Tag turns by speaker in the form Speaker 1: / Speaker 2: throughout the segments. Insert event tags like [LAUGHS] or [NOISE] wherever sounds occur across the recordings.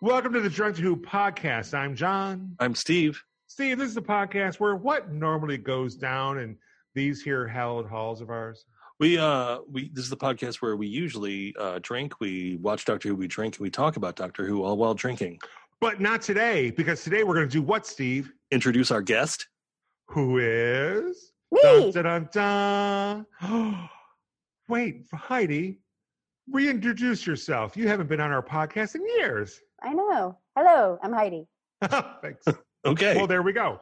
Speaker 1: Welcome to the Drunk to Who podcast. I'm John.
Speaker 2: I'm Steve.
Speaker 1: Steve, this is the podcast where what normally goes down in these here hallowed halls of ours.
Speaker 2: We uh we this is the podcast where we usually uh drink, we watch Doctor Who, we drink, and we talk about Doctor Who all while drinking.
Speaker 1: But not today, because today we're going to do what, Steve?
Speaker 2: Introduce our guest.
Speaker 1: Who is?
Speaker 3: Wee!
Speaker 1: Dun, dun, dun, dun. [GASPS] Wait, Heidi, reintroduce yourself. You haven't been on our podcast in years. [LAUGHS]
Speaker 3: I know. Hello, I'm Heidi.
Speaker 1: Thanks.
Speaker 2: Okay.
Speaker 1: Well, there we go.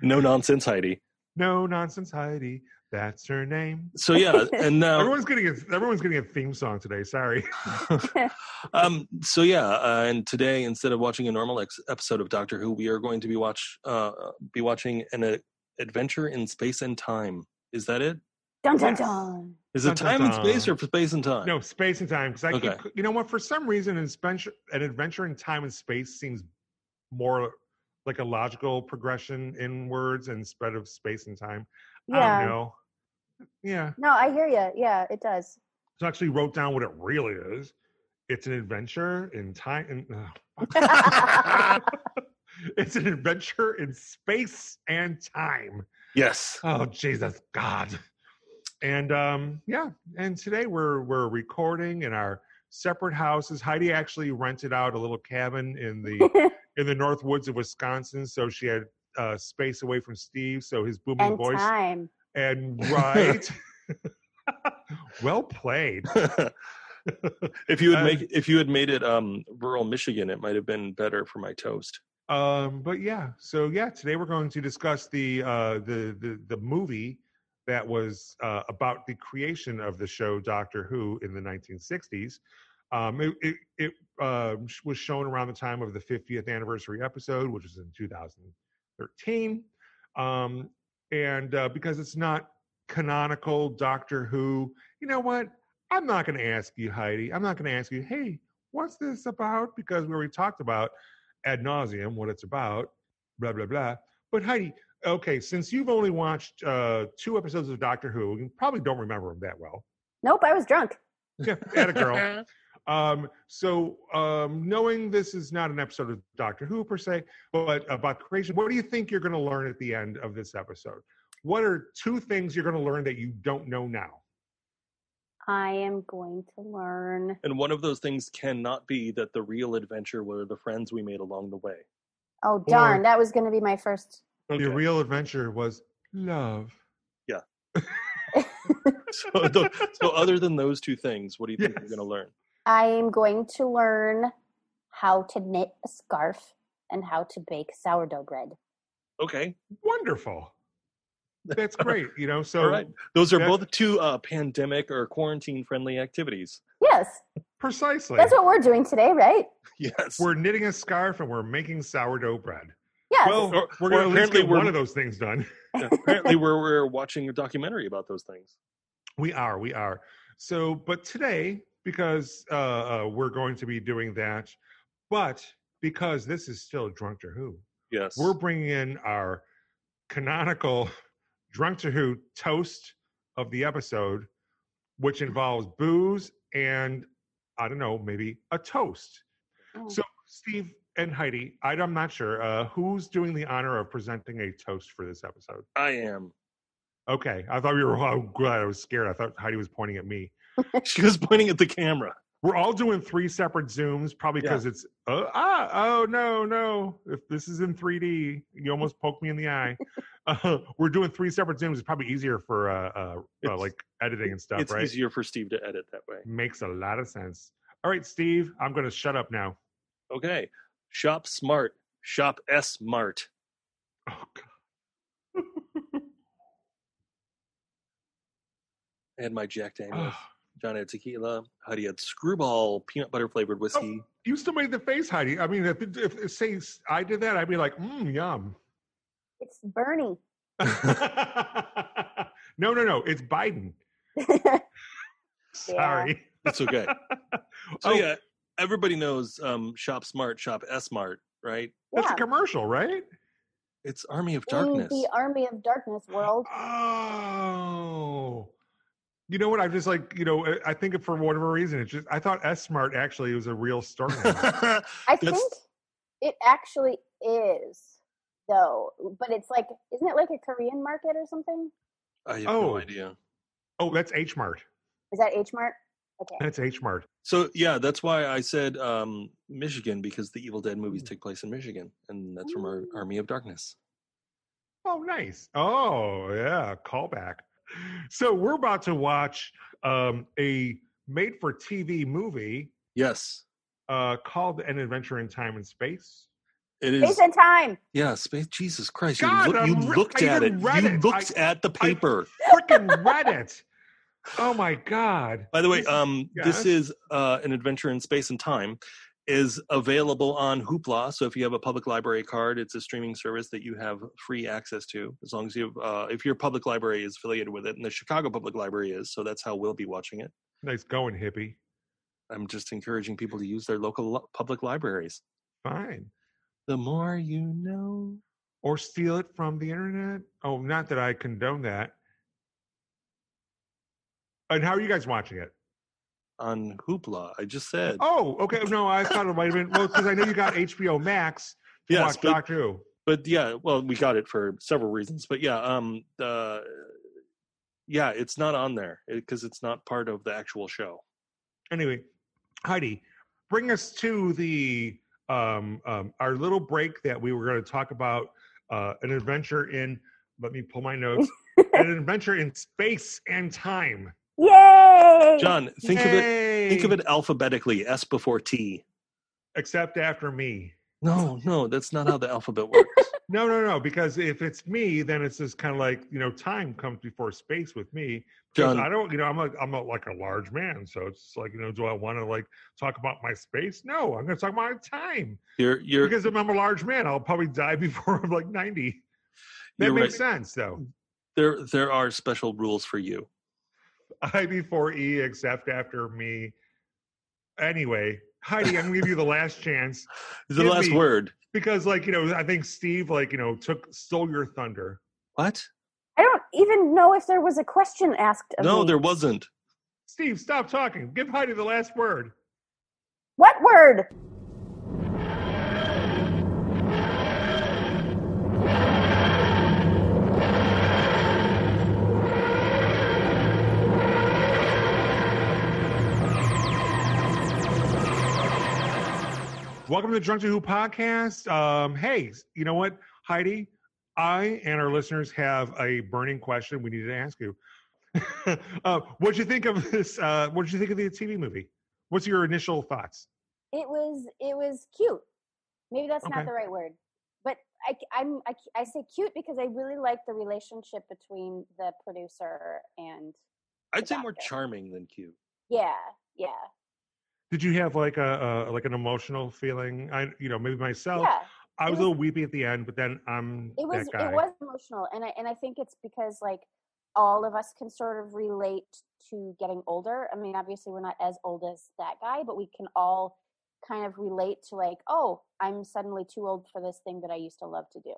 Speaker 2: no nonsense, Heidi.
Speaker 1: No nonsense, Heidi. That's her name.
Speaker 2: So [LAUGHS] yeah, and now
Speaker 1: Everyone's getting a, everyone's getting a theme song today. Sorry. [LAUGHS]
Speaker 2: um so yeah, uh, and today instead of watching a normal ex- episode of Doctor Who, we are going to be watch uh be watching an uh, adventure in space and time. Is that it?
Speaker 3: Dun dun dun.
Speaker 2: Is
Speaker 1: Dun,
Speaker 2: it
Speaker 1: dun,
Speaker 2: time and
Speaker 1: dun.
Speaker 2: space or space and time?
Speaker 1: No space and time because I
Speaker 2: Okay.
Speaker 1: keep, you know what for some reason an adventure an adventure in time and space seems more like a logical progression in words instead of space and time. I don't
Speaker 3: Yeah.
Speaker 1: know. Yeah.
Speaker 3: No, I hear you. Yeah, it does.
Speaker 1: So I actually wrote down what it really is. It's an adventure in time. In,
Speaker 3: I
Speaker 1: [LAUGHS] it's an adventure in space and time.
Speaker 2: Yes.
Speaker 1: Oh Jesus God! And um, yeah, and today we're we're recording in our separate houses. Heidi actually rented out a little cabin in
Speaker 3: [LAUGHS]
Speaker 1: the in the north woods of Wisconsin, so she had uh, space away from Steve, so his booming
Speaker 3: and
Speaker 1: voice
Speaker 3: time. [LAUGHS]
Speaker 1: and right. [LAUGHS] well played.
Speaker 2: [LAUGHS] if you
Speaker 1: Uh,
Speaker 2: had make if you had made it um rural Michigan, it might have been better for my toast.
Speaker 1: Um, but yeah, so yeah, today we're going to discuss the uh, the, the the movie that was uh, about the creation of the show Doctor Who in the 1960s. Um, it it, it uh, sh- was shown around the time of the 50th anniversary episode, which was in 2013. Um, and uh, because it's not canonical Doctor Who, you know what? I'm not going to ask you, Heidi. I'm not going to ask you, hey, what's this about? Because we already talked about ad nauseum what it's about, blah blah blah. But Heidi, okay, since you've only watched uh, two episodes of Doctor Who, you probably don't remember them that well.
Speaker 3: Nope, I was drunk.
Speaker 1: Yeah, at a girl.
Speaker 2: [LAUGHS]
Speaker 1: Um, so um, knowing this is not an episode of Doctor Who per se, but about creation, what do you think you're going to learn at the end of this episode? What are two things you're going to learn that you don't know now?
Speaker 3: I am going to learn.
Speaker 2: And one of those things cannot be that the real adventure were the friends we made along the way.
Speaker 3: Oh darn,
Speaker 1: Or-
Speaker 3: that was going to be my first.
Speaker 1: Your
Speaker 2: Okay.
Speaker 1: real adventure was love.
Speaker 2: so, tho- so other than those two things, what do you think
Speaker 1: Yes.
Speaker 2: you're going to learn?
Speaker 3: I am going to learn how to knit a scarf and how to bake sourdough bread.
Speaker 2: Okay,
Speaker 1: [LAUGHS] Wonderful. That's great. You know, so
Speaker 2: all right. Those are
Speaker 1: that-
Speaker 2: both two uh, pandemic or quarantine-friendly activities. [LAUGHS]
Speaker 3: Yes,
Speaker 1: precisely.
Speaker 3: that's what we're doing today, right?
Speaker 2: Yes.
Speaker 1: We're knitting a scarf and we're making sourdough bread.
Speaker 3: Yes.
Speaker 1: Well,
Speaker 2: Or-
Speaker 1: we're going
Speaker 2: or
Speaker 1: to at least
Speaker 2: apparently
Speaker 1: get
Speaker 2: we're-
Speaker 1: one of those things done.
Speaker 2: [LAUGHS]
Speaker 1: [LAUGHS]
Speaker 2: Apparently, we're we're watching a documentary about those things.
Speaker 1: We are, we are. So, but today, because uh, uh, we're going to be doing that, but because this is still Drunk to Who,
Speaker 2: Yes.
Speaker 1: we're bringing in our canonical [LAUGHS] Drunk to Who toast of the episode, which involves booze and I don't know, maybe a toast.
Speaker 3: Oh.
Speaker 1: So, Steve and Heidi, I, I'm not sure uh, who's doing the honor of presenting a toast for this episode. [LAUGHS]
Speaker 2: I am.
Speaker 1: Okay, I thought we were. I'm glad I was scared. I thought Heidi was pointing at me.
Speaker 2: She was pointing at the camera.
Speaker 1: We're all doing three separate zooms, probably
Speaker 2: Yeah.
Speaker 1: because it's oh, ah oh no no. If this is in 3D, you almost poked me in the
Speaker 2: [LAUGHS]
Speaker 1: eye. uh, we're doing three separate zooms. It's probably easier for uh, uh, uh
Speaker 2: It's-
Speaker 1: like editing and stuff,
Speaker 2: it's
Speaker 1: right?
Speaker 2: easier for Steve to edit that way.
Speaker 1: Makes a lot of sense. All right, Steve, I'm going to shut up now.
Speaker 2: Okay. Shop smart. Shop S smart.
Speaker 1: Oh, God.
Speaker 2: I had my Jack
Speaker 1: [SIGHS]
Speaker 2: Daniels.
Speaker 1: Ah,
Speaker 2: John had tequila. Heidi had screwball peanut butter
Speaker 1: Oh.
Speaker 2: flavored whiskey.
Speaker 1: you still made the face, Heidi. I mean, if, if, if say I did that, I'd be like, mm,
Speaker 2: [LAUGHS]
Speaker 1: yum.
Speaker 3: it's Bernie. [LAUGHS]
Speaker 1: no, no, no. It's Biden. Sorry. [LAUGHS]
Speaker 2: It's okay. so
Speaker 1: Oh.
Speaker 2: yeah, everybody knows um, shop smart, shop S smart, right?
Speaker 1: That's
Speaker 3: yeah.
Speaker 1: a commercial, right?
Speaker 2: It's Army of
Speaker 3: in
Speaker 2: Darkness.
Speaker 3: the army of darkness world.
Speaker 1: Oh. You know what? I'm just like, you know, I- I think for whatever reason, it's just, I thought S Smart actually was a real
Speaker 2: [LAUGHS]
Speaker 1: store name.
Speaker 3: I
Speaker 2: That's-
Speaker 3: think it actually is, though. But it's like, isn't it like a Korean market or something?
Speaker 2: I have
Speaker 1: Oh.
Speaker 2: no idea.
Speaker 1: oh, that's H Mart.
Speaker 3: Is that H Mart? Okay.
Speaker 1: That's H Mart.
Speaker 2: So yeah, that's why I said um, Michigan because the Evil Dead movies take place in Michigan, and that's from our
Speaker 3: Mm.
Speaker 2: Army of Darkness.
Speaker 1: Oh, nice. Oh, yeah. Callback. So we're about to watch um, a made for TV movie
Speaker 2: Yes,
Speaker 1: uh, called An Adventure in Time and Space.
Speaker 2: it
Speaker 3: Space
Speaker 2: is.
Speaker 3: and time.
Speaker 2: Yeah, space. Jesus Christ,
Speaker 1: God,
Speaker 2: you, look,
Speaker 1: I'm
Speaker 2: you
Speaker 1: re-
Speaker 2: looked
Speaker 1: I
Speaker 2: at it.
Speaker 1: even read
Speaker 2: You
Speaker 1: it.
Speaker 2: looked
Speaker 1: I-
Speaker 2: at the paper.
Speaker 1: Freaking read it. Oh, my God.
Speaker 2: By the way, um,
Speaker 1: Yes.
Speaker 2: this is uh, an adventure in space and time is available on Hoopla. So if you have a public library card, it's a streaming service that you have free access to, as long as you have, uh, if your public library is affiliated with it, and the Chicago Public Library is. So that's how we'll be watching it.
Speaker 1: Nice going, hippie.
Speaker 2: I'm just encouraging people to use their local lo- public libraries.
Speaker 1: Fine.
Speaker 2: The more you know.
Speaker 1: Or steal it from the internet. Oh, not that I condone that. And how are you guys watching it?
Speaker 2: On Hoopla, I just said.
Speaker 1: Oh, okay. No, I thought it might have been. Well, because I know you
Speaker 2: [LAUGHS]
Speaker 1: got HBO Max to
Speaker 2: Yes,
Speaker 1: watch
Speaker 2: but-
Speaker 1: Doctor Who.
Speaker 2: but yeah well we got it for several reasons but yeah um uh yeah it's not on there because it's not part of the actual show
Speaker 1: anyway, Heidi, bring us to the um, um, our little break that we were going to talk about uh, an adventure in. Let me pull my
Speaker 2: [LAUGHS]
Speaker 1: notes. an adventure in space and time.
Speaker 3: Yay!
Speaker 2: john think of it think of
Speaker 1: Yay!
Speaker 2: it alphabetically s before t
Speaker 1: Except after me. [LAUGHS]
Speaker 2: no no that's not how the alphabet works
Speaker 1: No, no, no. Because if it's me, then it's just kind of like you know, time comes before space with me. Because
Speaker 2: John.
Speaker 1: I don't, you know, I'm a, I'm a, like a large man, so it's like you know, do I want to like talk about my space? No, I'm going to talk about time.
Speaker 2: you're you're
Speaker 1: because if I'm a large man, I'll probably die [LAUGHS] before I'm like 90. That
Speaker 2: You're
Speaker 1: makes sense, though.
Speaker 2: there there are special rules for you
Speaker 1: I before E, except after me. Anyway, Heidi, I'm gonna give you the last chance
Speaker 2: the
Speaker 1: Give
Speaker 2: last
Speaker 1: me-
Speaker 2: word
Speaker 1: because, like, you know, I think Steve, like, you know, took stole your thunder.
Speaker 2: what
Speaker 3: I don't even know if there was a question asked of
Speaker 2: no
Speaker 3: me.
Speaker 2: there wasn't
Speaker 1: Steve, stop talking. Give Heidi the last word.
Speaker 3: What word?
Speaker 1: Welcome to the Drunk to Who podcast. Um, hey, you know what, Heidi? I and our listeners have a burning question we needed to ask you. [LAUGHS] uh, what'd you think of this? Uh, what'd you think of the TV movie? What's your initial thoughts?
Speaker 3: It was it was cute. Maybe that's
Speaker 1: Okay.
Speaker 3: not the right word, but I I'm I, I say cute because I really like the relationship between the producer and
Speaker 2: i'd say more
Speaker 3: Doctor.
Speaker 2: charming than cute
Speaker 3: yeah yeah
Speaker 1: Did you have like a, a like an emotional feeling? I, you know, maybe myself.
Speaker 3: yeah.
Speaker 1: I was a
Speaker 3: it was-
Speaker 1: little weepy at the end, but then I'm
Speaker 3: it was
Speaker 1: that guy.
Speaker 3: it was emotional and i and i think it's because like all of us can sort of relate to getting older i mean obviously we're not as old as that guy but we can all kind of relate to like oh i'm suddenly too old for this thing that i used to love to do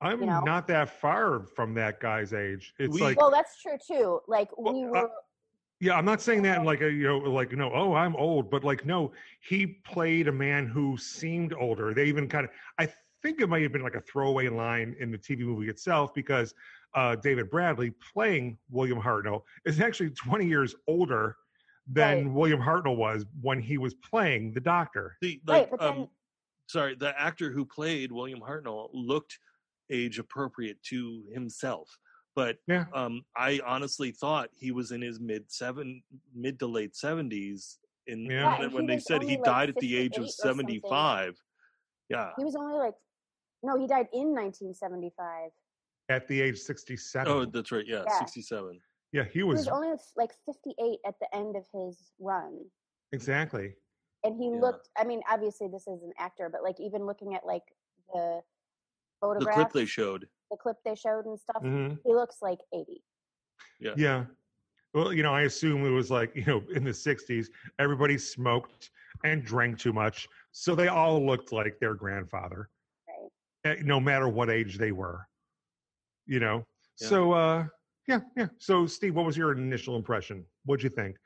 Speaker 1: I'm
Speaker 3: you know?
Speaker 1: not that far from that guy's age. It's
Speaker 2: We-
Speaker 1: like,
Speaker 3: well that's true too like
Speaker 1: Well,
Speaker 3: we
Speaker 1: uh,
Speaker 3: were
Speaker 1: yeah, I'm not saying that in like a, you know, like no, oh, I'm old, but like no, he played a man who seemed older. They even kind of, I think it might have been like a throwaway line in the TV movie itself because uh, David Bradley playing William Hartnell is actually 20 years older than
Speaker 3: Right.
Speaker 1: William Hartnell was when he was playing the Doctor.
Speaker 2: the like
Speaker 3: Right, but
Speaker 2: um
Speaker 3: then-
Speaker 2: sorry the actor who played william hartnell looked age appropriate to himself but
Speaker 1: Yeah.
Speaker 2: um i honestly thought he was in his mid seven mid to late 70s in
Speaker 1: Yeah.
Speaker 3: Yeah,
Speaker 2: and then
Speaker 3: and
Speaker 2: when
Speaker 3: he
Speaker 2: they
Speaker 3: was
Speaker 2: said
Speaker 3: only,
Speaker 2: he
Speaker 3: like,
Speaker 2: died at the age
Speaker 3: 58
Speaker 2: of
Speaker 3: or something.
Speaker 2: 75 yeah
Speaker 3: he was only like no he died in 1975
Speaker 1: At the age 67.
Speaker 2: oh that's right yeah,
Speaker 3: Yeah.
Speaker 2: 67
Speaker 1: yeah, he
Speaker 3: he
Speaker 1: was,
Speaker 3: was only like 58 at the end of his run
Speaker 1: exactly.
Speaker 3: and he
Speaker 2: Yeah.
Speaker 3: looked i mean obviously this is an actor but like even looking at like the
Speaker 2: the
Speaker 3: photograph
Speaker 2: clip they showed
Speaker 3: the clip they showed and stuff
Speaker 1: Mhm.
Speaker 3: he looks like 80
Speaker 1: Yeah. Well, you know, I assume it was like, you know, in the 60s, everybody smoked and drank too much. So they all looked like their grandfather,
Speaker 3: right
Speaker 1: eh, no matter what age they were, you know?
Speaker 2: Yeah.
Speaker 1: So, uh, Yeah, yeah. So, Steve, what was your initial impression? What'd you think?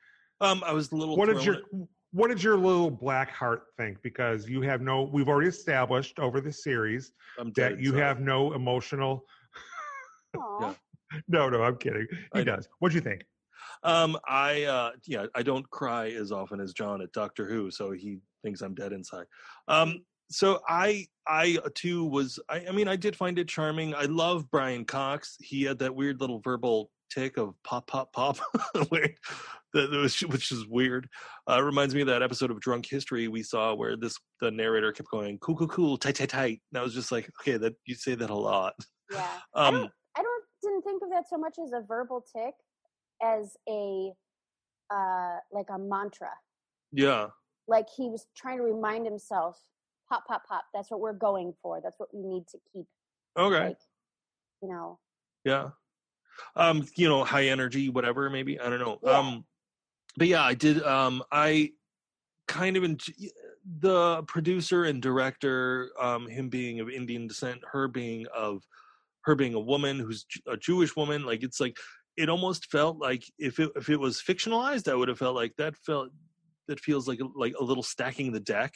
Speaker 2: Um, I was a little.
Speaker 1: What did
Speaker 2: thrown
Speaker 1: your
Speaker 2: at-
Speaker 1: What did your little black heart think? Because you have no. We've already established over the series
Speaker 2: I'm
Speaker 1: that
Speaker 2: dead,
Speaker 1: you
Speaker 2: sorry.
Speaker 1: have no emotional.
Speaker 3: Aw.
Speaker 2: Yeah.
Speaker 1: No, no, I'm kidding. He
Speaker 2: I know.
Speaker 1: does. What'd you think?
Speaker 2: Um, I uh, yeah, I don't cry as often as John at Doctor Who, so he thinks I'm dead inside. Um, so I I uh, too was I, I mean I did find it charming. I love Brian Cox. He had that weird little verbal tick of pop pop pop, [LAUGHS] where that that was, which is weird. Uh, it reminds me of that episode of Drunk History we saw where this the narrator kept going cool cool cool tight tight tight, and I was just like okay that you say that a lot.
Speaker 3: Yeah. I
Speaker 2: Um,
Speaker 3: don't I don't didn't think of that so much as a verbal tick as a uh like a mantra.
Speaker 2: yeah,
Speaker 3: Like he was trying to remind himself, pop, pop, pop, that's what we're going for. That's what we need to keep,
Speaker 2: okay.
Speaker 3: like, you know.
Speaker 2: yeah um you know high energy whatever maybe i don't know
Speaker 3: Yeah.
Speaker 2: um but yeah i did um i kind of en- the producer and director um him being of indian descent her being of her being a woman who's Ju- a jewish woman like it's like it almost felt like if it if it was fictionalized i would have felt like that felt that feels like a- like a little stacking the deck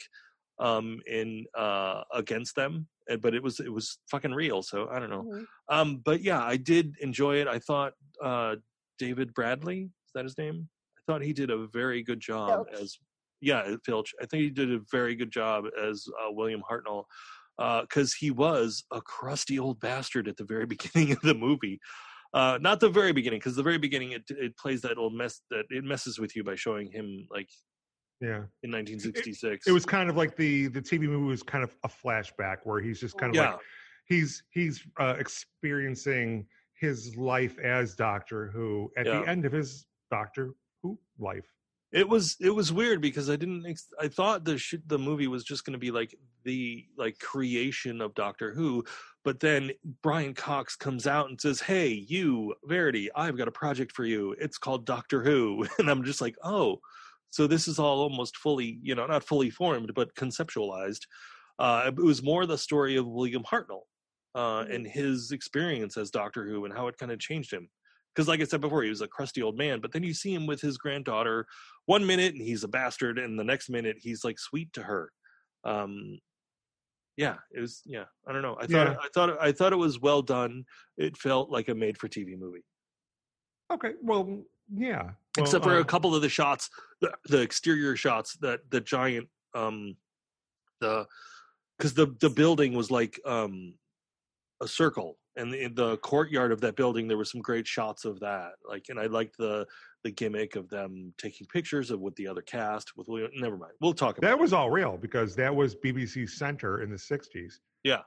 Speaker 2: um in uh against them Uh, but it was it was fucking real so i
Speaker 1: Oh.
Speaker 2: don't know
Speaker 3: Mhm.
Speaker 2: um, but yeah, I did enjoy it. I thought uh, David Bradley is that his name? I thought he did a very good job
Speaker 3: Filch.
Speaker 2: as yeah Filch. I think he did a very good job as uh, William Hartnell because he was a crusty old bastard at the very [LAUGHS] beginning of the movie. Uh, not the very beginning, because the very beginning it it plays that little mess that it messes with you by showing him like
Speaker 1: Yeah,
Speaker 2: in 1966.
Speaker 1: it was kind of like the the TV movie was kind of a flashback where he's just kind of
Speaker 2: yeah,
Speaker 1: like he's he's uh, experiencing his life as Doctor Who at
Speaker 2: Yeah.
Speaker 1: the end of his Doctor Who life.
Speaker 2: it was it was weird because I didn't ex- I thought the sh- the movie was just going to be like the like creation of Doctor Who, but then Brian Cox comes out and says, "Hey, you Verity, I've got a project for you. It's called Doctor Who," [LAUGHS] and I'm just like, "Oh, so this is all almost fully you know not fully formed but conceptualized." Uh, it was more the story of William Hartnell uh, and his experience as Doctor Who and how it kind of changed him. Because, like I said before, he was a crusty old man, but then you see him with his granddaughter one minute and he's a bastard and the next minute he's like sweet to her um yeah it was yeah i don't know i thought
Speaker 1: Yeah.
Speaker 2: i thought i thought it was well done it felt like a made for tv movie
Speaker 1: Okay, well, yeah, Well,
Speaker 2: except for
Speaker 1: uh,
Speaker 2: a couple of the shots the, the exterior shots that the giant um the because the the building was like um a circle and in the courtyard of that building there were some great shots of that like and i liked the the gimmick of them taking pictures of with the other cast with William. never mind we'll talk about
Speaker 1: That
Speaker 2: it.
Speaker 1: was all real because that was BBC Center in the '60s.
Speaker 2: Yeah.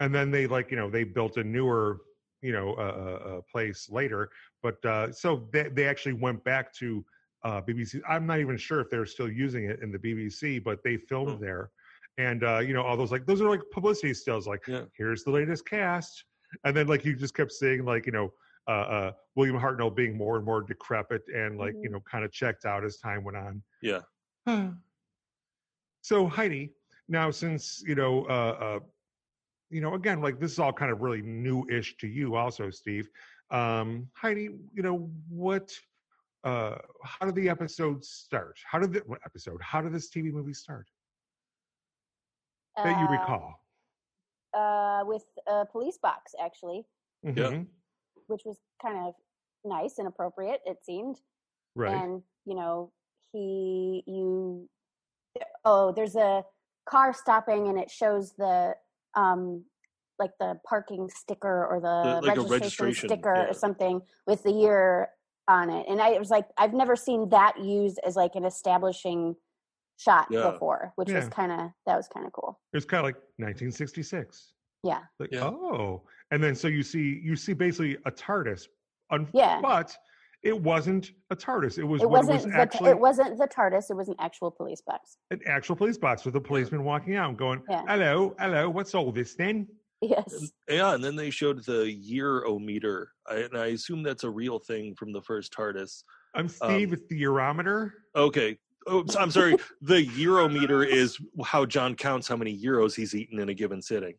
Speaker 1: and then they like you know they built a newer you know uh, uh, uh, place later, but uh, so they they actually went back to uh, BBC. I'm not even sure if they're still using it in the BBC, but they filmed
Speaker 2: Hmm.
Speaker 1: there, and uh, you know all those like those are like publicity stills. Like
Speaker 2: Yeah.
Speaker 1: here's the latest cast, and then like you just kept seeing like you know. Uh, uh, William Hartnell being more and more decrepit and like you
Speaker 3: Mhm.
Speaker 1: know kind of checked out as time went on.
Speaker 2: Mm-hmm. yeah
Speaker 1: [SIGHS] So Heidi, now since you know, uh, uh, you know, again, like this is all kind of really new-ish to you, also, Steve. Um, Heidi, you know, what? Uh, how did the episode start? How did the what episode? How did this TV movie start that you
Speaker 3: Uh,
Speaker 1: recall?
Speaker 3: Uh, with a police box, actually,
Speaker 1: Mhm.
Speaker 3: which was kind of nice and appropriate, it seemed.
Speaker 1: Right.
Speaker 3: and you know he you oh there's a car stopping and it shows the um like the parking sticker or the,
Speaker 2: The- like a
Speaker 3: registration,
Speaker 2: registration,
Speaker 3: sticker
Speaker 2: yeah.
Speaker 3: or something with the year on it and i it was like i've never seen that used as like an establishing shot
Speaker 2: Yeah.
Speaker 3: before which was
Speaker 1: Yeah.
Speaker 3: kind of that was kind of cool
Speaker 1: It's kind of like 1966.
Speaker 3: Yeah.
Speaker 1: Like
Speaker 2: Yeah.
Speaker 1: oh, and then so you see you see basically a TARDIS, un-
Speaker 3: Yeah.
Speaker 1: but it wasn't a TARDIS. It was
Speaker 3: it
Speaker 1: what
Speaker 3: wasn't
Speaker 1: was
Speaker 3: the,
Speaker 1: actually
Speaker 3: it wasn't the tardis it was an actual police box [LAUGHS]
Speaker 1: an actual police box with a policeman walking out and going,
Speaker 3: Yeah.
Speaker 1: "Hello, hello, what's all this then?"
Speaker 3: yes
Speaker 2: And- yeah, and then they showed the year o meter, and I assume that's a real thing from the first TARDIS.
Speaker 1: I'm Steve.
Speaker 2: Um,
Speaker 1: it's the Eurometer.
Speaker 2: Okay, oh, I'm- I'm sorry.
Speaker 3: [LAUGHS]
Speaker 2: the Eurometer is how John counts how many euros he's eaten in a given sitting.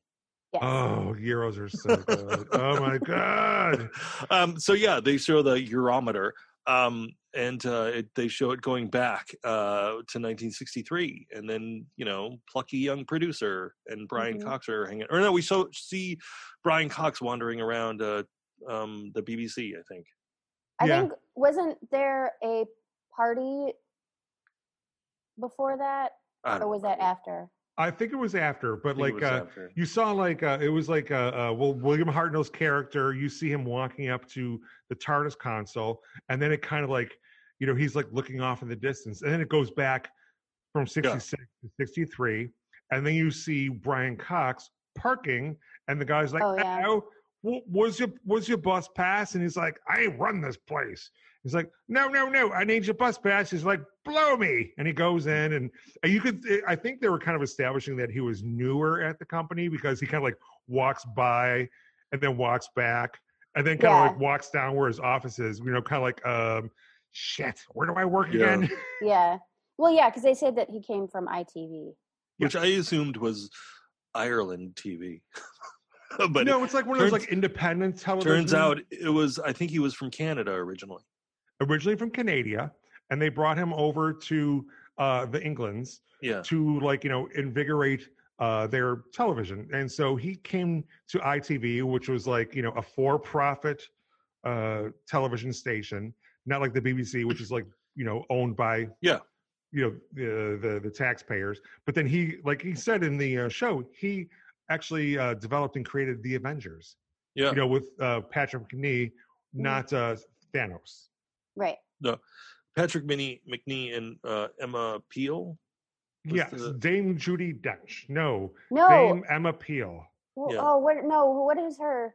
Speaker 3: Yes.
Speaker 1: Oh, euros are so good. oh my god.
Speaker 2: um, so yeah, they show the urometer, um, and uh, it, they show it going back uh, to 1963, and then you know, plucky young producer and Brian
Speaker 3: Mhm.
Speaker 2: Cox are hanging. Or no, we so see Brian Cox wandering around uh, um, the BBC, I think.
Speaker 3: I
Speaker 1: Yeah.
Speaker 3: think wasn't there a party before that,
Speaker 2: I don't
Speaker 3: or was that
Speaker 2: remember.
Speaker 3: after?
Speaker 1: I think it was after, but
Speaker 2: I think it
Speaker 1: like
Speaker 2: was
Speaker 1: uh,
Speaker 2: after.
Speaker 1: you saw like uh, it was like uh, uh, well William Hartnell's character. You see him walking up to the TARDIS console, and then it kind of like you know he's like looking off in the distance, and then it goes back from sixty six to sixty three, and then you see Brian Cox parking, and the guy's like,
Speaker 3: Oh, yeah.
Speaker 1: "Oh, wh- was your was your bus pass?" And he's like, "I ain't run this place." He's like, "No, no, no, I need your bus pass." He's like, "Blow me!" And he goes in, and and you could eh, i think they were kind of establishing that he was newer at the company because he kind of like walks by and then walks back and then kind
Speaker 3: Yeah.
Speaker 1: of like walks down where his office is you know kind of like um shit where do i work
Speaker 2: Yeah.
Speaker 1: again [LAUGHS]
Speaker 3: Yeah. Well, yeah, because they said that he came from ITV.
Speaker 2: which I assumed was Ireland TV, [LAUGHS] but
Speaker 1: no it's like one of those
Speaker 2: turns-
Speaker 1: like independent
Speaker 2: it
Speaker 1: television
Speaker 2: turns out it was. I think he was from Canada originally.
Speaker 1: originally from canada and they brought him over to uh the englands
Speaker 2: Yeah,
Speaker 1: to like you know invigorate uh, their television and so he came to itv which was like you know a for-profit uh, television station not like the bbc which is like you know owned by
Speaker 2: Yeah.
Speaker 1: you know the the, the taxpayers but then he like he said in the uh, show he actually uh, developed and created the avengers
Speaker 2: yeah.
Speaker 1: you know with uh, patrick mcnee not uh, thanos
Speaker 3: Right.
Speaker 2: Patrick Minnie, McNee and uh, Emma Peel. Was
Speaker 1: yes
Speaker 2: the-
Speaker 1: dame judy dench no
Speaker 3: No.
Speaker 1: dame emma peel
Speaker 3: well,
Speaker 2: yeah.
Speaker 3: Oh, what? No. What is her?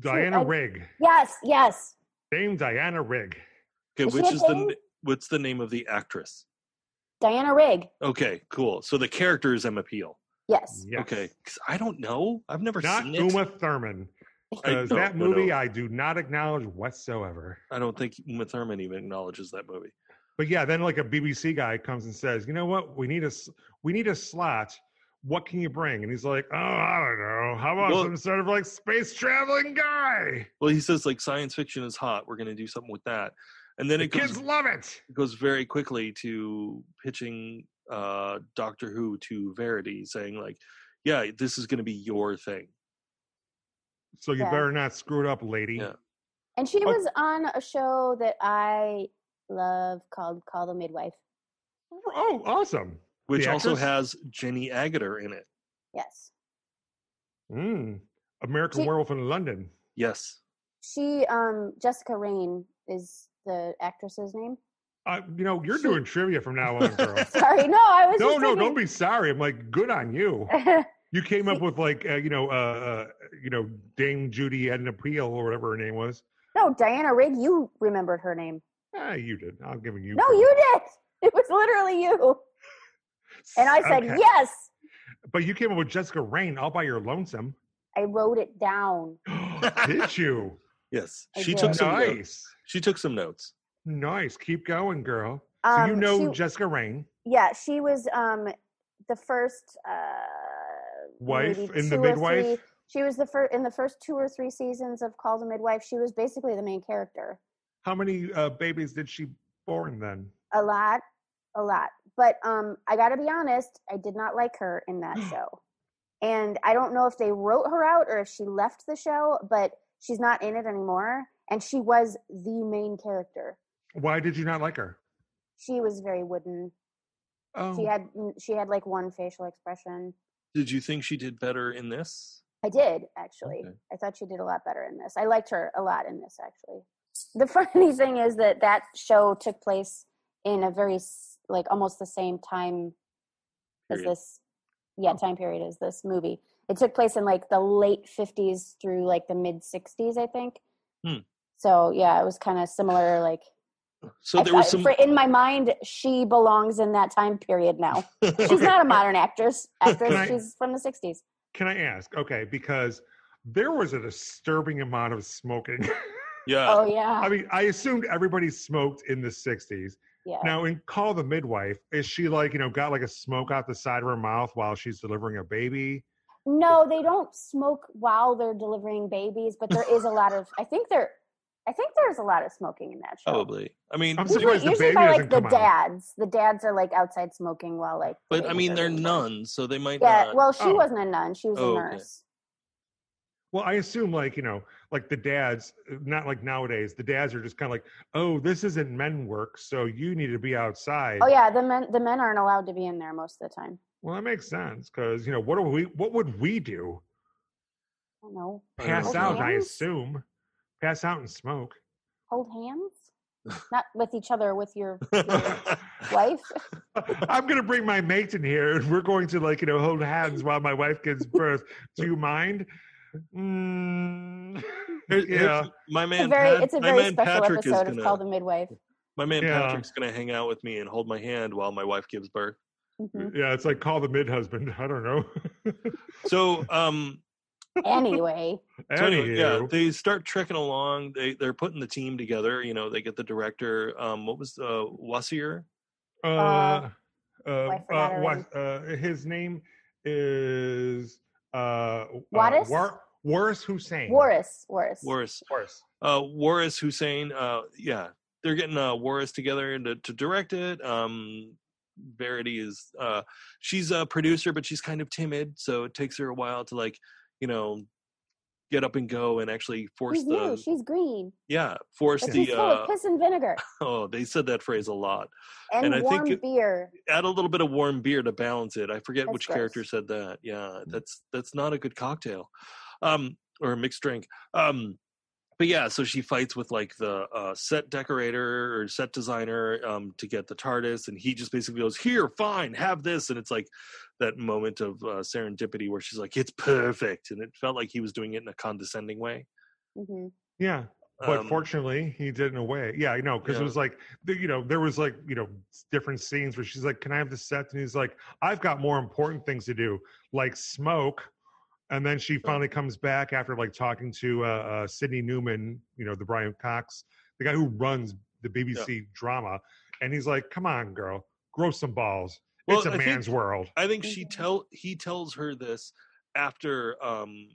Speaker 1: diana
Speaker 3: I-
Speaker 1: rigg
Speaker 3: Yes. Yes.
Speaker 1: Dame Diana Rigg.
Speaker 2: Okay,
Speaker 3: Is she
Speaker 2: which
Speaker 3: a
Speaker 2: is the
Speaker 3: thing?
Speaker 2: n- what's the name of the actress?
Speaker 3: Diana Rigg.
Speaker 2: Okay, cool. So the character is Emma Peel.
Speaker 3: Yes.
Speaker 1: Yes.
Speaker 2: Okay, 'cause I don't know. I've never
Speaker 1: Not
Speaker 2: seen it.
Speaker 1: Uma Thurman.
Speaker 2: I
Speaker 1: Because
Speaker 2: don't-
Speaker 1: that
Speaker 2: no, no.
Speaker 1: movie I do not acknowledge whatsoever.
Speaker 2: I don't think Uma Thurman even acknowledges that movie.
Speaker 1: But yeah, then like a BBC guy comes and says, "You know what? We need a s- we need a slot. What can you bring?" And he's like, "Oh, I don't know. How about
Speaker 2: Well-
Speaker 1: some sort of like space traveling guy?
Speaker 2: Well, he says like science fiction is hot. We're going to do something with that, and then
Speaker 1: The
Speaker 2: it goes
Speaker 1: kids love it."
Speaker 2: it goes very quickly to pitching uh Doctor Who to Verity, saying like, "Yeah, this is going to be your thing."
Speaker 1: So you
Speaker 3: Yeah.
Speaker 1: better not screw it up, lady.
Speaker 2: Yeah.
Speaker 3: And she
Speaker 1: Oh.
Speaker 3: was on a show that I love called Call the Midwife.
Speaker 1: Oh, awesome.
Speaker 2: Which
Speaker 1: The
Speaker 2: also
Speaker 1: actress?
Speaker 2: has Jenny Agutter in it.
Speaker 3: Yes.
Speaker 1: Mm. American
Speaker 3: She-
Speaker 1: Werewolf in London.
Speaker 2: Yes.
Speaker 3: She, um, Jessica Rain is the actress's name. [LAUGHS]
Speaker 1: Uh, you know, you're
Speaker 3: She-
Speaker 1: doing trivia from now on, girl.
Speaker 3: Sorry. No, [LAUGHS] I was.
Speaker 1: no,
Speaker 3: just
Speaker 1: no,
Speaker 3: thinking-
Speaker 1: don't be sorry. I'm like, good on you.
Speaker 3: [LAUGHS]
Speaker 1: You came up
Speaker 3: See-
Speaker 1: with like uh, you know uh, uh you know Dame Judy Edna Peel or whatever her name was.
Speaker 3: no, Diana Rigg. You remembered her name.
Speaker 1: Ah, you did. I'm giving you.
Speaker 3: No,
Speaker 1: credit.
Speaker 3: you did. [LAUGHS] It was literally you. And I said
Speaker 1: Okay.
Speaker 3: yes.
Speaker 1: But you came up with Jessica Rain all by your
Speaker 2: [LAUGHS]
Speaker 1: lonesome. [GASPS]
Speaker 3: I wrote it down.
Speaker 1: did you?
Speaker 2: Yes.
Speaker 3: I
Speaker 2: She
Speaker 3: did.
Speaker 2: took some notes.
Speaker 1: nice,
Speaker 2: She took some notes.
Speaker 1: nice. Keep going, girl. So
Speaker 3: Um,
Speaker 1: you know
Speaker 3: she-
Speaker 1: Jessica Rain,
Speaker 3: yeah, she was um the first uh
Speaker 1: wife
Speaker 3: maybe
Speaker 1: in the
Speaker 3: two or
Speaker 1: midwife.
Speaker 3: three- She was the first in the first two or three seasons of Call the Midwife. She was basically the main character.
Speaker 1: How many uh, babies did she born then?
Speaker 3: A lot, a lot. But um I got to be honest, I did not like her in that show. And I don't know if they wrote her out or if she left the show, but she's not in it anymore and she was the main character.
Speaker 1: Why did you not like her?
Speaker 3: She was very wooden.
Speaker 1: Oh,
Speaker 3: She had mm, she had like one facial expression.
Speaker 2: Did you think she did better in this?
Speaker 3: I did actually.
Speaker 2: Okay.
Speaker 3: I thought she did a lot better in this. I liked her a lot in this actually. The [LAUGHS] funny thing is that that show took place in a very s- like almost the same time as
Speaker 2: Period. Oh.
Speaker 3: this yeah, time period as this movie. It took place in like the late 50s through like the mid 60s, I think.
Speaker 2: Hmm.
Speaker 3: So, yeah, it was kind of similar like
Speaker 2: So
Speaker 3: I
Speaker 2: there was
Speaker 3: thought-
Speaker 2: some.
Speaker 3: for, in my mind she belongs in that time
Speaker 2: [LAUGHS]
Speaker 3: period now. She's [LAUGHS]
Speaker 1: Okay,
Speaker 3: not
Speaker 1: I-
Speaker 3: a modern actress. Actress,
Speaker 1: Can I-
Speaker 3: she's from the 60s.
Speaker 1: Can I ask? Okay, because there was a disturbing amount of smoking.
Speaker 2: yeah.
Speaker 3: oh yeah.
Speaker 1: I mean, I assumed everybody smoked in the 60s.
Speaker 3: yeah.
Speaker 1: Now, in Call the Midwife, is she like, you know, got like a smoke out the side of her mouth while she's delivering a baby?
Speaker 3: No, they don't smoke while they're delivering babies, but there is a lot of. I think there, I think there's a lot of smoking in that show.
Speaker 2: Probably. I mean,
Speaker 1: I'm
Speaker 3: Usually,
Speaker 1: surprised the
Speaker 3: usually
Speaker 1: baby
Speaker 3: by like
Speaker 1: doesn't
Speaker 3: the
Speaker 1: come out.
Speaker 3: dads. The dads are like outside smoking while like. the
Speaker 2: but I
Speaker 3: babies
Speaker 2: mean,
Speaker 3: are
Speaker 2: they're
Speaker 3: being born.
Speaker 2: nuns, so they might
Speaker 3: Yeah.
Speaker 2: [LAUGHS] not.
Speaker 3: Well, she
Speaker 1: Oh.
Speaker 3: wasn't a nun. She was
Speaker 2: Oh,
Speaker 3: a
Speaker 2: okay.
Speaker 3: nurse.
Speaker 1: Well, I assume like you know, like the dads, not like nowadays. The dads are just kind of like, oh, this isn't men work, so you need to be outside.
Speaker 3: Oh yeah, the men the men aren't allowed to be in there most of the time.
Speaker 1: Well, that makes sense because you know what do we? What would we do?
Speaker 3: I don't know.
Speaker 2: I don't
Speaker 1: Pass
Speaker 2: know.
Speaker 1: out, I
Speaker 3: Hands?
Speaker 1: assume. Pass out and smoke.
Speaker 3: Hold hands, not with each other, with
Speaker 2: [LAUGHS]
Speaker 3: your wife.
Speaker 1: I'm gonna bring my mate in here, and we're going to like you know hold hands while my wife gives birth. Do you mind? Mm,
Speaker 2: Here's- here's-
Speaker 1: yeah.
Speaker 2: my
Speaker 3: It's a
Speaker 2: man,
Speaker 3: very,
Speaker 2: Pat-
Speaker 3: it's a
Speaker 2: my
Speaker 3: very
Speaker 2: man
Speaker 3: special
Speaker 2: Patrick is
Speaker 3: episode.
Speaker 2: gonna.
Speaker 3: It's called the midwife.
Speaker 2: my man
Speaker 1: Yeah.
Speaker 2: Patrick's gonna hang out with me and hold my hand while my wife gives birth. [LAUGHS]
Speaker 3: Mhm.
Speaker 1: Yeah, it's like call the mid husband. I don't know.
Speaker 2: So, um,
Speaker 3: anyway,
Speaker 2: So anyway, yeah,
Speaker 1: Anywho.
Speaker 2: they start trekking along. They they're putting the team together. You know, they get the director. Um, what was uh, Wassier?
Speaker 1: uh, uh,
Speaker 3: I
Speaker 1: uh,
Speaker 3: forgot
Speaker 1: what, uh, his name is uh,
Speaker 3: Wattis?
Speaker 1: Uh, War- Waris Hussein.
Speaker 3: Warris, Warris.
Speaker 2: Warris.
Speaker 1: Waris.
Speaker 2: Uh, Warris Hussein. Uh, yeah, they're getting uh, Warris together to, to direct it. Um, Verity is uh, she's a producer, but she's kind of timid, so it takes her a while to like, you know, get up and go and actually force
Speaker 3: She's
Speaker 2: the
Speaker 3: new. She's green,
Speaker 2: yeah force
Speaker 3: but
Speaker 2: the
Speaker 3: she's full
Speaker 2: uh,
Speaker 3: of piss and vinegar
Speaker 2: oh they said that phrase a lot.
Speaker 3: and,
Speaker 2: and I think
Speaker 3: warm
Speaker 2: it-
Speaker 3: beer.
Speaker 2: add a little bit of warm beer to balance it. I forget
Speaker 3: That's
Speaker 2: which
Speaker 3: gross.
Speaker 2: character said that. Yeah,
Speaker 1: Mm.
Speaker 2: that's that's not a good cocktail, um, or a mixed drink. Um, but yeah, so she fights with like the uh, set decorator or set designer um, to get the TARDIS, and he just basically goes, "Here, fine, have this," and it's like that moment of uh, serendipity where she's like, "It's perfect," and it felt like he was doing it in a condescending way.
Speaker 3: hmm
Speaker 1: Yeah. But
Speaker 2: Um,
Speaker 1: fortunately, he did in a way. Yeah, I know, because
Speaker 2: Yeah.
Speaker 1: it was like, the, you know, there was like, you know, s- different scenes where she's like, "Can I have the set?" And he's like, "I've got more important things to do, like smoke." And then she finally comes back after like talking to uh, uh, Sidney Newman, you know, the Brian Cox, the guy who runs the BBC drama, and he's like, "Come on, girl, grow some balls.
Speaker 2: Well,
Speaker 1: it's a
Speaker 2: I think-
Speaker 1: man's world."
Speaker 2: I think she
Speaker 3: Mhm.
Speaker 2: tell he tells her this after um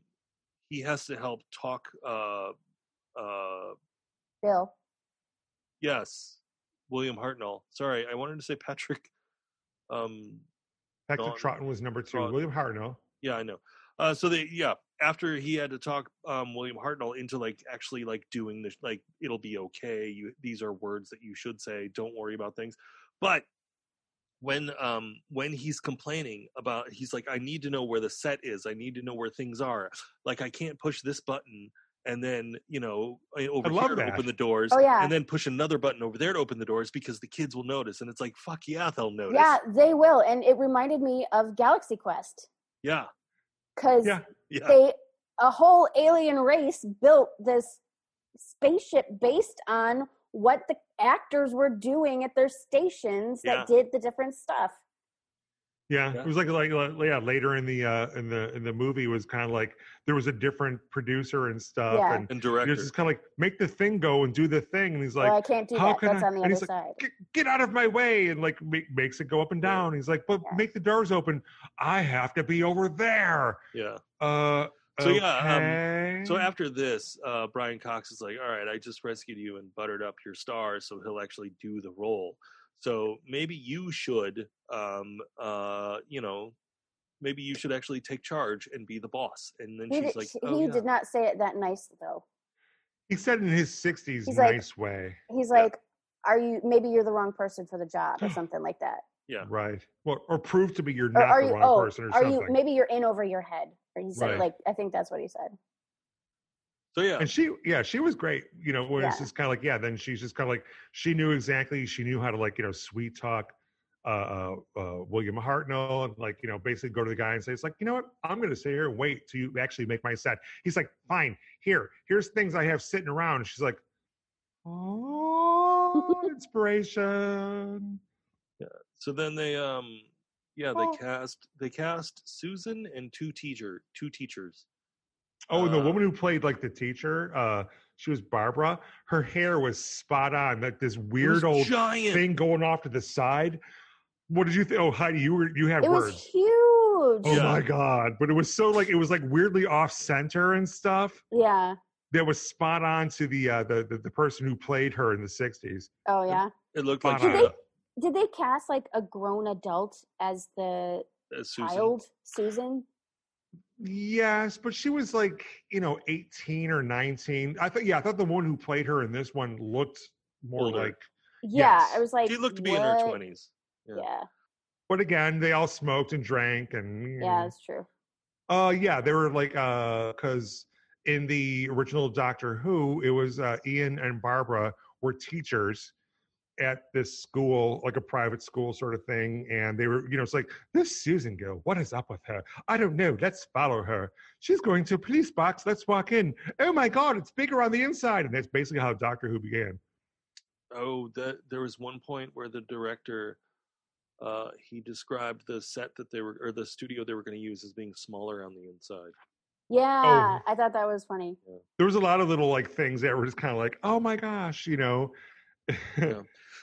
Speaker 2: he has to help talk uh uh
Speaker 3: Bill.
Speaker 2: yes William Hartnell. Sorry, I wanted to say Patrick um
Speaker 1: Patrick
Speaker 2: Dawn-
Speaker 1: Troughton was number two.
Speaker 2: Troughton.
Speaker 1: William Hartnell.
Speaker 2: yeah, I know. Uh so they yeah, after he had to talk um William Hartnell into like actually like doing this like it'll be okay. You these are words that you should say. Don't worry about things. But when um when he's complaining about he's like i need to know where the set is i need to know where things are like i can't push this button and then you know I- over
Speaker 1: love
Speaker 2: here to open
Speaker 1: that.
Speaker 2: the doors
Speaker 3: Oh, yeah.
Speaker 2: and then push another button over there to open the doors because the kids will notice and it's like fuck yeah they'll notice
Speaker 3: Yeah, they will, and it reminded me of Galaxy Quest
Speaker 2: yeah
Speaker 3: because
Speaker 1: Yeah.
Speaker 2: yeah
Speaker 3: they a whole alien race built this spaceship based on what the actors were doing at their stations that did the different stuff.
Speaker 1: Yeah,
Speaker 2: Yeah.
Speaker 1: it was like like like, yeah. Later in the uh, in the in the movie was kind of like there was a different producer and stuff,
Speaker 3: Yeah.
Speaker 1: and
Speaker 2: and
Speaker 1: it
Speaker 2: director
Speaker 1: was just kind of like make the thing go and do the thing, and he's
Speaker 3: Well, I
Speaker 1: like,
Speaker 3: can't do
Speaker 1: how
Speaker 3: that.
Speaker 1: can
Speaker 3: That's
Speaker 1: I-
Speaker 3: on the
Speaker 1: and
Speaker 3: other
Speaker 1: he's
Speaker 3: side.
Speaker 1: "Get- get out of my way, and like ma- makes it go up and
Speaker 2: Yeah.
Speaker 1: down. He's like, but
Speaker 3: Yeah.
Speaker 1: make the doors open. I have to be over there.
Speaker 2: yeah
Speaker 1: Uh,
Speaker 2: So, yeah, um,
Speaker 1: okay.
Speaker 3: Mm.
Speaker 2: so after this uh brian cox is like all right i just rescued you and buttered up your star so he'll actually do the role so maybe you should um uh you know maybe you should actually take charge and be the boss and then
Speaker 3: He,
Speaker 2: she's
Speaker 3: did,
Speaker 2: like
Speaker 3: she-
Speaker 2: oh
Speaker 3: he
Speaker 2: yeah
Speaker 3: did not say it that nice though.
Speaker 1: he said in his sixties,
Speaker 3: He's like-
Speaker 1: nice way,
Speaker 3: He's
Speaker 2: Yeah.
Speaker 3: like, "Are you? Maybe you're the wrong person for the job,
Speaker 2: [GASPS]
Speaker 3: or something like that.
Speaker 2: Yeah.
Speaker 1: right? Well, or prove to be you're
Speaker 3: Or
Speaker 1: not
Speaker 3: are
Speaker 1: the
Speaker 3: you?
Speaker 1: wrong
Speaker 3: Oh,
Speaker 1: person or
Speaker 3: are
Speaker 1: something.
Speaker 3: you? Maybe you're in over your head." Or he said,
Speaker 1: Right.
Speaker 3: like, I think that's what he said.
Speaker 2: so yeah
Speaker 1: And she, yeah, she was great. You know, where it's
Speaker 3: Yeah.
Speaker 1: just kind of like, yeah. Then she's just kind of like, she knew exactly. She knew how to like, you know, sweet talk uh, uh, uh, William Hartnell and like, you know, basically go to the guy and say, it's like, you know what, I'm going to sit here and wait till you actually make my set. He's like, fine, here, here's things I have sitting around. And she's like, oh,
Speaker 2: [LAUGHS]
Speaker 1: inspiration.
Speaker 2: so then they um yeah they
Speaker 1: Oh.
Speaker 2: cast they cast susan and two teacher two teachers
Speaker 1: Oh, and the
Speaker 2: Uh,
Speaker 1: woman who played like the teacher, uh, she was Barbara. Her hair was spot on, like this
Speaker 2: It was
Speaker 1: weird old
Speaker 2: giant
Speaker 1: thing going off to the side. What did you think? Oh, Heidi, you were you had
Speaker 3: It was
Speaker 1: words.
Speaker 3: huge.
Speaker 1: Oh
Speaker 3: huge.
Speaker 2: Yeah.
Speaker 1: my god! But it was so like it was like weirdly off center and stuff.
Speaker 3: Yeah.
Speaker 1: That was spot on to the uh, the, the the person who played her in the '60s.
Speaker 3: Oh yeah.
Speaker 2: It looked like
Speaker 1: Did
Speaker 2: she,
Speaker 1: they-
Speaker 2: uh,
Speaker 3: Did they cast like a grown adult as the
Speaker 2: uh, Susan.
Speaker 3: child Susan?
Speaker 1: Yes, but she was like you know 18 or 19. I thought yeah, I thought the one who played her in this one looked more
Speaker 2: Older.
Speaker 1: like.
Speaker 3: Yeah,
Speaker 1: Yes.
Speaker 3: I was like,
Speaker 2: She looked to be in her
Speaker 3: what?
Speaker 2: twenties.
Speaker 3: Yeah.
Speaker 2: yeah.
Speaker 3: yeah,
Speaker 1: But again, they all smoked and drank and
Speaker 3: that's true.
Speaker 1: Uh, yeah, they were like, uh, because in the original Doctor Who, it was uh, Ian and Barbara were teachers at this school, like a private school sort of thing, and they were, you know, it's like this Susan girl. What is up with her? I don't know. Let's follow her. She's going to a police box. Let's walk in. Oh my God, it's bigger on the inside, and that's basically how Doctor Who began.
Speaker 2: Oh, that there was one point where the director uh he described the set that they were or the studio they were going to use as being smaller on the inside.
Speaker 3: Yeah,
Speaker 1: Oh.
Speaker 3: I thought that was funny.
Speaker 1: There was a lot of little like things that were just kind of like, oh my gosh, you know. [LAUGHS]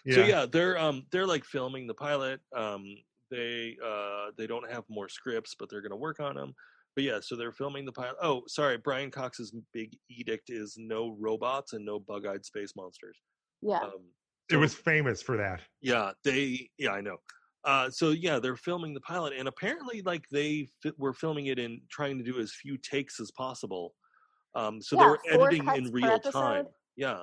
Speaker 2: Yeah. So yeah, they're um they're like filming the pilot. Um they uh they don't have more scripts, but they're going to work on them. But yeah, so they're filming the pilot. Oh, sorry, Brian Cox's big edict is no robots and no bug-eyed space monsters.
Speaker 3: Yeah,
Speaker 2: Um
Speaker 1: it was famous for that.
Speaker 2: Yeah, they. Yeah, I know. Uh, so yeah, they're filming the pilot, and apparently, like they fi- were filming it and trying to do as few takes as possible. Um, so
Speaker 3: Yeah,
Speaker 2: they were
Speaker 3: four
Speaker 2: editing
Speaker 3: cuts
Speaker 2: in
Speaker 3: per
Speaker 2: real
Speaker 3: episode.
Speaker 2: time. Yeah,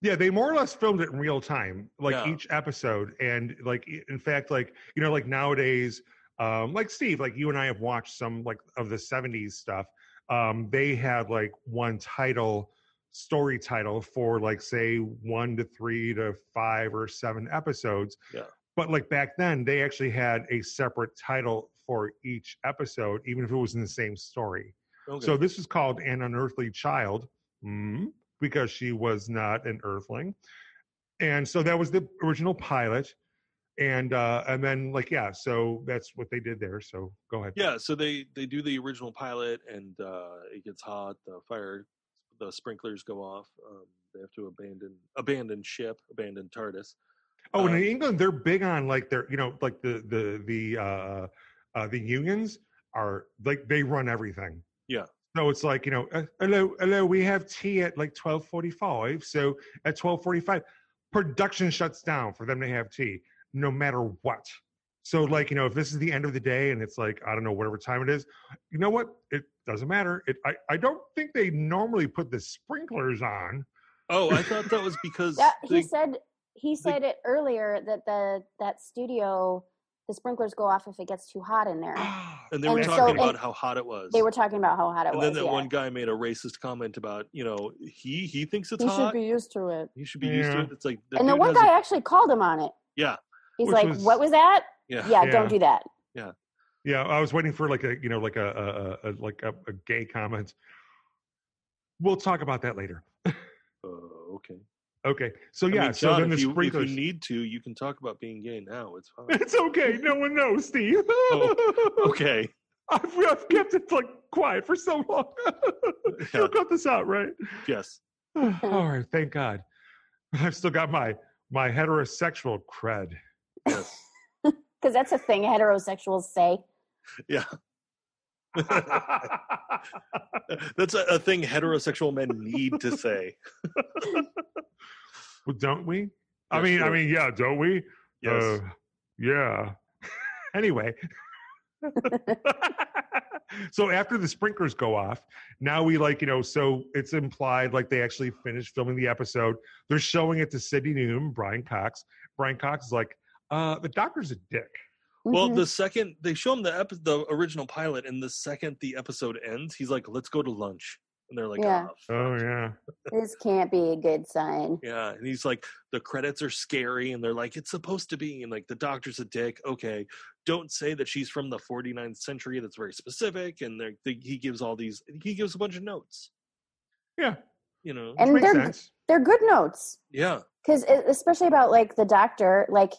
Speaker 1: Yeah, they more or less filmed it in real time, like
Speaker 2: Yeah.
Speaker 1: each episode. And like i- in fact, like you know, like nowadays, um, like Steve, like you and I have watched some like of the seventies stuff. Um, they had like one title, story title for like say one to three to five or seven episodes.
Speaker 2: Yeah.
Speaker 1: But like back then they actually had a separate title for each episode, even if it was in the same story.
Speaker 2: okay.
Speaker 1: So this is called an unearthly child mm, because she was not an earthling, and so that was the original pilot, and uh, and then like yeah, so that's what they did there. So go ahead.
Speaker 2: yeah, so they they do the original pilot, and uh, it gets hot. The fire, the sprinklers go off. Um, they have to abandon abandon ship, abandon TARDIS.
Speaker 1: Oh, and
Speaker 2: Um,
Speaker 1: in England, they're big on like their you know like the the the uh, uh, the unions are like they run everything.
Speaker 2: Yeah.
Speaker 1: So it's like you know, uh, hello, hello. We have tea at like twelve forty-five. So at twelve forty-five, production shuts down for them to have tea, no matter what. So like you know, if this is the end of the day and it's like I don't know whatever time it is, you know what? It doesn't matter. It I I don't think they normally put the sprinklers on.
Speaker 2: Oh, I thought that
Speaker 3: [LAUGHS]
Speaker 2: was because
Speaker 3: that, he
Speaker 2: they-
Speaker 3: said he said it earlier that the that studio the sprinklers go off if it gets too hot in there.
Speaker 2: Ah, and they were
Speaker 3: and so
Speaker 2: talking
Speaker 3: it-
Speaker 2: about how hot it was.
Speaker 3: They were talking about how hot it
Speaker 2: and
Speaker 3: was.
Speaker 2: then that
Speaker 3: yeah.
Speaker 2: one guy made a racist comment about you know he he thinks it's
Speaker 3: he
Speaker 2: hot.
Speaker 3: should be used to it.
Speaker 2: You should be used to
Speaker 1: Yeah.
Speaker 2: it. It's like
Speaker 3: and the
Speaker 2: dude
Speaker 3: one
Speaker 2: has a-
Speaker 3: guy actually called him on it.
Speaker 2: Yeah.
Speaker 3: He's
Speaker 1: Which
Speaker 3: like,
Speaker 1: was-
Speaker 3: "What was that?
Speaker 2: yeah,
Speaker 3: Yeah,
Speaker 1: Yeah.
Speaker 3: don't do that."
Speaker 1: Yeah, I was waiting for like a you know like a a, a, a like a, a gay comment. We'll talk about that later.
Speaker 2: Oh, okay.
Speaker 1: Okay, so
Speaker 2: I
Speaker 1: yeah,
Speaker 2: mean,
Speaker 1: so
Speaker 2: John,
Speaker 1: then the
Speaker 2: if, you, if you
Speaker 1: sprinklers.
Speaker 2: need to, you can talk about being gay now. It's fine.
Speaker 1: [LAUGHS] it's okay. No one knows, Steve.
Speaker 2: okay.
Speaker 1: [LAUGHS] I've, I've kept it like quiet for so long. [LAUGHS]
Speaker 2: Yeah.
Speaker 1: You'll cut this out, right? [SIGHS]
Speaker 2: Yes.
Speaker 1: All right. Thank God. I've still got my my heterosexual
Speaker 2: [LAUGHS]
Speaker 1: cred. [LAUGHS]
Speaker 2: Yes.
Speaker 3: Because that's a thing heterosexuals say.
Speaker 2: Yeah. [LAUGHS] That's a, a thing heterosexual men need to say.
Speaker 1: well, don't we? I
Speaker 2: Yeah,
Speaker 1: mean, I
Speaker 2: sure.
Speaker 1: mean, yeah, don't we?
Speaker 2: Yes.
Speaker 1: Uh, yeah. anyway. [LAUGHS] so after the sprinklers go off, now we like, you know, so it's implied like they actually finished filming the episode. They're showing it to Sidney Newman, Brian Cox. Brian Cox is like, uh, the doctor's a dick.
Speaker 2: well,
Speaker 3: Mhm.
Speaker 2: the second they show him the epi- the original pilot, and the second the episode ends, he's like, "Let's go to lunch," and they're like,
Speaker 3: Yeah.
Speaker 2: "Ah, fuck."
Speaker 1: Oh yeah.
Speaker 3: this can't be a good sign.
Speaker 2: Yeah, and he's like, the credits are scary, and they're like, it's supposed to be, and like the doctor's a dick. Okay, don't say that she's from the 49th century. That's very specific, and they're, they, he gives all these. He gives a bunch of notes.
Speaker 1: Yeah.
Speaker 2: you know.
Speaker 1: Which
Speaker 3: And
Speaker 1: makes
Speaker 3: they're-
Speaker 1: sense.
Speaker 3: They're good notes.
Speaker 2: yeah,
Speaker 3: because especially about like the doctor like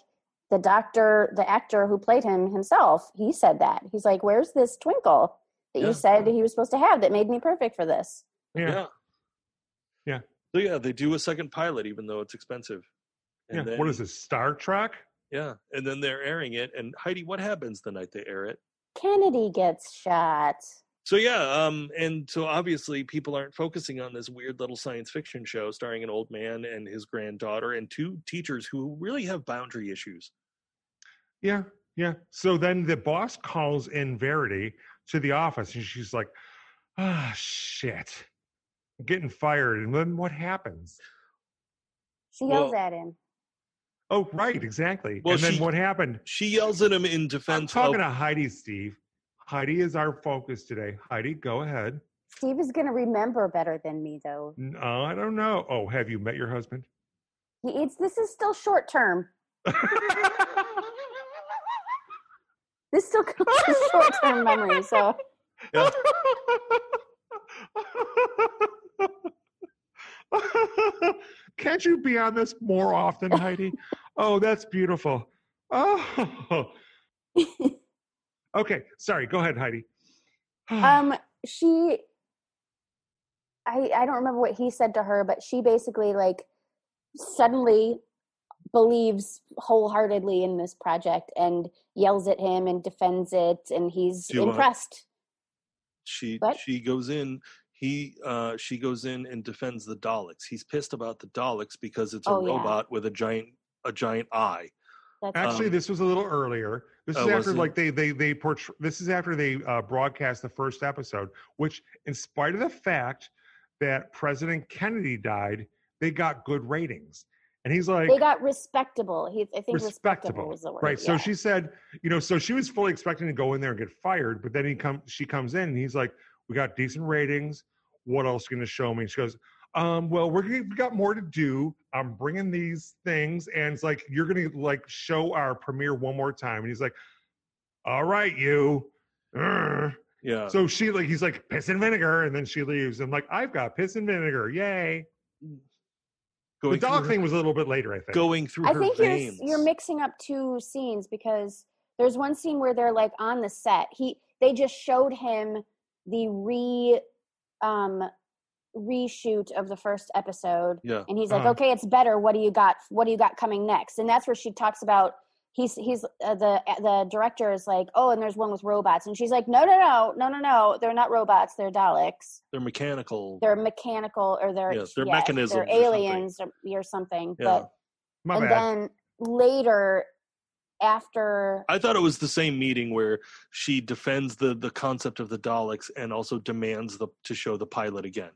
Speaker 3: the doctor the actor who played him himself he said that he's like where's this twinkle that
Speaker 2: Yeah.
Speaker 3: you said he was supposed to have that made me perfect for this
Speaker 2: yeah,
Speaker 1: Yeah. Yeah.
Speaker 2: So yeah, they do a second pilot, even though it's expensive.
Speaker 1: Yeah. what is this? Star Trek?
Speaker 2: Yeah, and then they're airing it. And Heidi, what happens the night they air it?
Speaker 3: Kennedy gets shot.
Speaker 2: So yeah, um, and so obviously people aren't focusing on this weird little science fiction show starring an old man and his granddaughter and two teachers who really have boundary issues.
Speaker 1: Yeah, yeah. So then the boss calls in Verity to the office and she's like, ah, shit. I'm getting fired. And then what happens?
Speaker 3: She yells
Speaker 2: Well-
Speaker 3: at him.
Speaker 1: Oh, right, exactly.
Speaker 2: Well,
Speaker 1: and then
Speaker 2: she-
Speaker 1: what happened?
Speaker 2: She yells at him in
Speaker 1: I'm
Speaker 2: defense
Speaker 1: talking
Speaker 2: of
Speaker 1: to Heidi, Steve. Heidi is our focus today. Heidi, go ahead.
Speaker 3: Steve is going to remember better than me, though.
Speaker 1: No, I don't know. Oh, have you met your husband? [LAUGHS]
Speaker 3: He eats. This is still short term. This still [LAUGHS] counts as short
Speaker 1: [LAUGHS]
Speaker 3: term memory. So [LAUGHS]
Speaker 2: Yeah.
Speaker 1: Can't you be on this more often,
Speaker 2: [LAUGHS]
Speaker 1: Heidi? oh, that's beautiful. Oh, okay. Sorry. Go ahead, Heidi.
Speaker 3: um, she, I I don't remember what he said to her, but she basically like suddenly believes wholeheartedly in this project and yells at him and defends it, and he's
Speaker 2: Do you want-
Speaker 3: impressed.
Speaker 2: she
Speaker 3: What?
Speaker 2: she goes in he uh she goes in and defends the Daleks. He's pissed about the Daleks because it's a
Speaker 3: Oh, yeah.
Speaker 2: robot with a giant a giant eye.
Speaker 1: [SIGHS]
Speaker 3: That's
Speaker 1: Actually,
Speaker 2: um,
Speaker 1: this was a little earlier. This
Speaker 2: Oh,
Speaker 1: is
Speaker 2: was
Speaker 1: after
Speaker 2: it?
Speaker 1: like they they they portray. This is after they uh, broadcast the first episode, which, in spite of the fact that President Kennedy died, they got good ratings. And he's like,
Speaker 3: they got respectable. He, I think
Speaker 1: Respectable,
Speaker 3: respectable, was the word.
Speaker 1: Right. So
Speaker 3: yeah.
Speaker 1: she said, you know, so she was fully expecting to go in there and get fired, but then he come she comes in and he's like, We got decent ratings. What else you gonna show me? She goes, um, well, we're gonna, we got more to do. I'm bringing these things, and it's like you're gonna like show our premiere one more time. And he's like, "All right, you." Urgh.
Speaker 2: Yeah.
Speaker 1: So she like he's like piss and vinegar, and then she leaves. I'm like, I've got piss and vinegar, yay! The
Speaker 2: going through
Speaker 1: dog
Speaker 2: her-
Speaker 1: thing was a little bit later, I think.
Speaker 2: going through
Speaker 3: I
Speaker 2: her
Speaker 3: think you're
Speaker 2: veins.
Speaker 3: s- you're mixing up two scenes because there's one scene where they're like on the set. He they just showed him the re um reshoot of the first episode
Speaker 2: yeah.
Speaker 3: and he's like
Speaker 1: Uh-huh.
Speaker 3: okay it's better what do you got what do you got coming next and that's where she talks about he's he's uh, the uh, the director is like oh and there's one with robots and she's like no no no no no no they're not robots they're daleks
Speaker 2: They're mechanical.
Speaker 3: they're mechanical or they're
Speaker 2: Yes, they're mechanisms or
Speaker 3: they're
Speaker 2: something.
Speaker 3: aliens or, or something
Speaker 2: Yeah.
Speaker 3: but
Speaker 1: My
Speaker 3: and
Speaker 1: bad.
Speaker 3: then later after
Speaker 2: I thought it was the same meeting where she defends the the concept of the Daleks and also demands the to show the pilot again.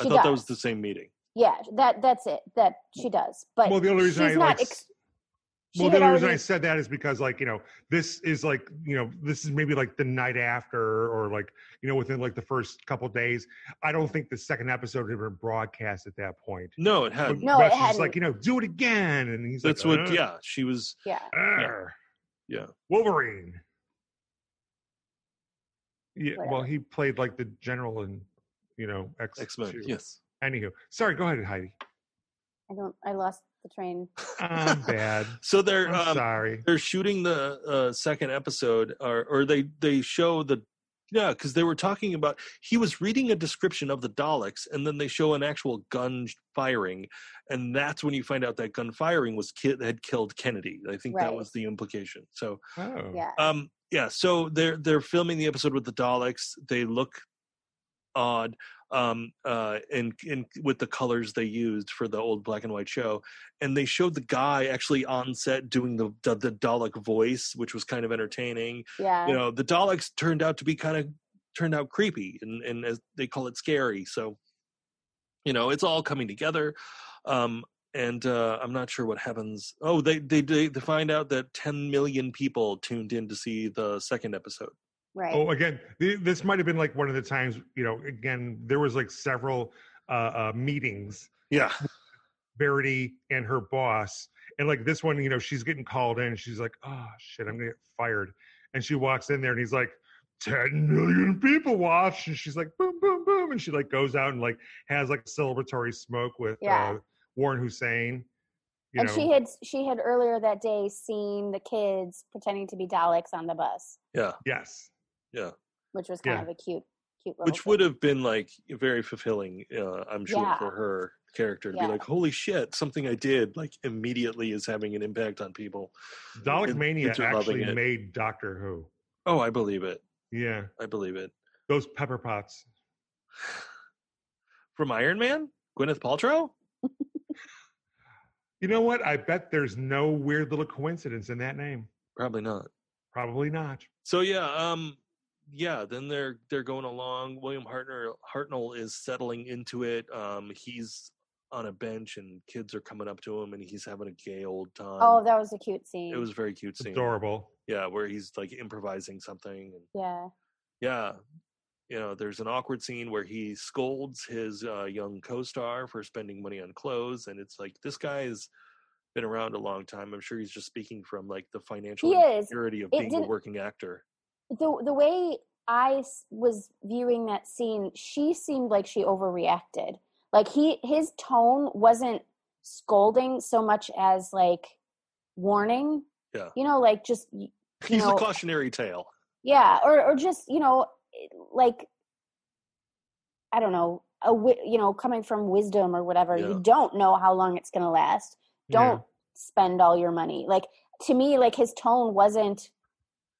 Speaker 2: I
Speaker 3: She
Speaker 2: thought that was the
Speaker 3: does.
Speaker 2: same meeting.
Speaker 3: yeah that that's it that she does but
Speaker 1: well, the only reason
Speaker 3: she's
Speaker 1: I
Speaker 3: not
Speaker 1: like,
Speaker 3: ex- she
Speaker 1: well, the
Speaker 3: had
Speaker 1: only reason I
Speaker 3: already-
Speaker 1: said that is because, like, you know, this is like, you know, this is maybe like the night after, or like, you know, within like the first couple days. I don't think the second episode had been broadcast at that point.
Speaker 2: No, it
Speaker 1: But
Speaker 2: hadn't.
Speaker 3: No, it
Speaker 1: Rush is just like,
Speaker 3: hadn't.
Speaker 1: you know, do it again, and he's
Speaker 2: That's
Speaker 1: like,
Speaker 2: what
Speaker 1: "Uh,
Speaker 2: yeah, she was
Speaker 3: yeah
Speaker 1: arr."
Speaker 2: Yeah.
Speaker 1: Wolverine. Yeah, well,
Speaker 3: Whatever.
Speaker 1: he played like the general in, you know, X
Speaker 2: X-Men.
Speaker 1: two.
Speaker 2: Yes.
Speaker 1: Anywho, sorry. Go ahead, Heidi.
Speaker 3: i don't i lost the train
Speaker 2: Oh,
Speaker 1: I'm
Speaker 2: [LAUGHS]
Speaker 1: bad.
Speaker 2: So they're
Speaker 1: I'm
Speaker 2: um,
Speaker 1: sorry.
Speaker 2: they're shooting the uh, second episode or, or they they show the yeah because they were talking about he was reading a description of the daleks and then they show an actual gun firing and that's when you find out that gun firing was ki- had killed kennedy i think that
Speaker 3: Right.
Speaker 2: was the implication so
Speaker 1: Oh,
Speaker 3: yeah
Speaker 2: um yeah so they're they're filming the episode with the daleks they look odd um uh in in with the colors they used for the old black and white show and they showed the guy actually on set doing the the, the dalek voice which was kind of entertaining
Speaker 3: yeah
Speaker 2: you know the daleks turned out to be kind of turned out creepy and and as they call it scary so you know it's all coming together um and uh i'm not sure what happens oh they they they, they find out that 10 million people tuned in to see the second episode
Speaker 3: right
Speaker 1: Oh, again, th- this might have been like one of the times, you know, again, there was like several uh, uh, meetings,
Speaker 2: yeah
Speaker 1: Verity and her boss. And like this one, you know, she's getting called in. She's like, oh, shit, I'm going to get fired. And she walks in there and he's like, 10 million people watch. And she's like, boom, boom, boom. And she like goes out and like has like celebratory smoke with
Speaker 3: Yeah.
Speaker 1: uh, Warren Hussein. You
Speaker 3: and
Speaker 1: know,
Speaker 3: she had she had earlier that day seen the kids pretending to be daleks on the bus
Speaker 1: yes.
Speaker 3: which was kind
Speaker 1: Yeah.
Speaker 3: of a cute cute little
Speaker 2: which would have been like very fulfilling uh, i'm sure
Speaker 3: Yeah.
Speaker 2: for her character to
Speaker 3: Yeah.
Speaker 2: be like holy shit something i did like immediately is having an impact on people
Speaker 1: Dalek
Speaker 2: Kids-
Speaker 1: Mania
Speaker 2: kids are loving
Speaker 1: actually
Speaker 2: it.
Speaker 1: made Doctor Who.
Speaker 2: oh i believe it
Speaker 1: Yeah.
Speaker 2: I believe it.
Speaker 1: Those pepper pots.
Speaker 2: From Iron Man? Gwyneth Paltrow?
Speaker 1: You know what? I bet there's no weird little coincidence in that name.
Speaker 2: Probably not.
Speaker 1: Probably not.
Speaker 2: So yeah, um yeah, then they're they're going along. William Hartnell Hartnell is settling into it. Um he's on a bench and kids are coming up to him and he's having a gay old time.
Speaker 3: oh, that was a cute scene.
Speaker 2: um, it was a very cute
Speaker 1: It's
Speaker 2: scene.
Speaker 1: adorable.
Speaker 2: Yeah, where he's like improvising something and
Speaker 3: yeah.
Speaker 2: yeah you know there's an awkward scene where he scolds his uh, young co-star for spending money on clothes and it's like this guy's been around a long time i'm sure he's just speaking from like the financial
Speaker 3: He is.
Speaker 2: insecurity of
Speaker 3: It
Speaker 2: being a
Speaker 3: didn't-
Speaker 2: working actor [LAUGHS]
Speaker 3: the the way I s- was viewing that scene, she seemed like she overreacted. Like he his tone wasn't scolding so much as like warning.
Speaker 2: Yeah.
Speaker 3: You know, like just
Speaker 2: he's a
Speaker 3: know-
Speaker 2: cautionary tale
Speaker 3: yeah, or or just you know, eh, like I don't know, a wi- you know, coming from wisdom or whatever,
Speaker 2: Yeah.
Speaker 3: you don't know how long it's going to last. Don't spend all your money. Like to me, like his tone wasn't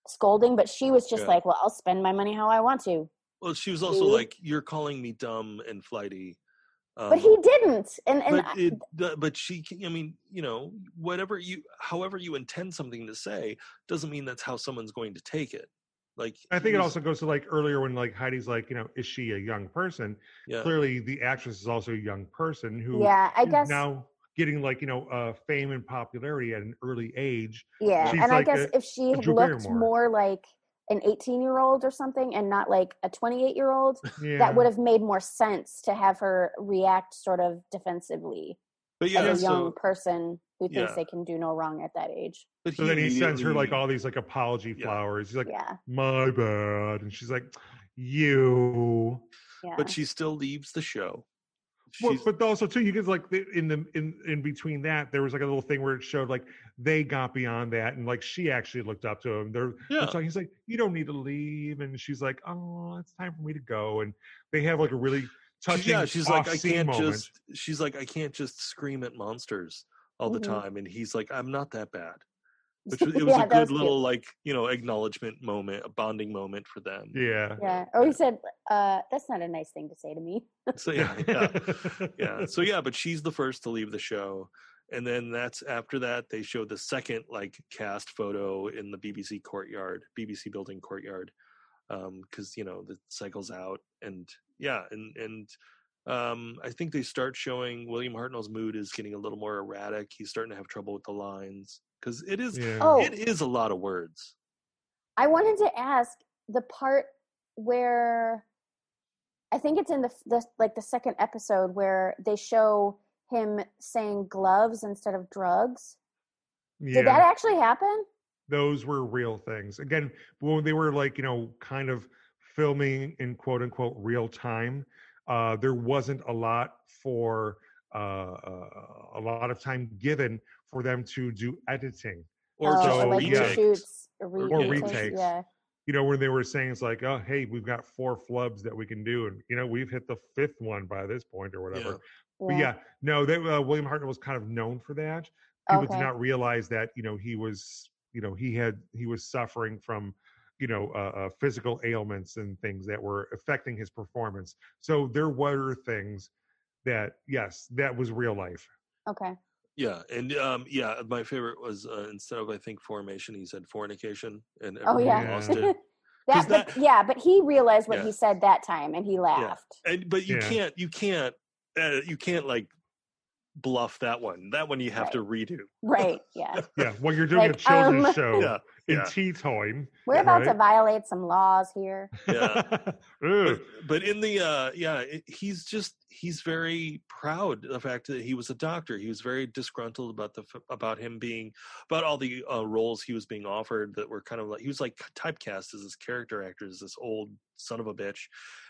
Speaker 3: scolding, but she was just
Speaker 2: Yeah.
Speaker 3: like, "Well, I'll spend my money how I want to."
Speaker 2: well she was also
Speaker 1: Mm-hmm.
Speaker 3: Mhm.
Speaker 2: like you're calling me dumb and flighty
Speaker 1: Uh,
Speaker 2: um,
Speaker 3: but he didn't, and and
Speaker 2: but, it, the- but she can- i mean you know whatever you however you intend something to say doesn't mean that's how someone's going to take it like
Speaker 1: I think
Speaker 2: he
Speaker 1: it
Speaker 2: was-
Speaker 1: also goes to like earlier when like Heidi's like, you know, is she a young person?
Speaker 2: yeah.
Speaker 1: Clearly, the actress is also a young person who
Speaker 3: yeah, I
Speaker 1: is
Speaker 3: guess
Speaker 1: now getting like you know uh, fame and popularity at an early age.
Speaker 3: yeah,
Speaker 1: she's
Speaker 3: and I
Speaker 1: like
Speaker 3: guess
Speaker 1: a-
Speaker 3: if she had
Speaker 1: Drew
Speaker 3: looked
Speaker 1: Barrymore.
Speaker 3: more like an eighteen-year-old or something, and not like a twenty-eight-year-old,
Speaker 1: Yeah,
Speaker 3: that would have made more sense to have her react sort of defensively
Speaker 2: but yeah
Speaker 3: as a young
Speaker 2: so-
Speaker 3: person who thinks
Speaker 2: Yeah.
Speaker 3: they can do no wrong at that age.
Speaker 2: But
Speaker 1: So then he sends her like
Speaker 2: immediately-
Speaker 1: all these like apology
Speaker 2: Yeah.
Speaker 1: flowers. He's like,
Speaker 3: yeah,
Speaker 1: "My bad," and she's like, "You."
Speaker 3: yeah.
Speaker 2: But she still leaves the show.
Speaker 1: Well,
Speaker 2: She's-
Speaker 1: but also too, you guys like the- in the in in between that, there was like a little thing where it showed like they got beyond that, and like she actually looked up to him. They're
Speaker 2: yeah,
Speaker 1: so he's like, "You don't need to leave," and she's like, "Oh, it's time for me to go." And they have like a really
Speaker 2: She-
Speaker 1: touching,
Speaker 2: yeah, she's like, I
Speaker 1: off-scene
Speaker 2: can't
Speaker 1: moment.
Speaker 2: just. She's like, I can't just scream at monsters all the
Speaker 3: Mhm.
Speaker 2: time, and he's like, I'm not that bad. Which was, it was
Speaker 3: Yeah,
Speaker 2: a
Speaker 3: that
Speaker 2: good
Speaker 3: was cute.
Speaker 2: little like you know acknowledgement moment, a bonding moment for them.
Speaker 1: yeah.
Speaker 2: Oh,
Speaker 3: yeah. Or he said, uh, "That's not a nice thing to say to me."
Speaker 2: So
Speaker 1: [LAUGHS]
Speaker 2: yeah, yeah, yeah. So yeah, but she's the first to leave the show. And then that's after that they show the second like cast photo in the BBC courtyard, BBC building courtyard, because you know the cycle's out and yeah, and and um, I think they start showing William Hartnell's mood is getting a little more erratic. He's starting to have trouble with the lines because it is
Speaker 1: Yeah.
Speaker 3: Oh,
Speaker 2: it is a lot of words.
Speaker 3: I wanted to ask the part where I think it's in the, f- the like the second episode where they show him saying gloves instead of drugs.
Speaker 1: yeah.
Speaker 3: Did that actually happen?
Speaker 1: those were real things. Again, when they were like, you know, kind of filming in quote unquote real time, uh, there wasn't a lot for uh, uh, a lot of time given for them to do editing.
Speaker 2: Or
Speaker 1: Oh,
Speaker 2: just
Speaker 1: so,
Speaker 3: like
Speaker 1: yeah.
Speaker 2: retakes.
Speaker 3: reshoots, re-
Speaker 2: Or
Speaker 1: retakes.
Speaker 3: Yeah,
Speaker 1: You know, when they were saying it's like, oh, hey, we've got four flubs that we can do, and you know, we've hit the fifth one by this point or whatever.
Speaker 2: Yeah.
Speaker 1: But yeah, no, they, uh, William Hartnell was kind of known for that. People
Speaker 3: Okay.
Speaker 1: did not realize that you know he was you know he had he was suffering from you know uh, uh, physical ailments and things that were affecting his performance. So there were things that yes, that was real life.
Speaker 2: [LAUGHS]
Speaker 3: Okay.
Speaker 2: Yeah, and um, yeah, my favorite was uh, instead of I think formation, he said fornication, and
Speaker 3: Oh,
Speaker 2: everyone
Speaker 1: yeah.
Speaker 2: lost it.
Speaker 3: [LAUGHS] that, but,
Speaker 2: that-
Speaker 3: yeah, but he realized what
Speaker 2: Yeah.
Speaker 3: he said that time, and he laughed.
Speaker 2: And but you
Speaker 1: Yeah.
Speaker 2: can't, you can't, uh, you can't like bluff that one. That one you have to redo.
Speaker 3: Right?
Speaker 2: [LAUGHS]
Speaker 3: Yeah.
Speaker 1: Yeah, when you're doing a
Speaker 3: Like,
Speaker 1: children's
Speaker 3: um,
Speaker 1: show
Speaker 2: Yeah,
Speaker 1: in
Speaker 2: yeah.
Speaker 1: tea time.
Speaker 3: We're about to
Speaker 1: Right.
Speaker 3: violate some laws here.
Speaker 2: Yeah.
Speaker 1: [LAUGHS] Ugh.
Speaker 2: But, but in the uh, yeah, it, he's just he's very proud of the fact that he was a doctor. He was very disgruntled about the f- about him being about all the uh, roles he was being offered that were kind of like he was like typecast as this character actor as this old son of a bitch,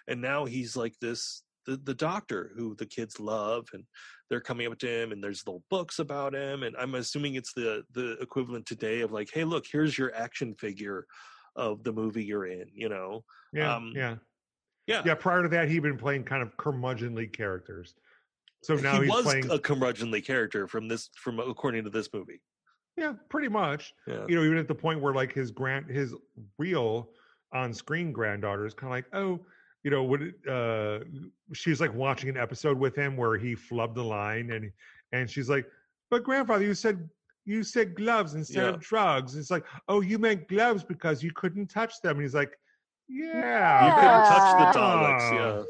Speaker 2: and now he's like this the, the doctor who the kids love and they're coming up to him and there's little books about him and I'm assuming it's the the equivalent today of like hey look here's your action figure of the movie you're in you know
Speaker 1: Yeah,
Speaker 2: Um,
Speaker 1: yeah,
Speaker 2: yeah.
Speaker 1: yeah. Prior to that, he'd been playing kind of curmudgeonly characters. So now
Speaker 2: he
Speaker 1: he's
Speaker 2: was
Speaker 1: playing,
Speaker 2: a curmudgeonly character from this from according to this movie.
Speaker 1: yeah, pretty much.
Speaker 2: Yeah.
Speaker 1: you know, even at the point where like his grant, his real on-screen granddaughter is kind of like, oh, you know, would it, uh, she's like watching an episode with him where he flubbed the line, and and she's like, but grandfather, you said you said gloves instead
Speaker 2: Yeah.
Speaker 1: of drugs. It's like, oh, you meant gloves because you couldn't touch them. And he's like, yeah,
Speaker 2: You couldn't
Speaker 3: Yeah.
Speaker 2: touch the
Speaker 1: Ah.
Speaker 2: Daleks. Yeah.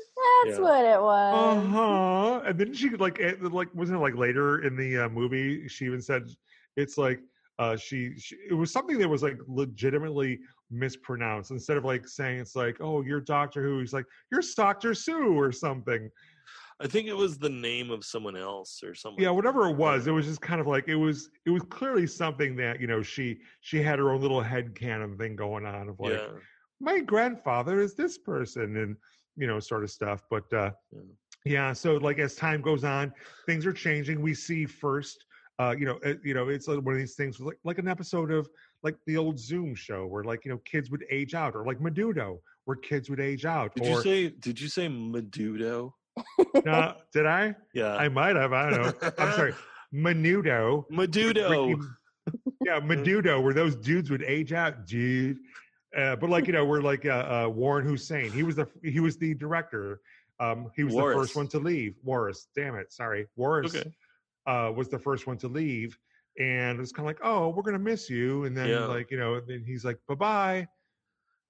Speaker 3: That's
Speaker 2: Yeah. Uh-huh.
Speaker 3: what it was.
Speaker 1: Uh huh. And then she could like eh, like wasn't it like later in the uh, movie she even said it's like uh she, she it was something that was like legitimately mispronounced instead of like saying it's like oh you're Doctor Who he's like you're Doctor Sue or something
Speaker 2: I think it was the name of someone else or something.
Speaker 1: yeah whatever it was it was just kind of like it was it was clearly something that you know she she had her own little head canon thing going on of like
Speaker 2: yeah.
Speaker 1: my grandfather is this person and you know sort of stuff but uh
Speaker 2: Yeah.
Speaker 1: yeah so like as time goes on things are changing we see first uh you know uh, you know it's like one of these things like like an episode of like the old zoom show where like you know kids would age out or like medudo where kids would age out
Speaker 2: Did
Speaker 1: or
Speaker 2: you say? Did you say Medudo?
Speaker 1: Nah, did i
Speaker 2: Yeah.
Speaker 1: i might have i don't know i'm sorry menudo
Speaker 2: [LAUGHS] Medudo.
Speaker 1: Ricky-
Speaker 2: [LAUGHS]
Speaker 1: yeah, Medudo, where those dudes would age out, dude. Uh, but like you know, we're like uh, uh, Warren Hussein. He was the he was the director. Um, he was
Speaker 2: Warris.
Speaker 1: the first one to leave. Warris, damn it, sorry, Warris
Speaker 2: Okay.
Speaker 1: uh, was the first one to leave, and it was kind of like, oh, we're gonna miss you. And then
Speaker 2: Yeah.
Speaker 1: like you know, and then he's like, bye bye.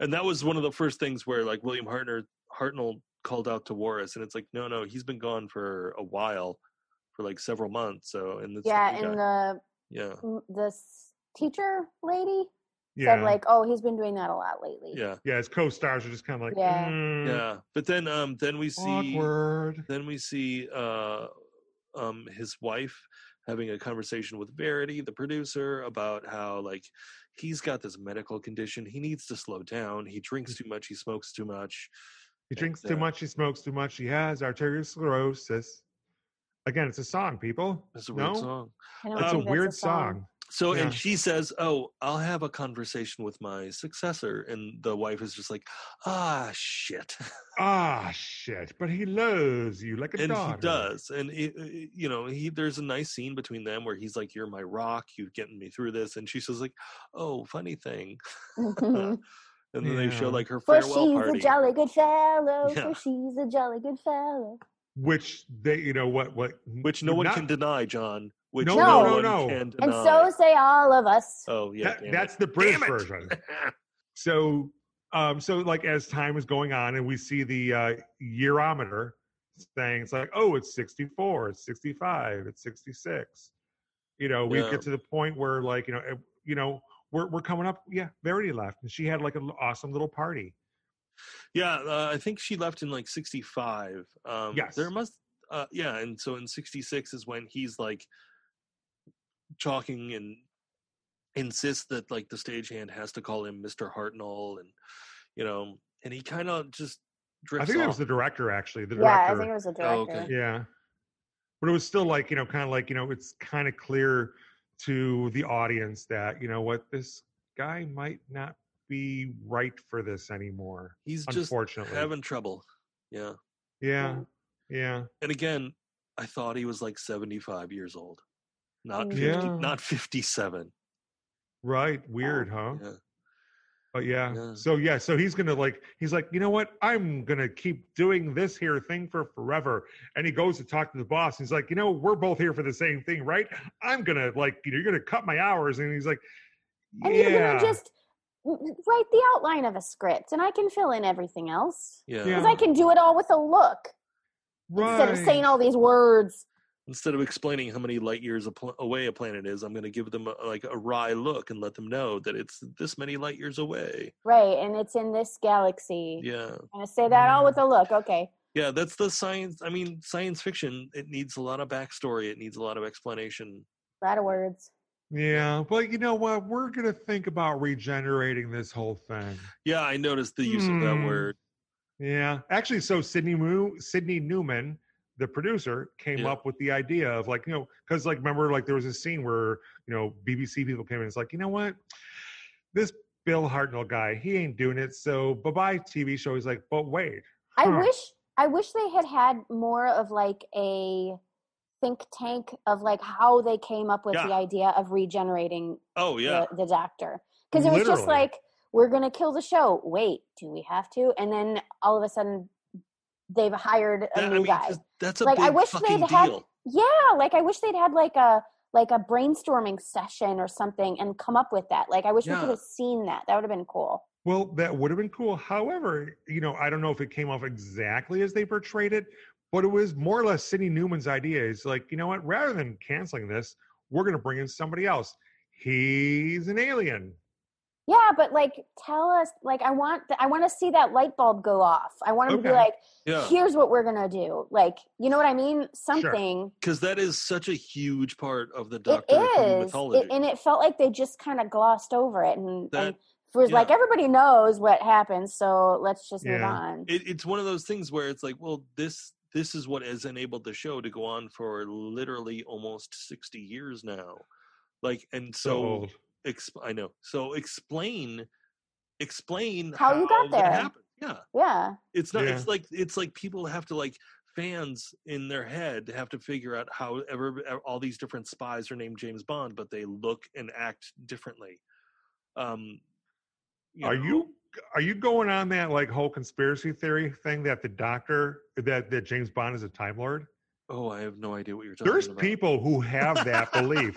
Speaker 2: And that was one of the first things where like William Hartner Hartnell called out to Warris, and it's like, no, no, he's been gone for a while, for like several months. So and it's the
Speaker 3: yeah,
Speaker 2: new
Speaker 3: and
Speaker 2: guy.
Speaker 3: the
Speaker 2: yeah,
Speaker 3: this teacher lady
Speaker 1: Yeah,
Speaker 3: said like, "Oh, he's been doing that a lot lately."
Speaker 2: yeah,
Speaker 1: yeah. His co-stars are just kind of like,
Speaker 3: Yeah.
Speaker 1: "Mm,
Speaker 2: yeah. But then um then we see
Speaker 1: awkward.
Speaker 2: then we see uh um his wife having a conversation with Verity, the producer, about how like he's got this medical condition. He needs to slow down. He drinks too much. He smokes too much.
Speaker 1: He drinks
Speaker 2: uh,
Speaker 1: too much. He smokes too much. He has arteriosclerosis. Again, it's a song, people.
Speaker 2: It's a weird
Speaker 1: No?
Speaker 2: song.
Speaker 3: I don't
Speaker 2: That's
Speaker 1: It's a
Speaker 3: think
Speaker 1: weird song.
Speaker 2: So
Speaker 1: Yeah.
Speaker 2: and she says, "Oh, I'll have a conversation with my successor." And the wife is just like, "Ah, shit." [LAUGHS]
Speaker 1: Ah, shit. But he loves you like a
Speaker 2: and
Speaker 1: dog.
Speaker 2: he does. And it, it- you know, he there's a nice scene between them where he's like, "You're my rock. You've gotten me through this." And she says like, "Oh, funny thing."
Speaker 3: song.
Speaker 2: And then they show
Speaker 1: Yeah.
Speaker 2: like her
Speaker 3: [LAUGHS] for
Speaker 2: farewell
Speaker 3: she's
Speaker 2: party.
Speaker 3: a jolly good fellow.
Speaker 2: Yeah.
Speaker 3: For she's a jolly good fellow.
Speaker 1: Which they, you know, what, what,
Speaker 2: which no one
Speaker 1: not-
Speaker 2: can deny, John. Which
Speaker 1: No,
Speaker 2: no,
Speaker 3: no,
Speaker 2: one
Speaker 1: no.
Speaker 2: can
Speaker 3: And
Speaker 2: deny.
Speaker 3: so say all of us.
Speaker 2: oh yeah,
Speaker 1: that-
Speaker 2: damn it.
Speaker 1: that's the British
Speaker 2: Damn it. [LAUGHS]
Speaker 1: version. So, um, so like as time is going on and we see the uh, yearometer thing, it's like, oh, it's 64, it's 65, it's 66. You know, we
Speaker 2: Yeah.
Speaker 1: get to the point where like, you know, eh, you know, we're, we're coming up. Yeah. Verity left and she had like an awesome little party.
Speaker 2: yeah, uh, I think she left in like '65. Um,
Speaker 1: Yes.
Speaker 2: there must. Uh, yeah, and so in '66 is when he's like talking and insists that like the stagehand has to call him Mr. Hartnell, and you know, and he kind of just
Speaker 1: I
Speaker 2: drifts
Speaker 1: think that was
Speaker 2: off.
Speaker 1: the director actually, the
Speaker 3: Yeah, I
Speaker 1: director.
Speaker 3: think it was a
Speaker 2: Oh,
Speaker 3: director.
Speaker 2: okay.
Speaker 1: Yeah. But it was still like, you know, kind of like, you know, it's kind of clear to the audience that, you know what, this guy might not be right for this anymore.
Speaker 2: he's just
Speaker 1: Unfortunately.
Speaker 2: having trouble. Yeah,
Speaker 1: yeah. Yeah.
Speaker 2: and again, I thought he was like 75 years old,
Speaker 3: Oh,
Speaker 2: not 50,
Speaker 1: Yeah.
Speaker 2: not 57.
Speaker 1: Right.
Speaker 3: Oh,
Speaker 1: Weird, huh?
Speaker 2: Yeah.
Speaker 1: But yeah.
Speaker 2: Yeah.
Speaker 1: So yeah, so he's gonna like he's like, you know what? I'm gonna keep doing this here thing for forever. And he goes to talk to the boss. He's like, you know, we're both here for the same thing, right? I'm gonna like you know, you're gonna cut my hours. And he's like,
Speaker 3: And you're
Speaker 1: yeah.
Speaker 3: gonna just w- write the outline of a script, and I can fill in everything else
Speaker 2: Yeah.
Speaker 1: Yeah.
Speaker 3: because I can do it all with a look instead of
Speaker 1: right.
Speaker 3: saying all these words.
Speaker 2: Instead of explaining how many light years a pl- away a planet is, I'm going to give them a, like a wry look and let them know that it's this many light years away.
Speaker 3: Right, and it's in this galaxy.
Speaker 2: Yeah.
Speaker 3: I'm gonna say that all
Speaker 1: Yeah.
Speaker 3: with a look. Okay.
Speaker 2: Yeah, that's the science. I mean, science fiction, it needs a lot of backstory, it needs a lot of explanation.
Speaker 3: A lot of words.
Speaker 1: Yeah, but you know what? We're gonna think about regenerating this whole thing.
Speaker 2: Yeah, I noticed the use of that
Speaker 1: Hmm.
Speaker 2: word.
Speaker 1: Yeah, actually, so Sydney Moo, Sydney Newman, the producer, came
Speaker 2: Yeah.
Speaker 1: up with the idea of like you know because like remember like there was a scene where you know BBC people came in. It's like you know what, this Bill Hartnell guy, he ain't doing it. So bye bye TV show. He's like, but wait,
Speaker 3: I
Speaker 2: Hmm.
Speaker 1: Huh.
Speaker 3: wish I wish they had had more of like a think tank of like how they came up with the
Speaker 2: Yeah.
Speaker 3: idea of regenerating
Speaker 2: Oh, yeah.
Speaker 3: the, the doctor because it was just
Speaker 1: Literally.
Speaker 3: like we're going to kill the show. Wait, do we have to? And then all of a sudden, they've hired a
Speaker 2: That-
Speaker 3: new guy.
Speaker 2: just- that's a
Speaker 3: Like,
Speaker 2: big
Speaker 3: I wish
Speaker 2: fucking
Speaker 3: they'd
Speaker 2: deal.
Speaker 3: had- Yeah, like I wish they'd had like a like a brainstorming session or something and come up with that. Like I wish we
Speaker 2: Yeah.
Speaker 3: could have seen that. That would have been cool.
Speaker 1: Well, that would have been cool. However, you know, I don't know if it came off exactly as they portrayed it, but it was more or less Sidney Newman's idea. It's like, you know what? Rather than canceling this, we're going to bring in somebody else. He's an alien.
Speaker 3: Yeah, but like tell us like I want th- I want to see that light bulb go off. I want 'em to be
Speaker 1: Okay.
Speaker 3: like
Speaker 2: yeah
Speaker 3: here's what we're going to do. Like, you know what I mean? Something.
Speaker 2: because that is such a huge part of the
Speaker 3: It
Speaker 2: Doctor Who
Speaker 3: is.
Speaker 2: mythology.
Speaker 3: It, and it felt like they just kind of glossed over it and,
Speaker 2: That-
Speaker 3: and was
Speaker 2: yeah.
Speaker 3: like everybody knows what happens, so let's just move
Speaker 1: Yeah.
Speaker 3: on.
Speaker 2: it, it's one of those things where it's like, well, this this is what has enabled the show to go on for literally almost sixty years now. Like, and
Speaker 1: So
Speaker 2: so
Speaker 1: old.
Speaker 2: exp- I know. So explain, explain
Speaker 3: How you got
Speaker 2: that
Speaker 3: there.
Speaker 2: happened. Yeah,
Speaker 3: yeah.
Speaker 2: it's not. It's
Speaker 1: Yeah.
Speaker 2: like it's like people have to like fans in their head have to figure out how ever e, all these different spies are named James Bond, but they look and act differently. Um,
Speaker 1: Are
Speaker 2: know,
Speaker 1: you are you going on that like whole conspiracy theory thing that the doctor that that James Bond is a time lord?
Speaker 2: Oh, I have no idea what you're talking
Speaker 1: There's
Speaker 2: about.
Speaker 1: people who have that
Speaker 2: [LAUGHS]
Speaker 1: belief.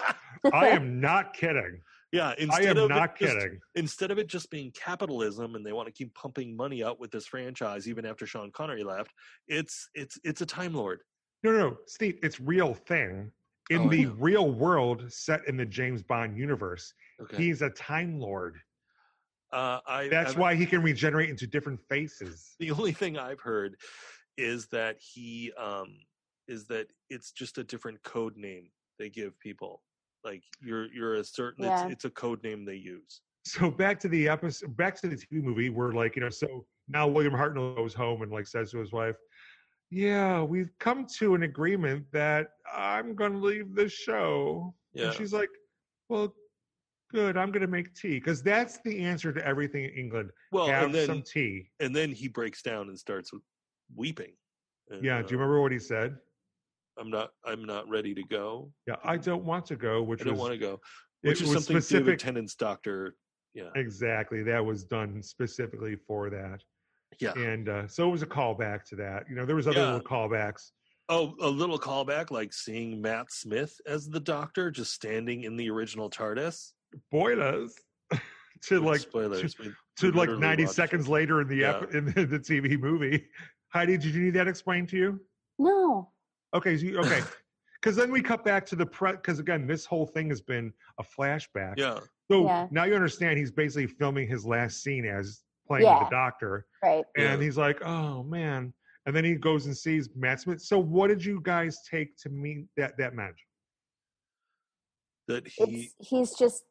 Speaker 1: I am not kidding.
Speaker 2: Yeah,
Speaker 1: I am
Speaker 2: instead of it
Speaker 1: not
Speaker 2: just-
Speaker 1: kidding.
Speaker 2: instead of it just being capitalism and they want to keep pumping money out with this franchise even after Sean Connery left, it's it's it's a time lord.
Speaker 1: No, no, no, Steve, it's real thing. In
Speaker 2: Oh, I
Speaker 1: the
Speaker 2: know.
Speaker 1: real world, set in the James Bond universe,
Speaker 2: Okay.
Speaker 1: he's a Time Lord.
Speaker 2: uh, I,
Speaker 1: That's
Speaker 2: I've-
Speaker 1: why he can regenerate into different faces.
Speaker 2: [LAUGHS] the only thing I've heard is that he um is that it's just a different code name they give people. Like you're you're a certain
Speaker 3: Yeah.
Speaker 2: it's it's a code name they use.
Speaker 1: So back to the episode, back to the TV movie, where like you know, so now William Hartnell goes home and like says to his wife, "Yeah, we've come to an agreement that I'm going to leave the show."
Speaker 2: Yeah.
Speaker 1: And she's like, "Well, good. I'm going to make tea because that's the answer to everything in England.
Speaker 2: Well,
Speaker 1: Have
Speaker 2: and then
Speaker 1: some tea."
Speaker 2: and then he breaks down and starts weeping. And,
Speaker 1: Yeah.
Speaker 2: uh,
Speaker 1: Do you remember what he said?
Speaker 2: I'm not I'm not ready to go.
Speaker 1: Yeah, I don't want to go, which
Speaker 2: I don't
Speaker 1: was
Speaker 2: want to go.
Speaker 1: it
Speaker 2: Which is
Speaker 1: was
Speaker 2: something David
Speaker 1: specific-
Speaker 2: Tennant's doctor. Yeah,
Speaker 1: [LAUGHS] exactly that was done specifically for that,
Speaker 2: yeah.
Speaker 1: and uh, so it was a callback to that. You know, there was other
Speaker 2: Yeah.
Speaker 1: little callbacks.
Speaker 2: Oh, a little callback, like seeing Matt Smith as the doctor, just standing in the original TARDIS.
Speaker 1: Boilers [LAUGHS] to like
Speaker 2: spoilers.
Speaker 1: to,
Speaker 2: we-
Speaker 1: to
Speaker 2: we
Speaker 1: like
Speaker 2: literally
Speaker 1: ninety
Speaker 2: watched-
Speaker 1: seconds later in the ep- in the, the TV movie. Heidi, did you need that explained to you?
Speaker 3: [LAUGHS] No.
Speaker 1: Okay, so you,
Speaker 2: [LAUGHS]
Speaker 1: okay, because then we cut back to the pre. Because again, this whole thing has been a flashback.
Speaker 2: Yeah,
Speaker 1: So
Speaker 3: Yeah.
Speaker 1: now you understand he's basically filming his last scene as playing the
Speaker 3: Yeah.
Speaker 1: Doctor.
Speaker 3: Right.
Speaker 1: and
Speaker 2: Yeah.
Speaker 1: he's like, "Oh man!" And then he goes and sees Matt Smith. So, what did you guys take to meet that that match?
Speaker 2: that he.
Speaker 3: it's he's just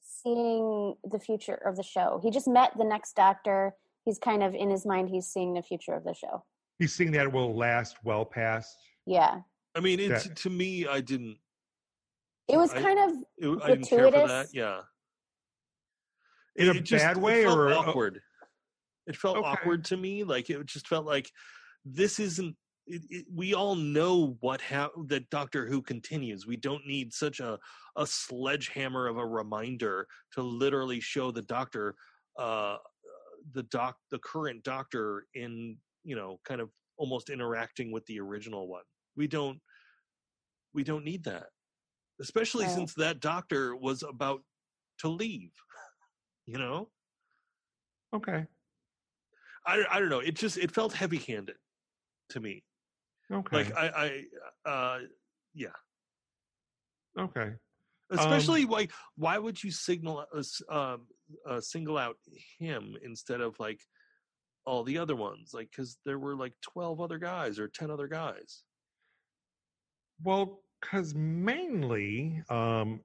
Speaker 3: seeing the future of the show. He just met the next doctor. He's kind of in his mind he's seeing the future of the show.
Speaker 1: He's seeing that it will last well past.
Speaker 3: Yeah.
Speaker 2: I mean, it's
Speaker 1: that-
Speaker 2: to me. I didn't.
Speaker 3: It was
Speaker 2: I-
Speaker 3: kind of
Speaker 2: It, I didn't care for that.
Speaker 3: Gratuitous?
Speaker 2: Yeah.
Speaker 1: In a
Speaker 2: It just-
Speaker 1: bad
Speaker 2: it
Speaker 1: way
Speaker 2: felt
Speaker 1: or- uh,
Speaker 2: awkward? It felt
Speaker 1: Okay.
Speaker 2: awkward to me. Like it just felt like this isn't. It, it, we all know what ha- that Doctor Who continues. We don't need such a a sledgehammer of a reminder to literally show the Doctor, uh, the doc, the current Doctor in you know kind of almost interacting with the original one. We don't we don't need that, especially
Speaker 3: Right.
Speaker 2: since that Doctor was about to leave. [LAUGHS] You know,
Speaker 1: Okay,
Speaker 2: I, I don't know. It just it felt heavy handed to me.
Speaker 1: okay,
Speaker 2: Like I I uh yeah.
Speaker 1: okay.
Speaker 2: Especially like why would you signal us um uh, single out him instead of like all the other ones? Like because there were like twelve other guys or ten other guys.
Speaker 1: Well, because mainly um,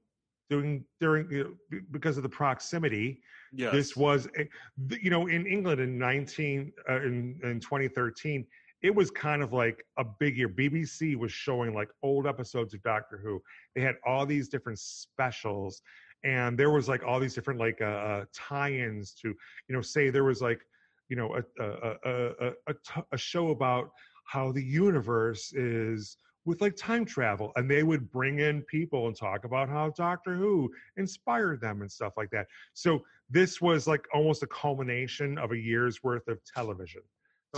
Speaker 1: during during you know, b- because of the proximity,
Speaker 2: Yeah.
Speaker 1: this was a- th- you know in England in nineteen uh, in in twenty thirteen. It was kind of like a big year. BBC was showing like old episodes of Doctor Who. They had all these different specials, and there was like all these different like uh, uh, tie-ins to you know say there was like you know a a a a, a, a, t- a show about how the universe is with like time travel and they would bring in people and talk about how doctor who inspired them and stuff like that so this was like almost a culmination of a year's worth of television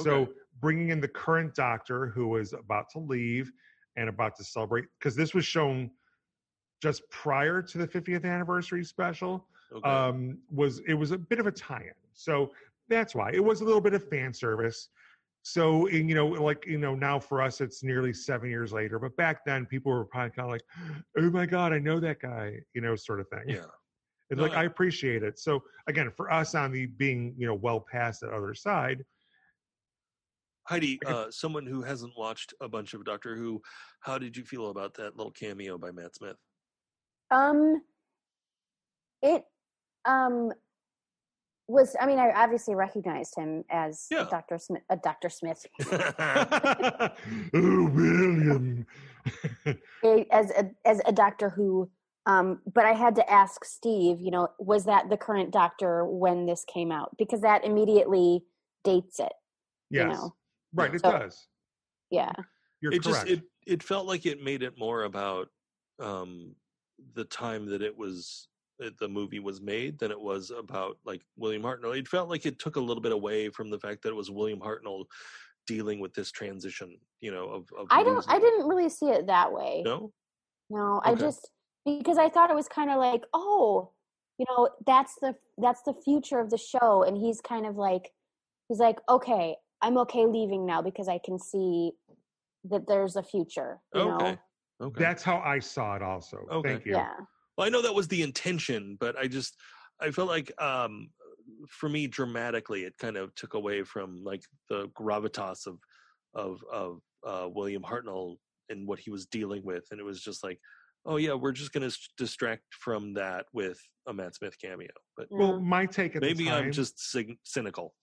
Speaker 1: so
Speaker 2: Okay.
Speaker 1: bringing in the current doctor who was about to leave and about to celebrate because this was shown just prior to the 50th anniversary special
Speaker 2: Okay.
Speaker 1: um, [LAUGHS] was it was a bit of a tie-in. So that's why it was a little bit of fan service. So and, you know, like you know, now for us it's nearly seven years later, but back then people were probably kind of like, "Oh my god, I know that guy," you know, sort of thing.
Speaker 2: yeah.
Speaker 1: It's
Speaker 2: No,
Speaker 1: like
Speaker 2: I-
Speaker 1: I appreciate it. So again, for us on the being you know well past that other side,
Speaker 2: [LAUGHS]
Speaker 1: [LAUGHS]
Speaker 2: Heidi,
Speaker 1: I
Speaker 2: uh, someone who hasn't watched a bunch of Doctor Who, how did you feel about that little cameo by Matt Smith?
Speaker 3: Um, it um was. I mean, I obviously recognized him as
Speaker 2: Yeah.
Speaker 3: Doctor Smith. A Doctor Smith.
Speaker 1: oh William, [LAUGHS]
Speaker 3: a, eh, as a, as a Doctor Who. Um, but I had to ask Steve, you know, was that the current Doctor when this came out? Because that immediately dates it.
Speaker 1: yes,
Speaker 3: know.
Speaker 1: right, it
Speaker 3: So-
Speaker 1: does.
Speaker 3: Yeah.
Speaker 1: You're
Speaker 2: it
Speaker 1: correct.
Speaker 2: just it it felt like it made it more about um, the time that it was that the movie was made than it was about like William Hartnell. It felt like it took a little bit away from the fact that it was William Hartnell dealing with this transition. You know, of, of
Speaker 3: I don't.
Speaker 2: losing-
Speaker 3: I didn't really see it that way.
Speaker 2: no.
Speaker 3: No, I
Speaker 2: Okay.
Speaker 3: just because I thought it was kind of like, oh, you know, that's the that's the future of the show, and he's kind of like, he's like, okay, I'm okay leaving now because I can see that there's a future. You
Speaker 2: Okay.
Speaker 3: know?
Speaker 2: Okay.
Speaker 1: That's how I saw it. Also,
Speaker 2: Okay.
Speaker 1: thank you.
Speaker 3: Yeah.
Speaker 2: Well, I know that was the intention, but I just I felt like um for me dramatically it kind of took away from like the gravitas of of of uh William Hartnell and what he was dealing with and it was just like oh yeah, we're just going to distract from that with a Matt Smith cameo. But
Speaker 1: Well, my take at the
Speaker 2: maybe I'm
Speaker 1: time-
Speaker 2: just cyn- cynical.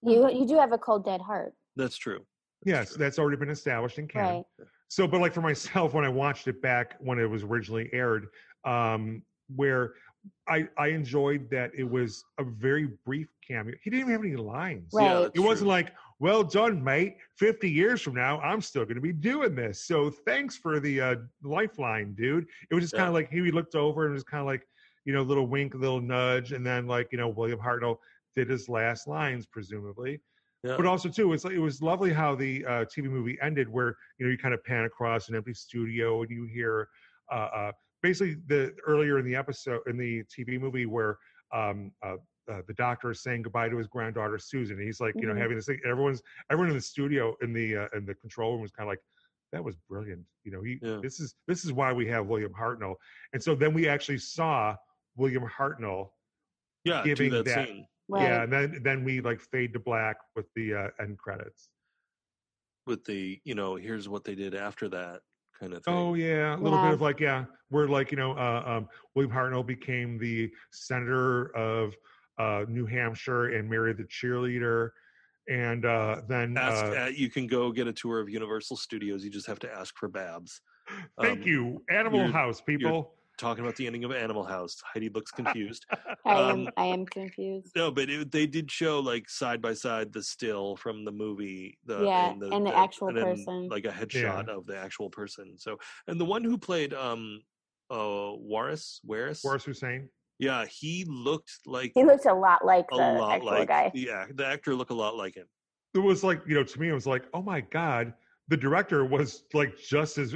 Speaker 3: You you do have a cold dead heart,
Speaker 2: That's true.
Speaker 1: yes,
Speaker 2: true.
Speaker 1: that's already been established in canon.
Speaker 3: right?
Speaker 1: So, but like for myself, [LAUGHS] when I watched it back when it was originally aired, um, where I I enjoyed that it was a very brief cameo. He didn't even have any lines.
Speaker 3: Right.
Speaker 2: Yeah, that's
Speaker 1: It wasn't
Speaker 2: true.
Speaker 1: like, "Well done, mate. Fifty years from now, I'm still going to be doing this." So, thanks for the uh, lifeline, dude. It was just kind
Speaker 2: Yeah.
Speaker 1: of like he looked over and was kind of like, you know, little wink, little nudge, and then like you know, William Hartnell did his last lines, presumably
Speaker 2: Yeah. [LAUGHS]
Speaker 1: but also too it's like, it was lovely how the uh, tv movie ended where you know you kind of pan across an empty studio and you hear uh, uh, basically the earlier in the episode in the tv movie where um, uh, uh, the doctor is saying goodbye to his granddaughter susan and he's like you know
Speaker 3: Mhm.
Speaker 1: having this thing everyone's everyone in the studio in the uh, in the control room was kind of like that was brilliant you know he
Speaker 2: Yeah.
Speaker 1: this is this is why we have william hartnell and so then we actually saw william hartnell
Speaker 2: yeah, do
Speaker 1: giving
Speaker 2: that,
Speaker 1: that-
Speaker 2: scene.
Speaker 3: Right.
Speaker 1: yeah and then then we like fade to black with the uh, end credits
Speaker 2: with the, you know, here's what they did after that kind of thing.
Speaker 1: Oh yeah, a little
Speaker 3: Yeah.
Speaker 1: bit of like yeah, we're like you know, uh, um, William Hartnell became the senator of uh, New Hampshire and married the cheerleader, and uh, then
Speaker 2: ask
Speaker 1: uh,
Speaker 2: uh, you can go get a tour of universal studios you just have to ask for babs
Speaker 1: thank
Speaker 2: um,
Speaker 1: you, Animal
Speaker 2: you're-
Speaker 1: House people.
Speaker 2: talking about the ending of animal house heidi
Speaker 1: [LAUGHS]
Speaker 2: looks confused
Speaker 3: I am.
Speaker 2: Um,
Speaker 3: I am confused.
Speaker 2: no but it, they did show like side by side the still from the movie the,
Speaker 3: Yeah, and the actual person.
Speaker 2: like a headshot of the actual person so and the one who played um uh waris waris
Speaker 1: Boris Hussein.
Speaker 2: yeah he looked like
Speaker 3: He looked a lot like
Speaker 2: a
Speaker 3: the
Speaker 2: lot
Speaker 3: actual
Speaker 2: like
Speaker 3: guy.
Speaker 2: yeah the actor looked a lot like him
Speaker 1: It was like you know, to me, it was like, oh my god, the director was like just as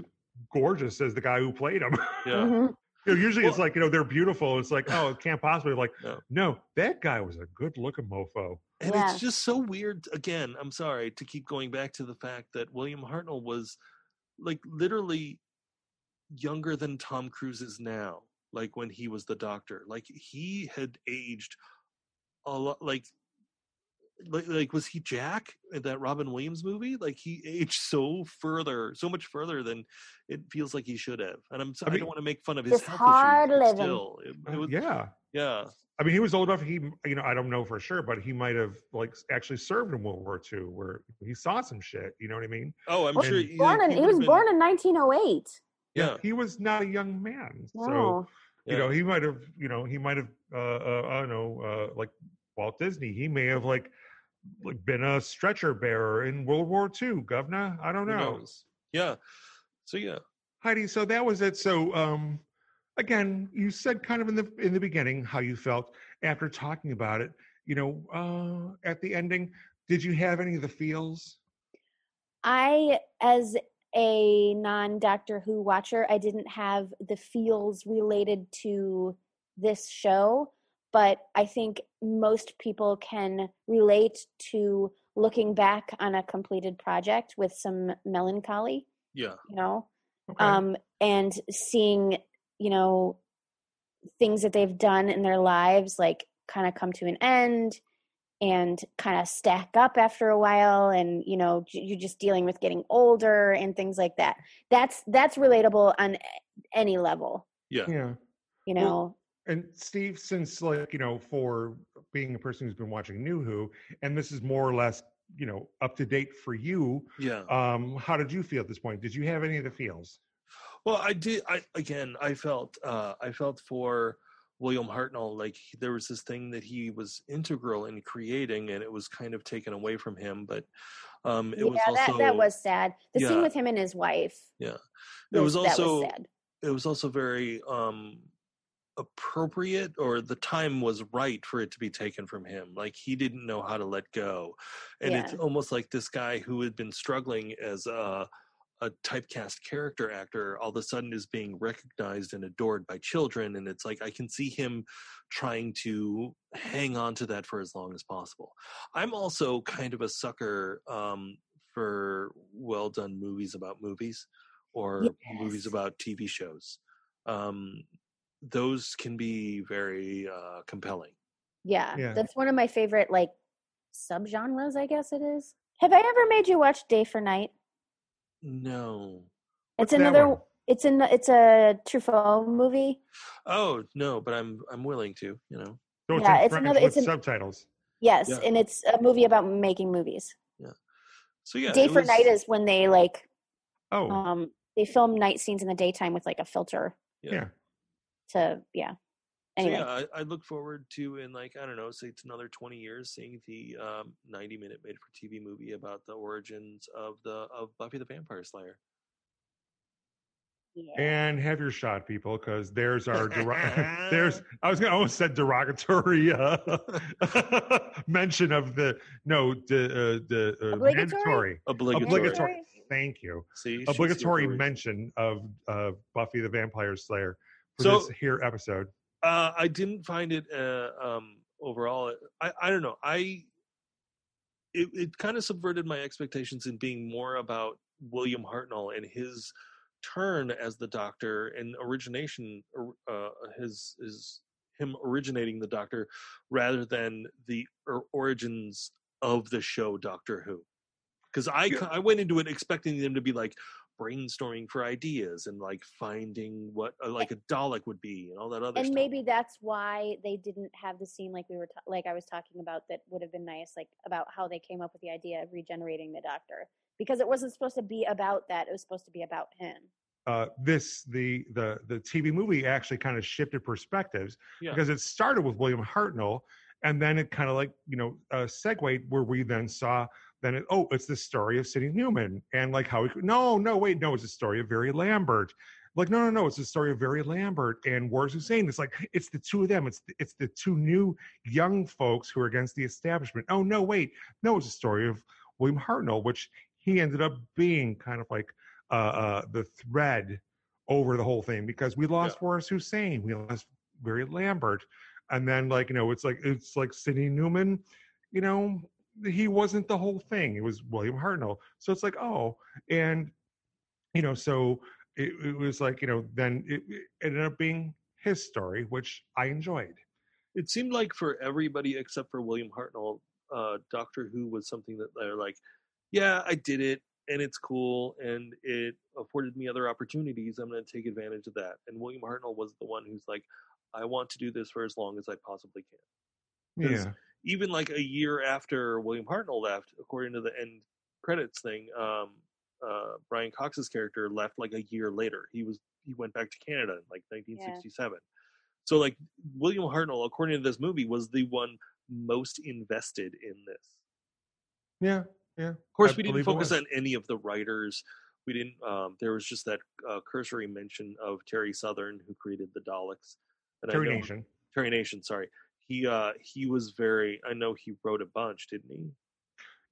Speaker 1: gorgeous as the guy who played him. [LAUGHS]
Speaker 2: yeah
Speaker 3: Mhm.
Speaker 1: You know, usually, it's
Speaker 2: Well-
Speaker 1: like you know, they're beautiful. It's like oh, it can't possibly like
Speaker 2: [LAUGHS] No.
Speaker 1: no, that guy was a good looking mofo.
Speaker 2: And
Speaker 3: Yeah.
Speaker 2: it's just so weird. Again, I'm sorry to keep going back to the fact that William Hartnell was like literally younger than Tom Cruise is now, like when he was the doctor. Like he had aged a lot. Like, like, like was he Jack in that Robin Williams movie? Like he aged so further, so much further than it feels like he should have. And I'm so, I,
Speaker 1: I mean-
Speaker 2: don't want to make fun of his
Speaker 3: Just
Speaker 2: health
Speaker 3: hard
Speaker 2: issues, but
Speaker 3: living.
Speaker 2: still. It, it was, yeah.
Speaker 1: yeah. I mean, he was old enough. He, you know, I don't know for sure, but he might have like actually served in World War II, where he saw some shit. You know what I mean?
Speaker 2: Oh, I'm
Speaker 1: Well,
Speaker 2: sure.
Speaker 1: he
Speaker 2: you-
Speaker 3: Born in, he
Speaker 2: would've
Speaker 3: was
Speaker 2: been-
Speaker 3: born in 1908.
Speaker 2: Yeah.
Speaker 1: He was not a young man,
Speaker 3: No.
Speaker 1: so
Speaker 2: Uh, yeah.
Speaker 1: you know he might have, you know, he might have. Uh, uh, I don't know, uh, like Walt Disney. He may have like like been a stretcher bearer in World War II, Governor. I don't
Speaker 2: Who
Speaker 1: know.
Speaker 2: knows? Yeah. So yeah,
Speaker 1: Heidi, so that was it. So um, again, you said kind of in the in the beginning how you felt after talking about it. You know, uh, at the ending, did you have any of the feels?
Speaker 3: I, as a non Doctor Who watcher, I didn't have the feels related to this show, but I think most people can relate to looking back on a completed project with some melancholy,
Speaker 2: yeah.
Speaker 3: you know?
Speaker 1: Okay.
Speaker 3: um, and seeing you know things that they've done in their lives like kind of come to an end and kind of stack up after a while and you know j- you're just dealing with getting older and things like that that's that's relatable on a- any level
Speaker 2: yeah,
Speaker 1: yeah.
Speaker 3: you
Speaker 1: Well,
Speaker 3: know
Speaker 1: And Steve, since like, you know, for being a person who's been watching New Who, and this is more or less, you know, up to date for you,
Speaker 2: yeah.
Speaker 1: um, how did you feel at this point? Did you have any of the feels?
Speaker 2: Well, I did. I again, I felt, uh, I felt for William Hartnell. Like he- there was this thing that he was integral in creating, and it was kind of taken away from him. But um, it
Speaker 3: yeah
Speaker 2: was also
Speaker 3: that, that was sad the scene
Speaker 2: yeah.
Speaker 3: with him and his wife
Speaker 2: it was
Speaker 3: that
Speaker 2: also
Speaker 3: sad
Speaker 2: it was also very um appropriate or the time was right for it to be taken from him like he didn't know how to let go and it's
Speaker 3: Yeah.
Speaker 2: almost like this guy who had been struggling as a a typecast character actor all of a sudden is being recognized and adored by children and it's like i can see him trying to hang on to that for as long as possible i'm also kind of a sucker um for well done movies about movies or movies
Speaker 3: Yes.
Speaker 2: about tv shows um those can be very uh compelling
Speaker 3: yeah,
Speaker 1: Yeah.
Speaker 3: that's one of my favorite like subgenres i guess it is have i ever made you watch day for night
Speaker 2: no
Speaker 1: What's
Speaker 3: It's
Speaker 1: that
Speaker 3: another.
Speaker 1: one?
Speaker 3: It's an. It's a Truffaut movie.
Speaker 2: oh no but i'm i'm willing to you know
Speaker 1: So it's
Speaker 3: Yeah,
Speaker 1: in
Speaker 3: it's
Speaker 1: French
Speaker 3: another-
Speaker 1: with
Speaker 3: it's an-
Speaker 1: subtitles.
Speaker 3: Yes,
Speaker 2: Yeah.
Speaker 3: and it's a movie about making movies.
Speaker 2: so yeah
Speaker 3: Day
Speaker 2: it
Speaker 3: for
Speaker 2: was-
Speaker 3: night is when they like
Speaker 1: Oh,
Speaker 3: um they film night scenes in the daytime with like a filter
Speaker 2: yeah.
Speaker 1: yeah.
Speaker 3: to yeah. Anyway,
Speaker 2: So yeah, I, I look forward to in like I don't know, say it's another twenty years, seeing the um, ninety-minute made-for-TV movie about the origins of the of Buffy the Vampire Slayer.
Speaker 3: yeah.
Speaker 1: And have your shot, people, because there's
Speaker 2: [LAUGHS]
Speaker 1: our dera- [LAUGHS] there's I was gonna I almost said derogatory uh, [LAUGHS] mention of the no de, uh, de, uh,
Speaker 3: Obligatory?
Speaker 1: mandatory
Speaker 2: Obligatory.
Speaker 1: obligatory. Thank you.
Speaker 2: See, she's
Speaker 1: obligatory
Speaker 2: here for a reason.
Speaker 1: mention of uh, Buffy the Vampire Slayer for
Speaker 2: So-
Speaker 1: this here episode.
Speaker 2: Uh, I didn't find it uh, um, overall. I I don't know. I it, it kind of subverted my expectations in being more about William Hartnell and his turn as the Doctor and origination, or, uh, his his him originating the Doctor, rather than the or- origins of the show Doctor Who. Because I
Speaker 1: Yeah.
Speaker 2: ki- I went into it expecting them to be like brainstorming for ideas and like finding what uh, like a Dalek would be and all that other
Speaker 3: And
Speaker 2: stuff.
Speaker 3: maybe that's why they didn't have the scene like we were ta- like I was talking about that would have been nice like about how they came up with the idea of regenerating the doctor because it wasn't supposed to be about that it was supposed to be about him.
Speaker 1: Uh, this the the the TV movie actually kind of shifted perspectives
Speaker 2: Yeah.
Speaker 1: because it started with William Hartnell and then it kind of like you know uh, segued where we then saw then it, oh it's the story of Sidney Newman and like how we could- no no wait no it's the story of Very Lambert like no no no it's the story of Very Lambert and Wars Hussein it's like it's the two of them it's the, it's the two new young folks who are against the establishment oh no wait no it's the story of William Hartnell which he ended up being kind of like uh, uh, the thread over the whole thing because we lost Boris Hussein, we lost Barry Lambert, and then like you know, it's like it's like Sidney Newman, you know, he wasn't the whole thing. It was William Hartnell, so it's like oh, and you know, so it, it was like you know, then it, it ended up being his story, which I enjoyed.
Speaker 2: it seemed like for everybody except for William Hartnell, uh, Doctor Who was something that they're like, yeah, I did it and it's cool and it afforded me other opportunities. I'm going to take advantage of that. And William Hartnell was the one who's like, I want to do this for as long as I possibly can. Yes.
Speaker 1: Yeah,
Speaker 2: Even like a year after William Hartnell left, according to the end credits thing, um, uh, Brian Cox's character left like a year later. He was he went back to Canada in like 1967. So like William Hartnell, according to this movie, was the one most invested in this.
Speaker 1: yeah, yeah.
Speaker 2: Of course,
Speaker 1: I
Speaker 2: we
Speaker 1: believe
Speaker 2: didn't
Speaker 1: it
Speaker 2: focus
Speaker 1: was.
Speaker 2: on any of the writers we didn't. Um, there was just that uh, cursory mention of Terry Southern, who created the Daleks. And I
Speaker 1: Terry
Speaker 2: know-
Speaker 1: Nation.
Speaker 2: Terry Nation. Sorry, he uh, he was very. I know he wrote a bunch, didn't he?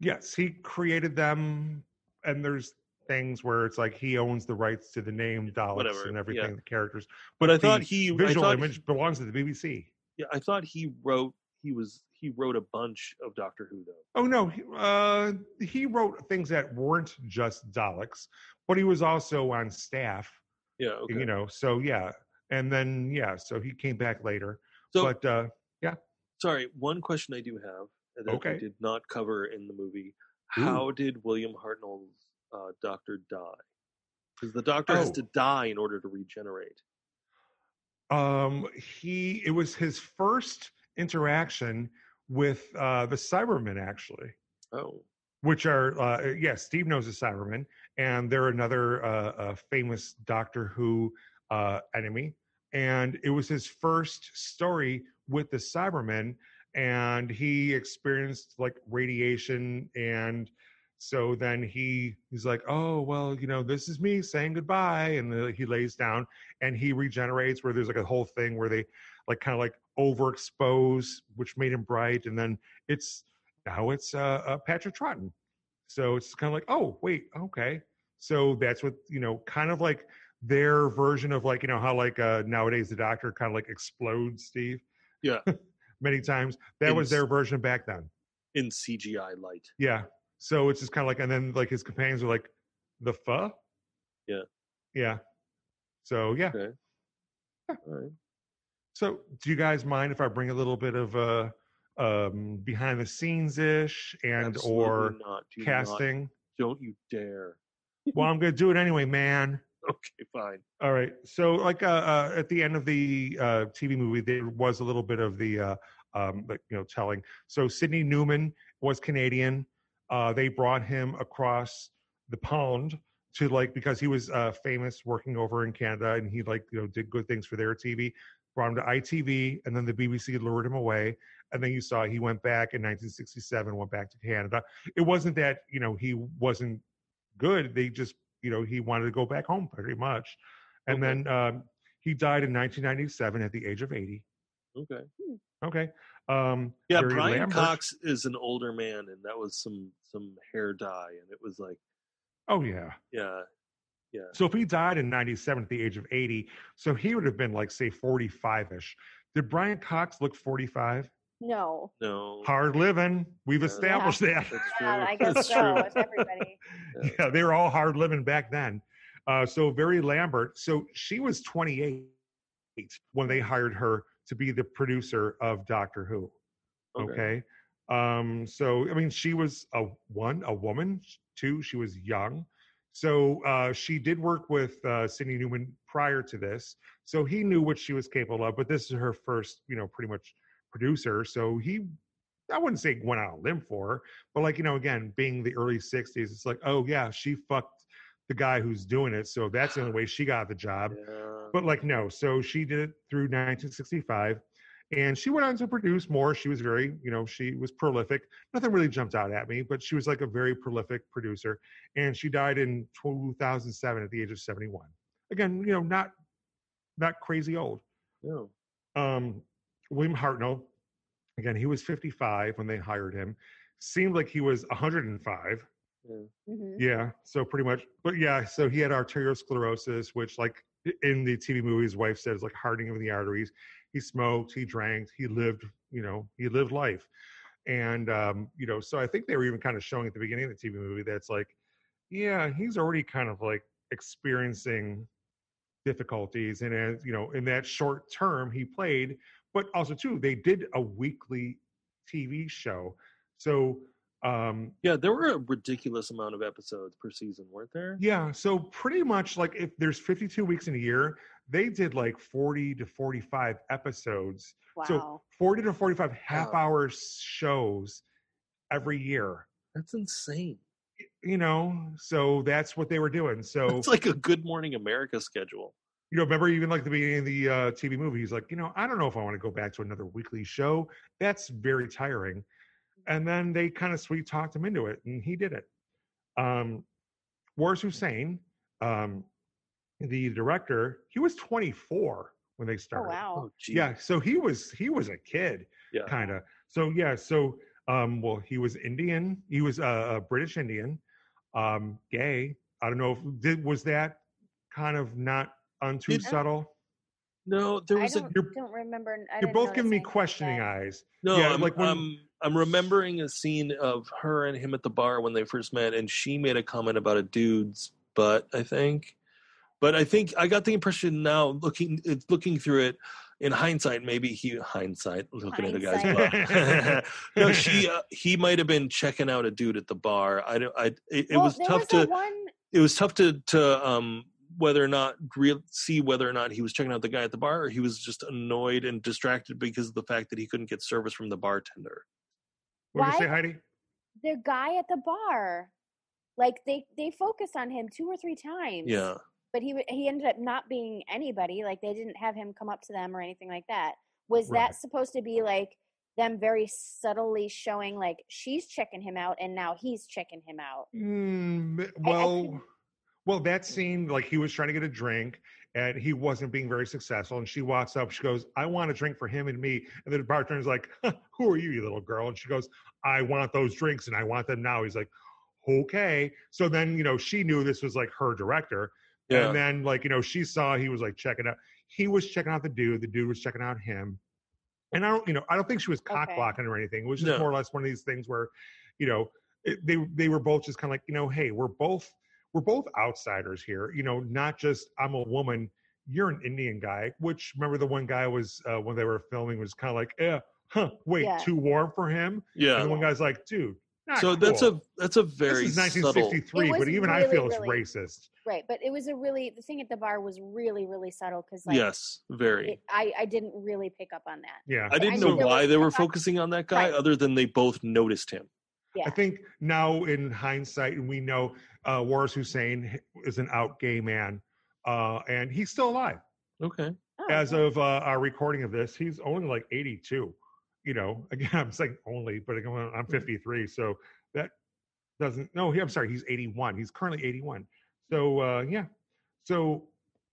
Speaker 1: Yes, he created them, and there's things where it's like he owns the rights to the name Daleks
Speaker 2: Whatever,
Speaker 1: and
Speaker 2: yeah.
Speaker 1: everything, the characters.
Speaker 2: But I
Speaker 1: the
Speaker 2: thought he I
Speaker 1: visual
Speaker 2: thought
Speaker 1: image belongs to the BBC.
Speaker 2: Yeah, I thought he wrote. He was he wrote a bunch of Doctor Who though.
Speaker 1: Oh no, he, uh, he wrote things that weren't just Daleks, but he was also on staff.
Speaker 2: Yeah, okay.
Speaker 1: You know, so yeah, and then yeah, so he came back later.
Speaker 2: So-
Speaker 1: but uh,
Speaker 2: Sorry, one question I do have that we
Speaker 1: Okay.
Speaker 2: did not cover in the movie.
Speaker 1: Ooh.
Speaker 2: How did William Hartnell's uh, Doctor die? Because the Doctor has
Speaker 1: Oh.
Speaker 2: to die in order to regenerate.
Speaker 1: um he it was his first interaction with uh the cybermen actually
Speaker 2: Oh,
Speaker 1: which are uh yes steve knows the cybermen and they're another uh, uh famous doctor who uh enemy and it was his first story with the cybermen and he experienced like radiation and so then he he's like oh well you know this is me saying goodbye and then he lays down and he regenerates where there's like a whole thing where they like kind of like overexpose which made him bright and then it's now it's uh, uh patrick trotton so it's kind of like oh wait okay so that's what you know kind of like their version of like you know how like uh nowadays the doctor kind of like explodes steve
Speaker 2: Yeah.
Speaker 1: [LAUGHS] many times that was
Speaker 2: Ins-
Speaker 1: their version back then
Speaker 2: in CGI light.
Speaker 1: yeah. So it's just kind of like, and then like his companions are like, the fuh?
Speaker 2: Yeah.
Speaker 1: Yeah. So yeah.
Speaker 2: All right.
Speaker 1: So do you guys mind if I bring a little bit of uh, um, behind the scenes ish and
Speaker 2: Absolutely
Speaker 1: or
Speaker 2: not. Do not-
Speaker 1: casting?
Speaker 2: don't you dare.
Speaker 1: Well, I'm gonna do it anyway, man.
Speaker 2: Okay, fine.
Speaker 1: All right. So like uh, uh, at the end of the uh, TV movie, there was a little bit of the uh, um, like, you know telling. So Sidney Newman was Canadian. Uh, they brought him across the pond to like because he was uh, famous working over in Canada and he like you know did good things for their TV. Brought him to ITV and then the BBC lured him away. And then you saw he went back in 1967, went back to Canada. It wasn't that you know he wasn't good. They just you know he wanted to go back home pretty much and
Speaker 2: Okay.
Speaker 1: then um, he died in 1997 at the age of 80.
Speaker 2: Okay.
Speaker 1: Okay. Um,
Speaker 2: Yeah,
Speaker 1: Barry
Speaker 2: Brian
Speaker 1: Lambert-
Speaker 2: Cox is an older man, and that was some some hair dye, and it was like,
Speaker 1: Oh yeah.
Speaker 2: yeah,
Speaker 1: So if he died in 97 at the age of 80, so he would have been like say 45 ish. Did Brian Cox look 45?
Speaker 3: No.
Speaker 2: no,
Speaker 1: Hard living. We've
Speaker 2: Yeah.
Speaker 1: established that. [LAUGHS]
Speaker 2: [LAUGHS] that's true.
Speaker 3: Yeah, I guess
Speaker 2: that's
Speaker 3: so.
Speaker 2: true.
Speaker 3: It's everybody.
Speaker 2: Yeah.
Speaker 1: yeah, they were all hard living back then. Uh, so very Lambert. So she was 28 when they hired her to be the producer of Doctor Who. okay um so i mean she was a one a woman two she was young so uh she did work with uh cindy newman prior to this so he knew what she was capable of but this is her first you know pretty much producer so he i wouldn't say went out on a limb for her but like you know again being the early 60s it's like oh yeah she fucked the guy who's doing it so that's the only way she got the job
Speaker 2: Yeah.
Speaker 1: but like no so she did it through 1965 and she went on to produce more she was very you know she was prolific nothing really jumped out at me but she was like a very prolific producer and she died in 2007 at the age of 71 again you know not not crazy old
Speaker 2: No.
Speaker 1: um, William Hartnell, again, he was 55 when they hired him. Seemed like he was 105.
Speaker 3: hmm
Speaker 1: Yeah, so pretty much. But yeah, so he had arteriosclerosis, which, like in the TV movie, his wife says, like hardening of the arteries. He smoked, he drank, he lived, you know, he lived life. And, um, you know, so I think they were even kind of showing at the beginning of the TV movie that's like, yeah, he's already kind of like experiencing difficulties. And, as, you know, in that short term he played, but also, too, they did a weekly TV show. So, um,
Speaker 2: Yeah, there were a ridiculous amount of episodes per season, weren't there?
Speaker 1: Yeah, so pretty much like if there's 52 weeks in a year, they did like 40 to 45 episodes.
Speaker 3: Wow.
Speaker 1: So 40 to 45 half
Speaker 2: Wow.
Speaker 1: hour shows every year,
Speaker 2: That's insane. [LAUGHS]
Speaker 1: you know? So that's what they were doing. So,
Speaker 2: It's like a Good Morning America schedule.
Speaker 1: you know, remember even like the beginning of the uh, TV movie, he's like, you know, I don't know if I want to go back to another weekly show. That's very tiring. And then they kind of sweet talked him into it and he did it. Um, Wars Hussein, um, the director, he was 24 when they
Speaker 3: Oh
Speaker 1: started.
Speaker 3: wow.
Speaker 2: geez.
Speaker 1: Yeah, so he was he was a kid,
Speaker 2: Yeah.
Speaker 1: kind of. So yeah, so um, well, he was Indian. He was uh, a British Indian, um, gay. I don't know if did, was that kind of not unto
Speaker 2: Did-
Speaker 1: subtle.
Speaker 2: No,
Speaker 1: Oh,
Speaker 2: there was
Speaker 3: I
Speaker 2: a
Speaker 3: don't,
Speaker 1: you're-
Speaker 3: don't remember. I
Speaker 1: You're
Speaker 3: didn't
Speaker 1: both
Speaker 3: notice
Speaker 1: giving me
Speaker 3: anything like
Speaker 1: questioning
Speaker 3: that.
Speaker 1: eyes.
Speaker 2: No,
Speaker 1: Yeah,
Speaker 2: I'm,
Speaker 1: like when-
Speaker 2: I'm I'm remembering a scene of her and him at the bar when they first met, and she made a comment about a dude's butt, I think. But I think I got the impression now, looking it's looking through it in hindsight, maybe he hindsight looking at a guy's
Speaker 1: [LAUGHS]
Speaker 2: butt. [LAUGHS]
Speaker 1: Hindsight.
Speaker 2: no, she uh, he might have been checking out a dude at the bar. I don't. I it, it
Speaker 3: well,
Speaker 2: was
Speaker 3: there
Speaker 2: tough
Speaker 3: was
Speaker 2: to
Speaker 3: that one
Speaker 2: it was tough to to um whether or not real see whether or not he was checking out the guy at the bar or he was just annoyed and distracted because of the fact that he couldn't get service from the bartender.
Speaker 1: What did you say,
Speaker 3: Why-
Speaker 1: Heidi?
Speaker 3: the guy at the bar. Like they they focused on him two or three times.
Speaker 2: Yeah.
Speaker 3: But he wa- he ended up not being anybody. Like they didn't have him come up to them or anything like that. Was
Speaker 1: Right.
Speaker 3: that supposed to be like them very subtly showing like she's checking him out and now he's checking him out?
Speaker 1: Mm, m-
Speaker 3: I- I
Speaker 1: well,
Speaker 3: couldn't-
Speaker 1: well, that scene, like he was trying to get a drink and he wasn't being very successful. And she walks up, she goes, I want a drink for him and me. And the bartender's like, Who are you, you little girl? And she goes, I want those drinks and I want them now. He's like, Okay. So then, you know, she knew this was like her director.
Speaker 2: Yeah.
Speaker 1: And then, like, you know, she saw he was like checking out, he was checking out the dude, the dude was checking out him. And I don't, you know, I don't think she was cock
Speaker 3: Okay.
Speaker 1: blocking or anything. It was just
Speaker 2: No.
Speaker 1: more or less one of these things where, you know, it, they they were both just kind of like, you know, hey, we're both we're both outsiders here. You know, not just I'm a woman, you're an Indian guy. Which remember the one guy was uh, when they were filming was kind of like, eh, huh, wait,
Speaker 3: Yeah.
Speaker 1: too warm for him. And
Speaker 2: yeah.
Speaker 1: the one guy's like, dude, not
Speaker 2: So that's
Speaker 1: cool.
Speaker 2: a that's a very
Speaker 1: this is
Speaker 2: subtle.
Speaker 1: 1963,
Speaker 3: It was
Speaker 1: but even I
Speaker 3: really,
Speaker 1: feel it's
Speaker 3: really-
Speaker 1: racist.
Speaker 3: Right. But it was a really the thing at the bar was really really subtle because like
Speaker 2: Yes, very.
Speaker 3: it, I I didn't really pick up on that.
Speaker 1: Yeah,
Speaker 2: I didn't
Speaker 3: I
Speaker 2: know
Speaker 3: know there
Speaker 2: why
Speaker 3: was
Speaker 2: they
Speaker 3: a
Speaker 2: were
Speaker 3: lot-
Speaker 2: focusing on that guy,
Speaker 3: Right.
Speaker 2: other than they both noticed him.
Speaker 3: Yeah.
Speaker 1: I think now in hindsight, and we know uh, Waris Hussein is an out gay man, uh, and he's still alive.
Speaker 2: Okay.
Speaker 3: Oh,
Speaker 1: as
Speaker 3: okay.
Speaker 1: of uh, our recording of this, he's only like 82. You know, [LAUGHS] again, I'm saying only, but again,
Speaker 3: Mm-hmm.
Speaker 1: I'm 53, so that doesn't. No, he- I'm sorry, he's 81. He's currently 81. So uh, yeah. So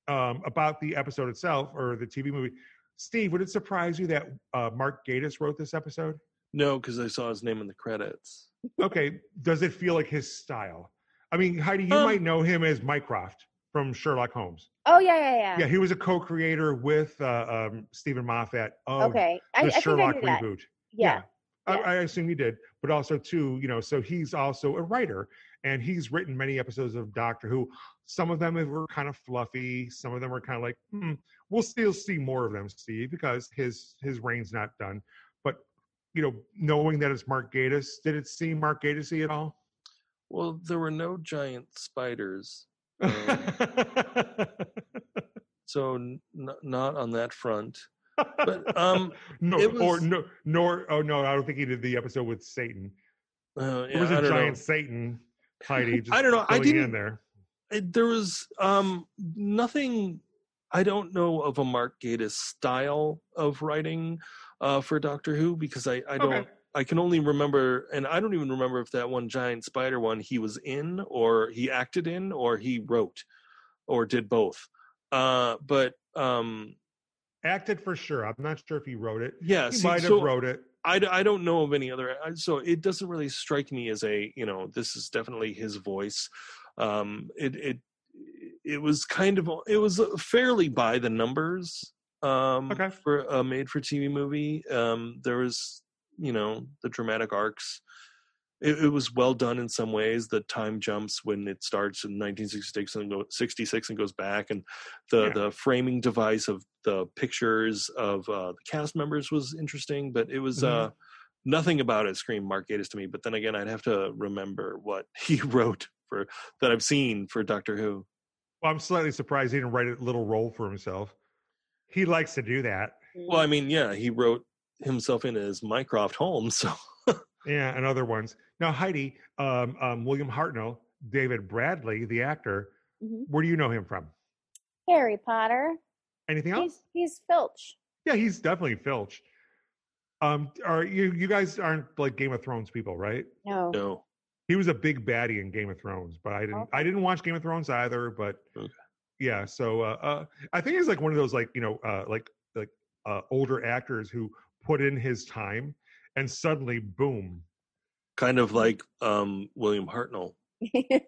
Speaker 1: um, about the episode itself or the TV movie, Steve, would it surprise you that uh, Mark Gatiss wrote this episode?
Speaker 2: No, because I saw his name in the credits.
Speaker 1: Okay, does it feel like his style? I mean, Heidi, you
Speaker 2: Um,
Speaker 1: might know him as Mycroft from Sherlock Holmes.
Speaker 3: oh yeah, yeah, yeah.
Speaker 1: Yeah, he was a co-creator with uh, um, Stephen Moffat of
Speaker 3: okay.
Speaker 1: Oh, the
Speaker 3: I, I think I
Speaker 1: Sherlock
Speaker 3: knew that.
Speaker 1: reboot.
Speaker 3: Yeah.
Speaker 1: I,
Speaker 3: Yeah.
Speaker 1: I assume he did, but also too, you know, so he's also a writer, and he's written many episodes of Doctor Who. Some of them were kind of fluffy, some of them were kind of like, hmm, we'll still see more of them, Steve, because his his reign's not done. But you know, knowing that it's Mark Gatiss, did it seem Mark Gatissy at all?
Speaker 2: Well, there were no giant spiders, Um, so n- n- not on that front.
Speaker 1: [LAUGHS]
Speaker 2: But um,
Speaker 1: no,
Speaker 2: it
Speaker 1: or
Speaker 2: was-
Speaker 1: no, nor oh no, I don't think he did the episode with Satan.
Speaker 2: uh,
Speaker 1: It
Speaker 2: yeah,
Speaker 1: was a
Speaker 2: I don't
Speaker 1: giant
Speaker 2: know.
Speaker 1: Satan, Heidi. Just
Speaker 2: [LAUGHS] I don't know. I
Speaker 1: filling you in
Speaker 2: didn't-
Speaker 1: there.
Speaker 2: it, there was um nothing i don't know of a mark gatiss style of writing uh for doctor who because i i don't
Speaker 1: Okay.
Speaker 2: i can only remember and i don't even remember if that one giant spider one he was in or he acted in or he wrote or did both uh but um
Speaker 1: acted for sure. I'm not sure if he wrote it.
Speaker 2: yeah
Speaker 1: He
Speaker 2: Uh, see,
Speaker 1: might have
Speaker 2: so
Speaker 1: wrote it.
Speaker 2: I, d- I don't know of any other I- so it doesn't really strike me as a you know this is definitely his voice um it it it was kind of it was uh, fairly by the numbers um
Speaker 1: Okay.
Speaker 2: for a made for tv movie um there was you know the dramatic arcs it, it was well done in some ways the time jumps when it starts in 1966 and, go, 66 and goes back and the
Speaker 1: Yeah.
Speaker 2: the framing device of the pictures of uh, the cast members was interesting but it was
Speaker 1: Mhm.
Speaker 2: uh nothing about it screamed mark gatiss to me but then again i'd have to remember what [LAUGHS] he wrote for that i've seen for doctor who
Speaker 1: Well, I'm slightly surprised he didn't write a little role for himself. He likes to do that.
Speaker 2: well i mean yeah he wrote himself in as mycroft holmes [LAUGHS] so
Speaker 1: Yeah, and other ones. Now, Heidi, um, um, William Hartnell, David Bradley, the actor.
Speaker 3: Mhm.
Speaker 1: Where do you know him from?
Speaker 3: Harry Potter.
Speaker 1: Anything else?
Speaker 3: He's he's Filch.
Speaker 1: yeah, he's definitely Filch. Um, are you you guys aren't like Game of Thrones people, right?
Speaker 3: No.
Speaker 2: no
Speaker 1: He was a big baddie in Game of Thrones, but I didn't.
Speaker 3: Okay.
Speaker 1: I didn't watch Game of Thrones either. But
Speaker 2: Oh. Okay.
Speaker 1: yeah, so uh, uh, I think he's like one of those like you know uh, like like uh, older actors who put in his time and suddenly boom.
Speaker 2: Kind of like um, William Hartnell.
Speaker 3: [LAUGHS]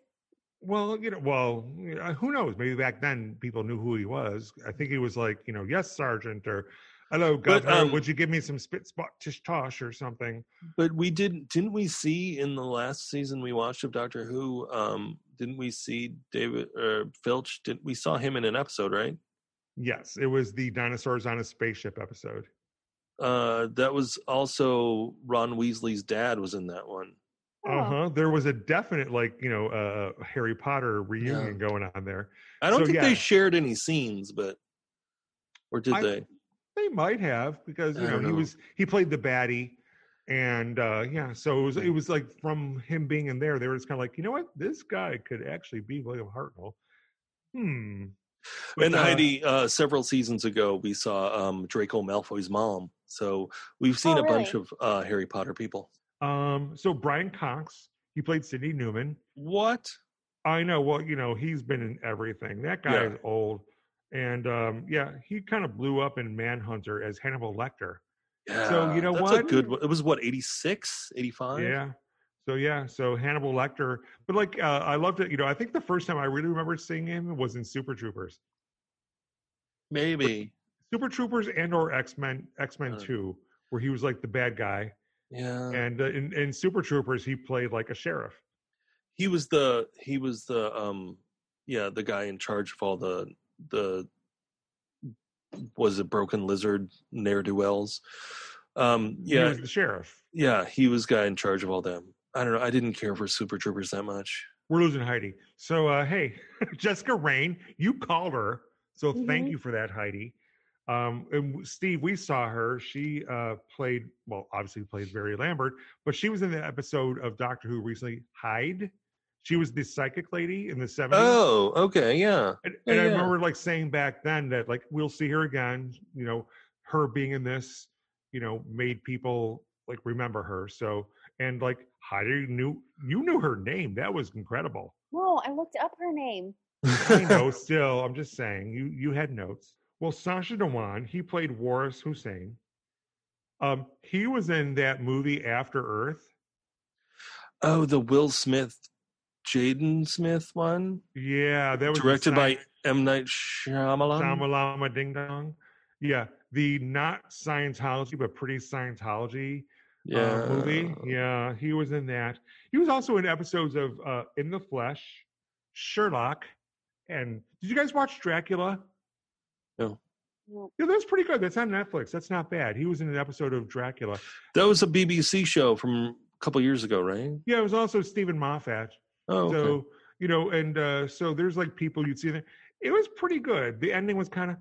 Speaker 1: Well, you know, well, yeah, who knows? Maybe back then people knew who he was. I think he was like, you know, yes, sergeant, or hello,
Speaker 2: But,
Speaker 1: governor.
Speaker 2: um,
Speaker 1: would you give me some spit spot tish tosh or something?
Speaker 2: But we didn't didn't we see in the last season we watched of Doctor Who? Um, didn't we see David or Filch? Did we saw him in an episode? Right.
Speaker 1: Yes, it was the dinosaurs on a spaceship episode.
Speaker 2: Uh, that was also Ron Weasley's dad was in that one.
Speaker 3: Oh,
Speaker 2: Oh.
Speaker 1: Uh huh. There was a definite like you know uh, Harry Potter reunion going on there.
Speaker 2: I don't
Speaker 1: So,
Speaker 2: think
Speaker 1: yeah.
Speaker 2: they shared any scenes, but or did
Speaker 1: I-
Speaker 2: they?
Speaker 1: They might have because you
Speaker 2: I
Speaker 1: know,
Speaker 2: don't
Speaker 1: he
Speaker 2: know.
Speaker 1: was he played the baddie, and uh, yeah, so it was it was like from him being in there, they were just kind of like, you know what, this guy could actually be William Hartnell. Hmm. But,
Speaker 2: and
Speaker 1: uh,
Speaker 2: Heidi, uh, several seasons ago, we saw um, Draco Malfoy's mom. So we've seen
Speaker 3: Oh,
Speaker 2: a bunch
Speaker 3: really?
Speaker 2: of uh, Harry Potter people.
Speaker 1: Um, so Brian Cox, he played Sidney Newman.
Speaker 2: What?
Speaker 1: I know, well, you know, he's been in everything. That guy
Speaker 2: Yeah.
Speaker 1: is old. And um, yeah, he kind of blew up in Manhunter as Hannibal Lecter.
Speaker 2: Yeah,
Speaker 1: So, you know
Speaker 2: that's
Speaker 1: what?
Speaker 2: a good. one. It was what 86, 85?
Speaker 1: Yeah. So yeah, so Hannibal Lecter. But like uh, I loved it, you know, I think the first time I really remember seeing him was in Super Troopers.
Speaker 2: maybe.
Speaker 1: Super Troopers and or X-Men X-Men
Speaker 2: Uh.
Speaker 1: 2 where he was like the bad guy.
Speaker 2: Yeah,
Speaker 1: And uh, in, in Super Troopers he played like a sheriff.
Speaker 2: he was the he was the um yeah the guy in charge of all the the was it broken lizard ne'er do wells. Um,
Speaker 1: He
Speaker 2: yeah,
Speaker 1: was the sheriff.
Speaker 2: yeah, he was guy in charge of all them. I don't know. I didn't care for Super Troopers that much.
Speaker 1: We're losing Heidi. So uh, hey, [LAUGHS] Jessica Rain, you called her, so thank
Speaker 2: Mm-hmm.
Speaker 3: Mhm.
Speaker 1: you for that, Heidi. Um, and w- Steve, we saw her. She uh, played well, obviously played Mary Lambert, but she was in the episode of Doctor Who recently, Hyde. She was the psychic lady in the seventies.
Speaker 2: Oh, okay, yeah.
Speaker 1: and,
Speaker 2: yeah,
Speaker 1: and I
Speaker 2: yeah.
Speaker 1: remember like saying back then that like we'll see her again. You know, her being in this, you know, made people like remember her. So and like Heidi knew you knew her name. That was incredible.
Speaker 3: no, I looked up her name.
Speaker 1: I know. Still, I'm just saying you you had notes. Well, Sasha Dewan, he played Waris Hussein. Um, he was in that movie After Earth.
Speaker 2: [LAUGHS] Oh, the Will Smith, Jaden Smith one,
Speaker 1: Yeah, that was
Speaker 2: directed by M Night Shyamalan.
Speaker 1: Lama Ding Dong. Yeah, the not Scientology but pretty Scientology uh,
Speaker 2: yeah,
Speaker 1: movie. Yeah, he was in that. He was also in episodes of uh, In the Flesh, Sherlock, and did you guys watch Dracula?
Speaker 3: No,
Speaker 1: Yeah, that's pretty good. That's on Netflix. That's not bad. He was in an episode of Dracula.
Speaker 2: That was a BBC show from a couple years ago, right?
Speaker 1: Yeah, it was also Stephen Moffat.
Speaker 2: Oh, okay.
Speaker 1: So you know, and uh, so there's like people you'd see there. It was pretty good. The ending was kind of,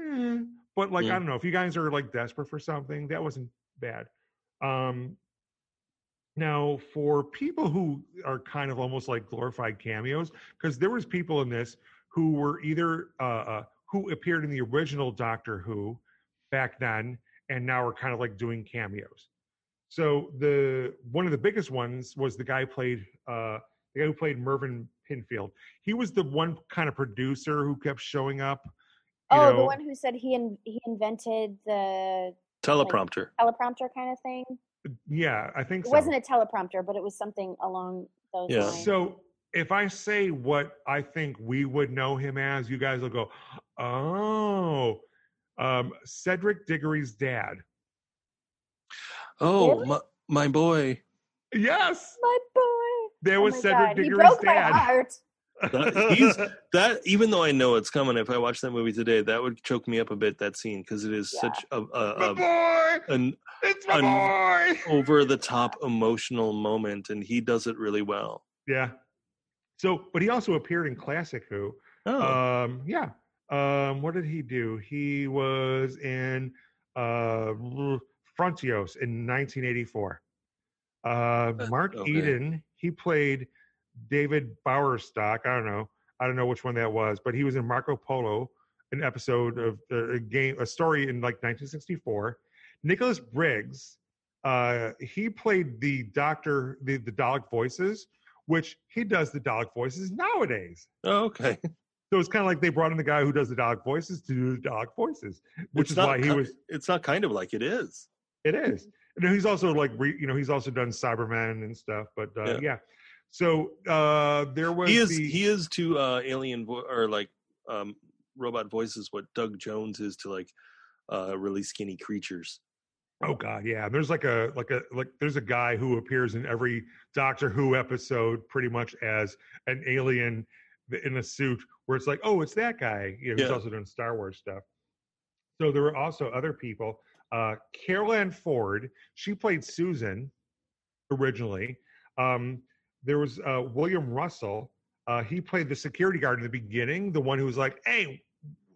Speaker 1: eh, but like
Speaker 2: Yeah.
Speaker 1: I don't know if you guys are like desperate for something, that wasn't bad. Um, now for people who are kind of almost like glorified cameos, because there was people in this who were either uh, uh, who appeared in the original Doctor Who back then, and now are kind of like doing cameos. So the one of the biggest ones was the guy who played uh, the guy who played Mervyn Pinfield. He was the one kind of producer who kept showing up. you
Speaker 3: Oh,
Speaker 1: know.
Speaker 3: the one who said he in, he invented the
Speaker 2: teleprompter.
Speaker 3: teleprompter kind of thing.
Speaker 1: Yeah, I think
Speaker 3: It
Speaker 1: so.
Speaker 3: wasn't a teleprompter, but it was something along those
Speaker 2: Yeah.
Speaker 3: lines.
Speaker 1: So if I say what I think we would know him as, you guys will go, "Oh, um, Cedric Diggory's dad."
Speaker 2: Oh,
Speaker 3: Really?
Speaker 2: my, my boy.
Speaker 1: Yes,
Speaker 3: my boy.
Speaker 1: there
Speaker 3: Oh
Speaker 1: was
Speaker 3: my
Speaker 1: Cedric
Speaker 3: God, he
Speaker 1: Diggory's
Speaker 3: broke
Speaker 1: dad.
Speaker 3: my heart.
Speaker 2: That-
Speaker 1: [LAUGHS]
Speaker 2: he's- That even though I know it's coming, if I watch that movie today, that would choke me up a bit. That scene because it is
Speaker 3: Yeah.
Speaker 2: such a,
Speaker 1: my
Speaker 2: a, a
Speaker 1: boy.
Speaker 2: an
Speaker 1: It's my boy.
Speaker 2: over the top emotional moment, and he does it really well.
Speaker 1: Yeah. So, but he also appeared in Classic Who.
Speaker 2: Oh,
Speaker 1: Um, yeah. Um, what did he do? He was in uh, Frontios in 1984. Uh,
Speaker 2: That's
Speaker 1: Mark
Speaker 2: okay.
Speaker 1: Eden, he played David Bowerstock. I don't know. I don't know which one that was, but he was in Marco Polo, an
Speaker 2: Mm-hmm.
Speaker 1: episode of uh, a game, a story in like 1964. Nicholas Briggs, Uh, he played the doctor, the, the Dalek voices, which he does the Dalek voices nowadays.
Speaker 2: Oh, okay.
Speaker 1: So it's kind of like they brought in the guy who does the Dalek voices to do the Dalek voices, [LAUGHS] which
Speaker 2: It's
Speaker 1: is
Speaker 2: not
Speaker 1: why he
Speaker 2: ki-
Speaker 1: was.
Speaker 2: It's not kind of like it is.
Speaker 1: It is. And he's also like, re, you know, he's also done Cybermen and stuff. But uh, yeah.
Speaker 2: Yeah.
Speaker 1: So uh, there was.
Speaker 2: He is.
Speaker 1: the-
Speaker 2: He is to uh, alien vo- or like um, robot voices what Doug Jones is to like uh, really skinny creatures.
Speaker 1: Oh God, yeah. There's like a like a like there's a guy who appears in every Doctor Who episode pretty much as an alien in a suit where it's like, oh, it's that guy. You know, he's
Speaker 2: Yeah.
Speaker 1: also doing Star Wars stuff. So there were also other people. Uh Carol Ann Ford, she played Susan originally. Um there was uh William Russell. Uh he played the security guard in the beginning, the one who was like, Hey,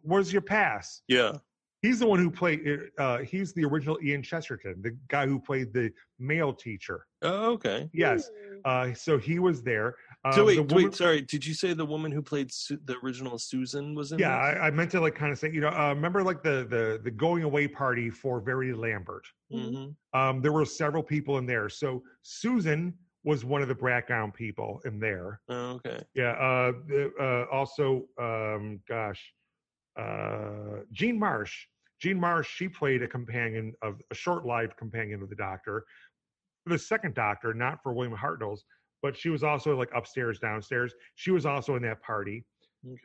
Speaker 1: where's your pass?
Speaker 2: Yeah.
Speaker 1: He's the one who played. Uh, he's the original Ian Chesterton, the guy who played the male teacher.
Speaker 2: Oh, okay.
Speaker 1: Yes.
Speaker 3: Hmm.
Speaker 1: Uh, so he was there. Um,
Speaker 2: so wait,
Speaker 1: the woman-
Speaker 2: wait, sorry. Did you say the woman who played Su- the original Susan was in?
Speaker 1: Yeah,
Speaker 2: this?
Speaker 1: I, I meant to like kind of say, you know, uh, remember like the the the going away party for Very Lambert.
Speaker 2: Mhm.
Speaker 1: Um, there were several people in there. So Susan was one of the background people in there.
Speaker 2: Oh, okay.
Speaker 1: Yeah. Uh, the- uh, also, um, gosh, uh, Jean Marsh. Jean Marsh. She played a companion of a short-lived companion of the Doctor, the second Doctor, not for William Hartnell's, but she was also like upstairs, downstairs. She was also in that party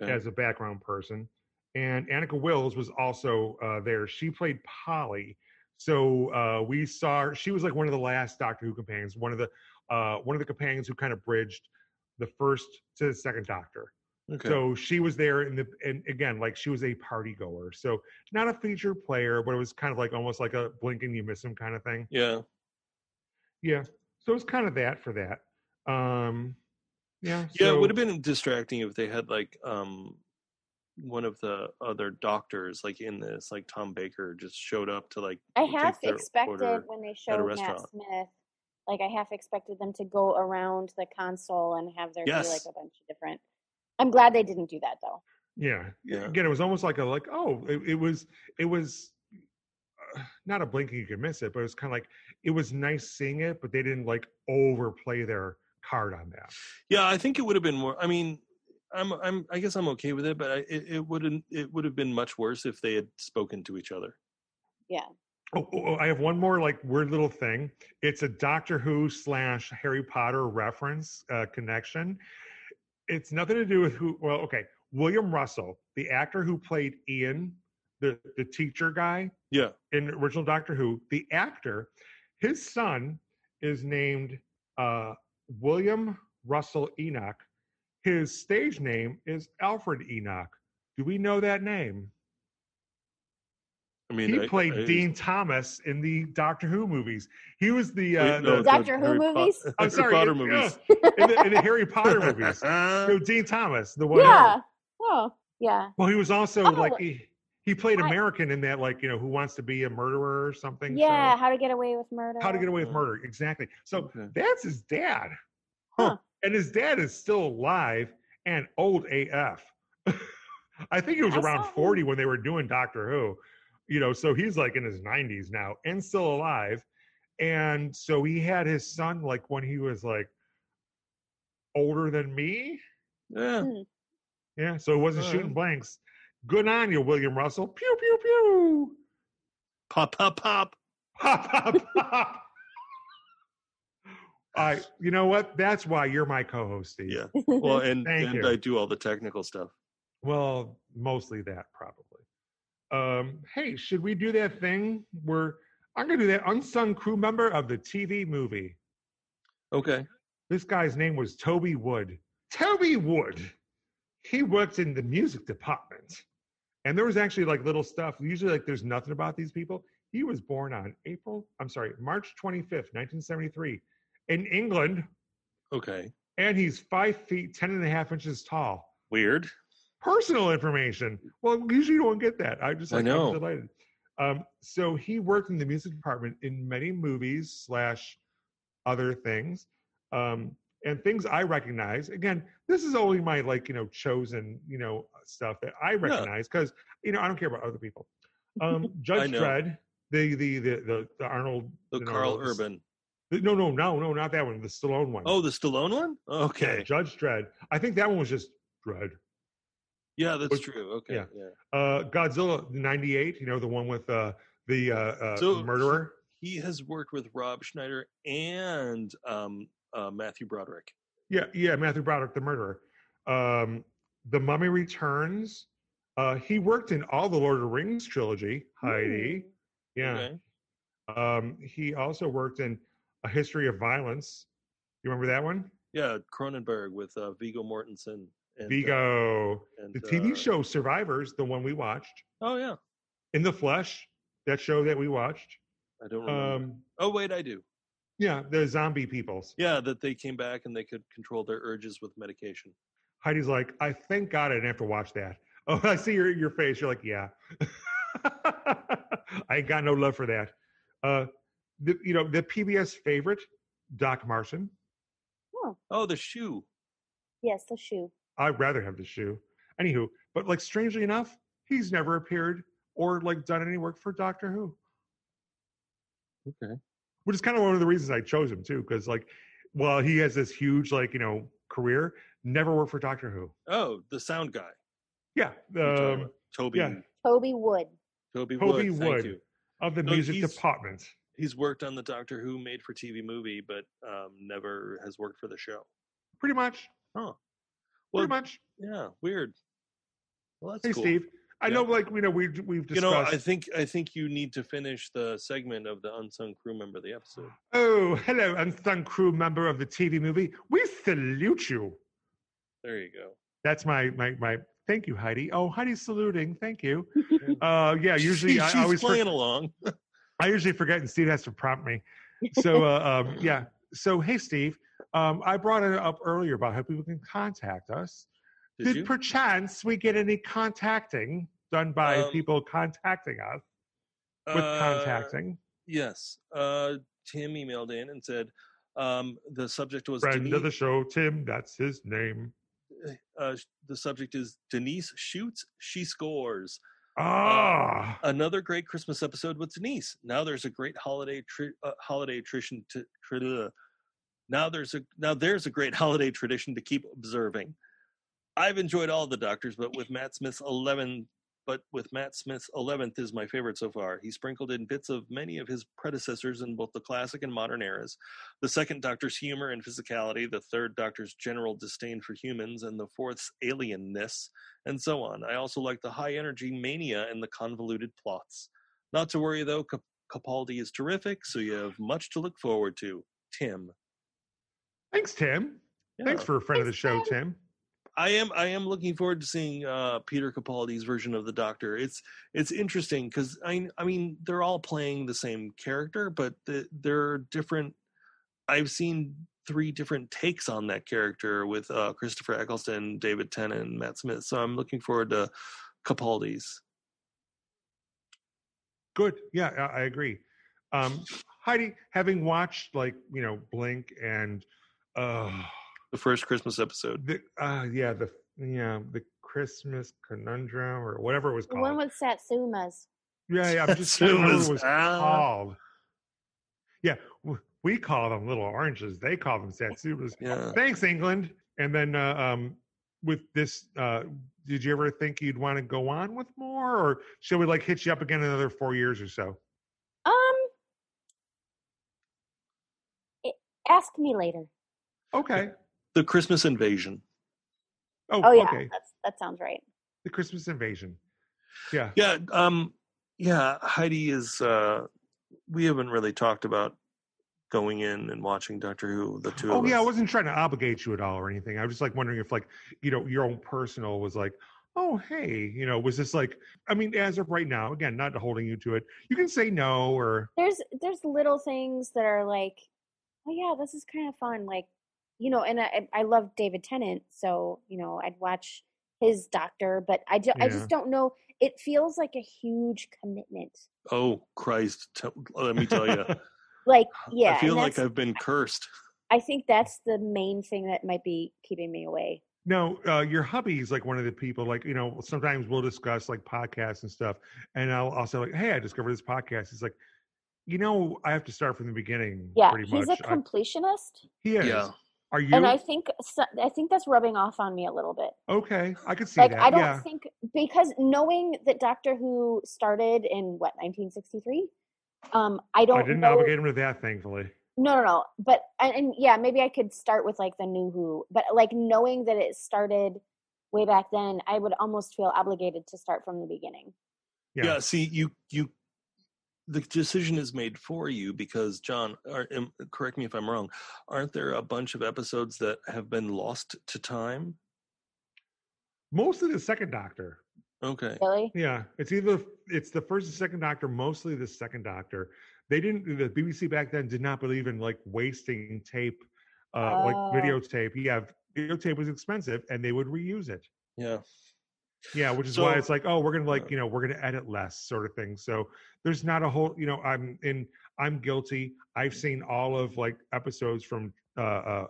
Speaker 2: Okay.
Speaker 1: as a background person. And Annika Wills was also uh, there. She played Polly. So uh, we saw her- she was like one of the last Doctor Who companions, one of the uh, one of the companions who kind of bridged the first to the second Doctor.
Speaker 2: okay.
Speaker 1: So she was there in the and again, like she was a party goer. So not a feature player, but it was kind of like almost like a blink and you miss him kind of thing.
Speaker 2: yeah.
Speaker 1: Yeah. So it was kind of that for that. Um, yeah.
Speaker 2: Yeah,
Speaker 1: so-
Speaker 2: it would have been distracting if they had like um one of the other doctors like in this, like Tom Baker just showed up to like
Speaker 3: I
Speaker 2: take
Speaker 3: half
Speaker 2: their
Speaker 3: expected
Speaker 2: order.
Speaker 3: when they showed Matt
Speaker 2: restaurant.
Speaker 3: Smith, like I half expected them to go around the console and have there be like
Speaker 2: Yes.
Speaker 3: a bunch of different. I'm glad they didn't do that though.
Speaker 1: Yeah.
Speaker 2: Yeah.
Speaker 1: Again, it was almost like a like, oh, it, it was it was uh, not a blink and you could miss it, but it was kind of like it was nice seeing it, but they didn't like overplay their card on that.
Speaker 2: Yeah, I think it would have been more I mean I'm I'm I guess I'm okay with it, but I, it, it wouldn't it would have been much worse if they had spoken to each other.
Speaker 1: Oh, oh, oh, I have one more like weird little thing. It's a Doctor Who slash Harry Potter reference uh, connection. It's nothing to do with who. Well, okay, William Russell, the actor who played Ian, the the teacher guy.
Speaker 2: Yeah.
Speaker 1: In the original Doctor Who, the actor, his son is named uh, William Russell Enoch. His stage name is Alfred Enoch. Do we know that name?
Speaker 2: I mean
Speaker 1: he
Speaker 2: I-
Speaker 1: played
Speaker 2: I-
Speaker 1: Dean Thomas in the Doctor Who movies. he was the, uh,
Speaker 2: wait, no,
Speaker 1: the-
Speaker 2: the
Speaker 3: Doctor Who
Speaker 2: Harry Po- [LAUGHS]
Speaker 3: movies?
Speaker 2: Harry
Speaker 3: I'm
Speaker 1: sorry, [LAUGHS]
Speaker 2: Potter
Speaker 1: it-
Speaker 2: movies.
Speaker 1: in the in the Harry Potter
Speaker 2: [LAUGHS]
Speaker 1: movies. No,
Speaker 2: movies.
Speaker 1: Dean Thomas, the one.
Speaker 3: yeah. Oh, yeah.
Speaker 1: Well, he was also
Speaker 3: Oh.
Speaker 1: like he, he played
Speaker 3: I-
Speaker 1: American in that, like you know, who wants to be a murderer or something. so-
Speaker 3: Yeah. How to get away with murder?
Speaker 1: how to get away with
Speaker 2: Oh.
Speaker 1: murder? Exactly. So
Speaker 2: Okay.
Speaker 1: that's his dad.
Speaker 3: Huh.
Speaker 1: And his dad is still alive and old AF. [LAUGHS] I think he was
Speaker 3: I
Speaker 1: around
Speaker 3: saw him.
Speaker 1: 40 when they were doing Doctor Who. You know, so he's like in his 90s now and still alive. And so he had his son like when he was like older than me.
Speaker 2: Yeah.
Speaker 1: Yeah, so it wasn't
Speaker 2: All right.
Speaker 1: shooting
Speaker 3: Uh-huh.
Speaker 1: blanks. Good on you, William Russell. Pew pew pew. [LAUGHS]
Speaker 2: Pop pop pop.
Speaker 1: Pop, pop, pop. I, you know what? That's why you're my co-host, Steve.
Speaker 2: Yeah.
Speaker 3: [LAUGHS]
Speaker 2: Well and,
Speaker 1: Thank
Speaker 2: and
Speaker 1: you.
Speaker 2: I do all the technical stuff.
Speaker 1: Well, mostly that probably. Um, hey, should we do that thing where I'm gonna do that unsung crew member of the TV movie?
Speaker 2: Okay.
Speaker 1: This guy's name was Toby Wood. Toby Wood. He worked in the music department. And there was actually like little stuff. Usually, like there's nothing about these people. He was born on April, I'm sorry, March 25th, 1973, in England,
Speaker 2: Okay.
Speaker 1: and he's five feet, ten and a half inches tall.
Speaker 2: Weird. [LAUGHS]
Speaker 1: personal information. Well, usually you don't get that. I just
Speaker 2: I
Speaker 1: like, I
Speaker 2: know.
Speaker 1: am delighted. Um, so he worked in the music department in many movies slash other things, um, and things I recognize. Again, this is only my like you know chosen you
Speaker 2: [LAUGHS]
Speaker 1: know stuff that I recognize because you know I don't care about other people. Um, Judge
Speaker 2: know.
Speaker 1: Dredd, the the the the, the Arnold.
Speaker 2: The
Speaker 1: you know,
Speaker 2: Carl
Speaker 1: the-
Speaker 2: Urban.
Speaker 1: the- no, no, no, no, not that one. The Stallone one.
Speaker 2: Oh, the Stallone one?
Speaker 1: Yeah,
Speaker 2: Okay.
Speaker 1: Judge Dredd. I think that one was just Dredd.
Speaker 2: Yeah, that's
Speaker 1: Which-
Speaker 2: true. Okay.
Speaker 1: yeah.
Speaker 2: yeah.
Speaker 1: Uh, Godzilla '98. You know the one with uh, the uh, uh,
Speaker 2: So-
Speaker 1: murderer.
Speaker 2: He has worked with Rob Schneider and um, uh, Matthew Broderick.
Speaker 1: Yeah, yeah, Matthew Broderick, the murderer. Um, the Mummy Returns. Uh, he worked in all the Lord of the Rings trilogy, Heidi.
Speaker 3: Hmm.
Speaker 1: Yeah.
Speaker 2: Okay.
Speaker 1: Um, he also worked in A History of Violence. You remember that one?
Speaker 2: Yeah, Cronenberg with uh, Vigo Mortensen. And, uh,
Speaker 1: Vigo.
Speaker 2: and,
Speaker 1: The TV
Speaker 2: uh,
Speaker 1: show Survivors, the one we watched.
Speaker 2: Oh, yeah.
Speaker 1: In the Flesh, that show that we watched.
Speaker 2: I don't remember.
Speaker 1: Um,
Speaker 2: oh, wait, I do.
Speaker 1: yeah, the zombie peoples.
Speaker 2: Yeah, that they came back and they could control their urges with medication.
Speaker 1: Heidi's like, I thank God I didn't have to watch that. [LAUGHS] Oh, I see your your face. You're like, yeah. [LAUGHS] I ain't got no love for that. Uh, the, you know the PBS favorite, Doc Martin.
Speaker 2: Oh, the shoe.
Speaker 3: Yes, the shoe.
Speaker 1: I'd rather have the shoe. Anywho, but like strangely enough, he's never appeared or like done any work for Doctor Who.
Speaker 2: Okay.
Speaker 1: Which is kind of one of the reasons I chose him too, because like, while he has this huge like you know career, never worked for Doctor Who.
Speaker 2: Oh, the sound guy.
Speaker 1: Yeah,
Speaker 2: You're talking
Speaker 1: um,
Speaker 2: about Toby.
Speaker 1: yeah.
Speaker 3: Toby Wood.
Speaker 2: Toby,
Speaker 1: Toby
Speaker 2: Wood.
Speaker 1: Wood.
Speaker 2: Thank you.
Speaker 1: of the
Speaker 2: No,
Speaker 1: music
Speaker 2: he's-
Speaker 1: department.
Speaker 2: He's worked on the Doctor Who made for TV movie, but um, never has worked for the show.
Speaker 1: Pretty much.
Speaker 2: Well,
Speaker 1: pretty much.
Speaker 2: yeah, weird. Well, that's
Speaker 1: Hey,
Speaker 2: cool.
Speaker 1: Steve. I
Speaker 2: Yeah.
Speaker 1: know, like you know, we we've
Speaker 2: You know,
Speaker 1: discussed.
Speaker 2: I think I think you need to finish the segment of the unsung crew member of the
Speaker 1: [SIGHS]
Speaker 2: episode.
Speaker 1: oh, hello, unsung crew member of the TV movie. We salute you.
Speaker 2: There you go.
Speaker 1: That's my my my. Thank you, Heidi. Oh, Heidi's saluting. Thank
Speaker 2: [LAUGHS]
Speaker 1: you. Uh, yeah. Usually,
Speaker 2: She-
Speaker 1: I,
Speaker 2: she's
Speaker 1: I always for-
Speaker 2: playing along.
Speaker 1: I usually forget, and Steve has to prompt
Speaker 2: [LAUGHS]
Speaker 1: me. So, uh, um, yeah. So, hey, Steve. Um, I brought it up earlier about how people can contact us.
Speaker 2: Did you?
Speaker 1: perchance we get any contacting done by
Speaker 2: Um,
Speaker 1: people contacting us with
Speaker 2: Uh,
Speaker 1: contacting?
Speaker 2: Yes. Uh, Tim emailed in and said um, the subject was
Speaker 1: Friend of the
Speaker 2: Denise-
Speaker 1: show, Tim. That's his name.
Speaker 2: uh, sh- the subject is Denise shoots, she scores.
Speaker 3: Oh.
Speaker 1: Ah,
Speaker 2: Another great Christmas episode with Denise. Now there's a great holiday tri- uh, holiday tradition to. Tri- uh, now there's a now there's a great [LAUGHS] holiday tradition to keep observing. I've enjoyed all the doctors, but with Matt Smith's eleven, but with Matt Smith's eleventh is my favorite so far. He sprinkled in bits of many of his predecessors in both the classic and modern eras the second doctor's humor and physicality, the third doctor's general disdain for humans, and the fourth's alienness, and so on. I also like the high energy mania and the convoluted plots. Not to worry though, Cap- Capaldi is terrific, so you have much to look forward to. Tim.
Speaker 1: thanks, Tim. Thanks
Speaker 2: Yeah.
Speaker 1: for a friend of the
Speaker 3: Thanks,
Speaker 1: show,
Speaker 3: Tim.
Speaker 1: Tim.
Speaker 2: I am I am looking forward to seeing uh, Peter Capaldi's version of the Doctor. It's it's interesting because I I mean they're all playing the same character, but the, they're different. I've seen three different takes on that character with uh, Christopher Eccleston, David Tennant, and Matt Smith. So I'm looking forward to Capaldi's.
Speaker 1: Good. Yeah, I, I agree. Um, Heidi, having watched like you know Blink and uh,
Speaker 2: The first Christmas episode.
Speaker 1: the uh, yeah the yeah the Christmas conundrum or whatever it was
Speaker 3: The
Speaker 1: called.
Speaker 3: one with Satsumas.
Speaker 1: yeah, yeah. I'm
Speaker 3: [LAUGHS]
Speaker 1: just
Speaker 2: So
Speaker 1: trying to remember what
Speaker 2: was-
Speaker 1: it was
Speaker 2: ah.
Speaker 1: called. Yeah, w- we call them little oranges. They call them satsubas.
Speaker 2: Yeah.
Speaker 1: Thanks, England. And then uh, um, with this, uh, did you ever think you'd want to go on with more, or shall we like hit you up again in another four years or so?
Speaker 3: Um, i- ask me later.
Speaker 1: Okay.
Speaker 2: The Christmas invasion.
Speaker 1: Oh,
Speaker 3: Oh yeah,
Speaker 1: okay.
Speaker 3: that's, that sounds right.
Speaker 1: The Christmas invasion. Yeah.
Speaker 2: Yeah, um yeah, Heidi is uh we haven't really talked about going in and watching Doctor Who, the two
Speaker 1: Oh
Speaker 2: of
Speaker 1: yeah, I
Speaker 2: us.
Speaker 1: wasn't trying to obligate you at all or anything. I was just like wondering if like you know your own personal was like, oh hey, you know, was this like? I mean, as of right now, again, not holding you to it. You can say no or
Speaker 3: There's there's little things that are like, oh yeah, this is kind of fun. Like, you know, and I I love David Tennant, so you know I'd watch his Doctor, but I ju- I
Speaker 1: Yeah.
Speaker 3: just don't know. It feels like a huge commitment.
Speaker 2: Oh Christ! T- let me tell you,
Speaker 3: Like yeah,
Speaker 2: I feel
Speaker 3: and
Speaker 2: like
Speaker 3: that's-
Speaker 2: I've been cursed.
Speaker 3: I think that's the main thing that might be keeping me away.
Speaker 1: No, uh, your hubby is like one of the people. Like you know, sometimes we'll discuss like podcasts and stuff, and I'll also like, hey, I discovered this podcast. It's like, you know, I have to start from the beginning.
Speaker 3: Yeah,
Speaker 1: pretty
Speaker 3: he's
Speaker 1: much.
Speaker 3: a
Speaker 1: I-
Speaker 3: completionist,
Speaker 1: he is.
Speaker 2: Yeah.
Speaker 1: Are you
Speaker 3: and I think so- I think that's rubbing off on me a little bit.
Speaker 1: okay? I could see
Speaker 3: Like
Speaker 1: that.
Speaker 3: I don't
Speaker 1: yeah.
Speaker 3: think because knowing that Doctor Who started in what 1963, um, I don't.
Speaker 1: I didn't
Speaker 3: know-
Speaker 1: obligate him to that, thankfully.
Speaker 3: No, no, no. But and, and yeah, maybe I could start with like the new Who, but like knowing that it started way back then, I would almost feel obligated to start from the beginning.
Speaker 1: Yeah.
Speaker 2: yeah. see you you the decision is made for you because john are, am- correct me if i'm wrong aren't there a bunch of episodes that have been lost to time
Speaker 1: Mostly the second Doctor.
Speaker 2: okay
Speaker 3: Really?
Speaker 1: Yeah, it's either it's the first and second Doctor, mostly the second Doctor. They didn't. The BBC back then did not believe in like wasting tape, uh, like
Speaker 3: Oh.
Speaker 1: videotape. Yeah, videotape was expensive, and they would reuse it.
Speaker 2: yeah
Speaker 1: Yeah, which is why
Speaker 2: So-
Speaker 1: it's like, oh, we're gonna like,
Speaker 2: Yeah.
Speaker 1: you know, we're gonna edit less sort of thing. So there's not a whole, you know, I'm in, I'm guilty. I've
Speaker 2: Mm-hmm.
Speaker 1: seen all of like episodes from uh, uh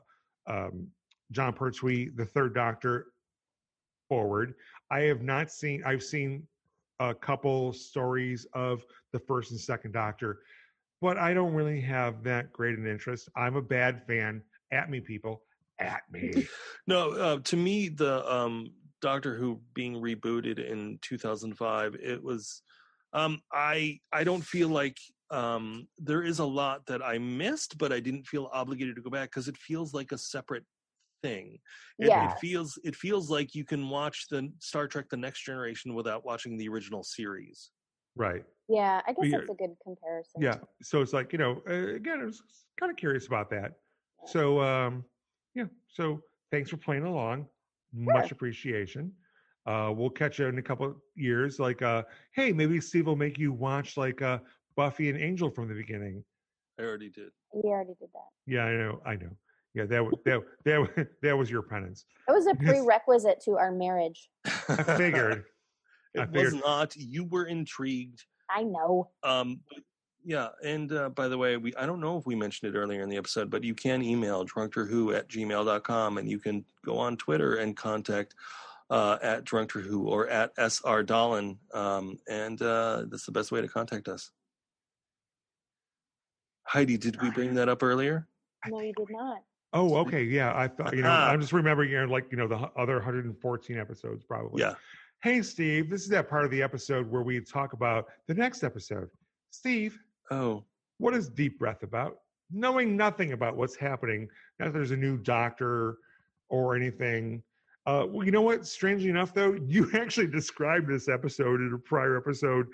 Speaker 1: um, John Pertwee, the Third Doctor, forward. I have not seen. I've seen a couple stories of the First and Second Doctor, but I don't really have that great an interest. I'm a bad fan. At me, people. At
Speaker 2: [LAUGHS]
Speaker 1: me.
Speaker 2: no uh, to me the um doctor who being rebooted in 2005 it was um i i don't feel like um there is a lot that i missed but i didn't feel obligated to go back because it feels like a separate thing it,
Speaker 3: Yeah.
Speaker 2: it feels it feels like you can watch the Star Trek: The Next Generation without watching the original series.
Speaker 1: right.
Speaker 3: Yeah, I guess
Speaker 1: Weird.
Speaker 3: that's a good comparison.
Speaker 1: yeah so it's like you know uh, again i was kind of curious about that
Speaker 3: Yeah.
Speaker 1: so um yeah so thanks for playing along much appreciation uh we'll catch you in a couple of years like uh hey maybe steve will make you watch like uh buffy and angel from the beginning
Speaker 2: I already did.
Speaker 3: We already did that.
Speaker 1: yeah i know i know yeah that was that, that, wa- [LAUGHS] that was your penance
Speaker 3: It was a
Speaker 1: Yes.
Speaker 3: prerequisite to our marriage.
Speaker 1: i figured
Speaker 2: [LAUGHS] it
Speaker 1: I
Speaker 2: was
Speaker 1: figured.
Speaker 2: not. You were intrigued.
Speaker 3: I know.
Speaker 2: Um, but yeah, and uh, by the way, we I don't know if we mentioned it earlier in the episode, but you can email drunkterwho at gmail.com and you can go on Twitter and contact uh, at drunkterwho or at sr Dolan, um, and uh, that's the best way to contact us. Heidi, did we bring that up earlier?
Speaker 1: I
Speaker 3: No, you did not. [GASPS]
Speaker 1: oh okay yeah i thought you know i'm just remembering you know, like you know the hu- other 114 episodes probably
Speaker 2: Yeah.
Speaker 1: Hey, Steve, this is that part of the episode where we talk about the next episode. Steve,
Speaker 2: Oh.
Speaker 1: what is deep breath about? Knowing nothing about what's happening, now that there's a new doctor or anything. Uh, well, you know what? Strangely enough, though, [LAUGHS] you actually described this episode in a prior episode,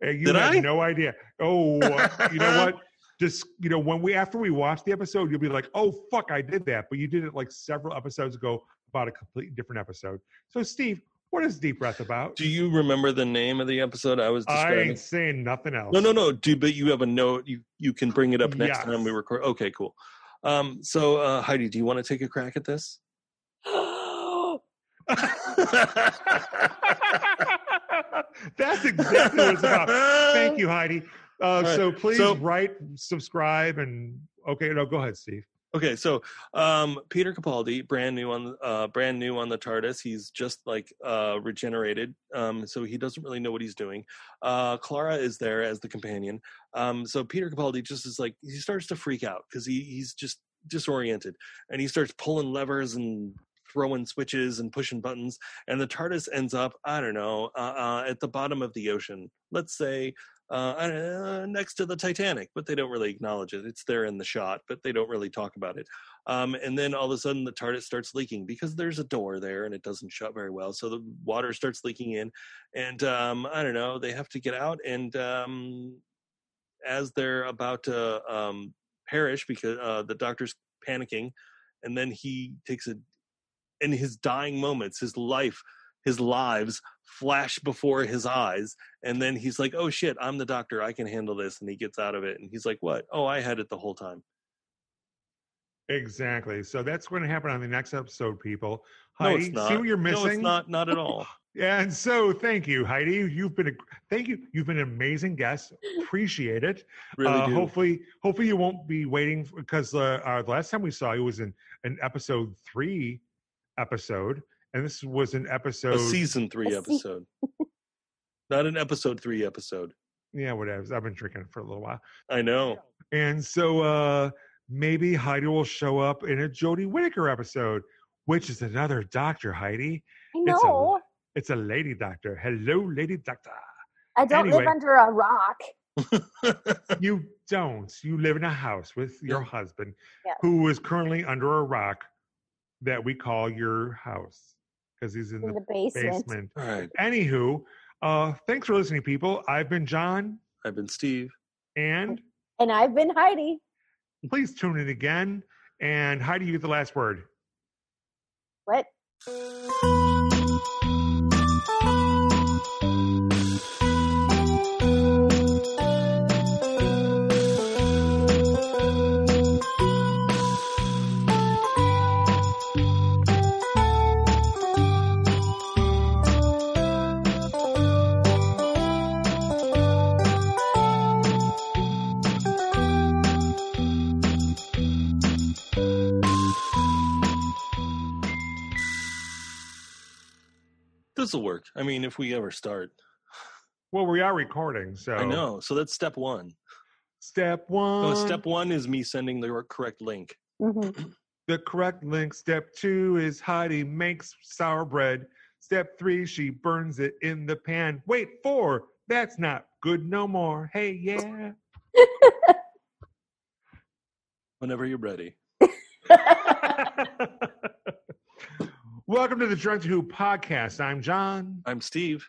Speaker 1: and you
Speaker 2: Did
Speaker 1: had
Speaker 2: I?
Speaker 1: no idea. Oh, uh, you know what?
Speaker 2: [LAUGHS]
Speaker 1: Just you know, when we after we watch the episode, you'll be like, "Oh fuck, I did that," but you did it like several episodes ago about a completely different episode. So, Steve, what is deep breath about?
Speaker 2: Do you remember the name of the episode I was
Speaker 1: I
Speaker 2: describing?
Speaker 1: ain't saying nothing else.
Speaker 2: no, no, no. Do but you have a note. You you can bring it up next
Speaker 1: Yes.
Speaker 2: time we record. Okay, cool. Um, so uh, Heidi, do you want to take a crack at this?
Speaker 1: [LAUGHS] That's exactly what it's about. Thank you, Heidi. Uh,
Speaker 2: right,
Speaker 1: So please
Speaker 2: so-
Speaker 1: write, subscribe, and okay, no, go ahead, Steve.
Speaker 2: Okay, so um, Peter Capaldi, brand new on uh, brand new on the TARDIS, he's just like uh, regenerated, um, so he doesn't really know what he's doing. Uh, Clara is there as the companion, um, so Peter Capaldi just is like he starts to freak out because he he's just disoriented, and he starts pulling levers and throwing switches and pushing buttons, and the TARDIS ends up I don't know uh, uh, at the bottom of the ocean, let's say uh, I don't know, next to the Titanic, but they don't really acknowledge it. It's there in the shot, but they don't really talk about it. Um, and then all of a sudden, the TARDIS starts leaking because there's a door there and it doesn't shut very well. So the water starts leaking in. And um, I don't know, they have to get out. And um, as they're about to um, perish, because uh, the doctor's panicking, and then he takes a, in his dying moments, his life, his lives flash before his eyes and then he's like, "Oh shit, I'm the doctor. I can handle this." And he gets out of it, and he's like, "What? Oh, I had it the whole time."
Speaker 1: Exactly. So that's going to happen on the next episode, people.
Speaker 2: No,
Speaker 1: Heidi,
Speaker 2: it's not.
Speaker 1: see what you're missing.
Speaker 2: No, it's not. Not
Speaker 1: [LAUGHS]
Speaker 2: at all.
Speaker 1: And so, thank you, Heidi. You've been a thank you. You've been an amazing guest. Appreciate it.
Speaker 2: Really
Speaker 1: uh,
Speaker 2: do.
Speaker 1: Hopefully, hopefully you won't be waiting because uh, uh, the last time we saw you was in, in episode three, episode, and this was an episode.
Speaker 2: a season three
Speaker 3: A se-
Speaker 2: episode, not an episode three episode.
Speaker 1: yeah, whatever. I've been drinking for a little while,
Speaker 2: I
Speaker 3: [LAUGHS]
Speaker 2: know. [LAUGHS]
Speaker 1: and so uh maybe Heidi will show up in a Jodie Whittaker episode, which is another doctor. Heidi,
Speaker 3: I
Speaker 1: It's a-
Speaker 3: know.
Speaker 1: it's a lady doctor. Hello, lady doctor.
Speaker 3: I don't live
Speaker 1: anyway.
Speaker 3: under a rock.
Speaker 1: You don't. You live in a house with your
Speaker 2: Yeah.
Speaker 1: husband,
Speaker 3: Yeah.
Speaker 1: who is currently under a rock that we call your house because he's in
Speaker 3: in
Speaker 1: the
Speaker 3: the basement.
Speaker 1: basement.
Speaker 2: All right.
Speaker 1: Anywho, uh, thanks for listening, people. I've been John,
Speaker 2: I've been Steve.
Speaker 1: [LAUGHS] and
Speaker 3: And I've been Heidi.
Speaker 1: please tune in again. And Heidi, you get the last word.
Speaker 3: What?
Speaker 2: This will work. I mean, if we ever start,
Speaker 1: Well, we are recording, so
Speaker 2: I know. So that's step one.
Speaker 1: step one.
Speaker 2: So
Speaker 3: Um
Speaker 2: step one is me sending the correct link.
Speaker 3: hmm [LAUGHS]
Speaker 1: The correct link. Step two is Heidi makes sour bread. Step three, she burns it in the pan. Wait, four, that's not good no more. Hey, yeah. [LAUGHS]
Speaker 2: Whenever you're ready.
Speaker 1: Welcome to the Drunk to Who podcast. I'm John.
Speaker 2: I'm Steve.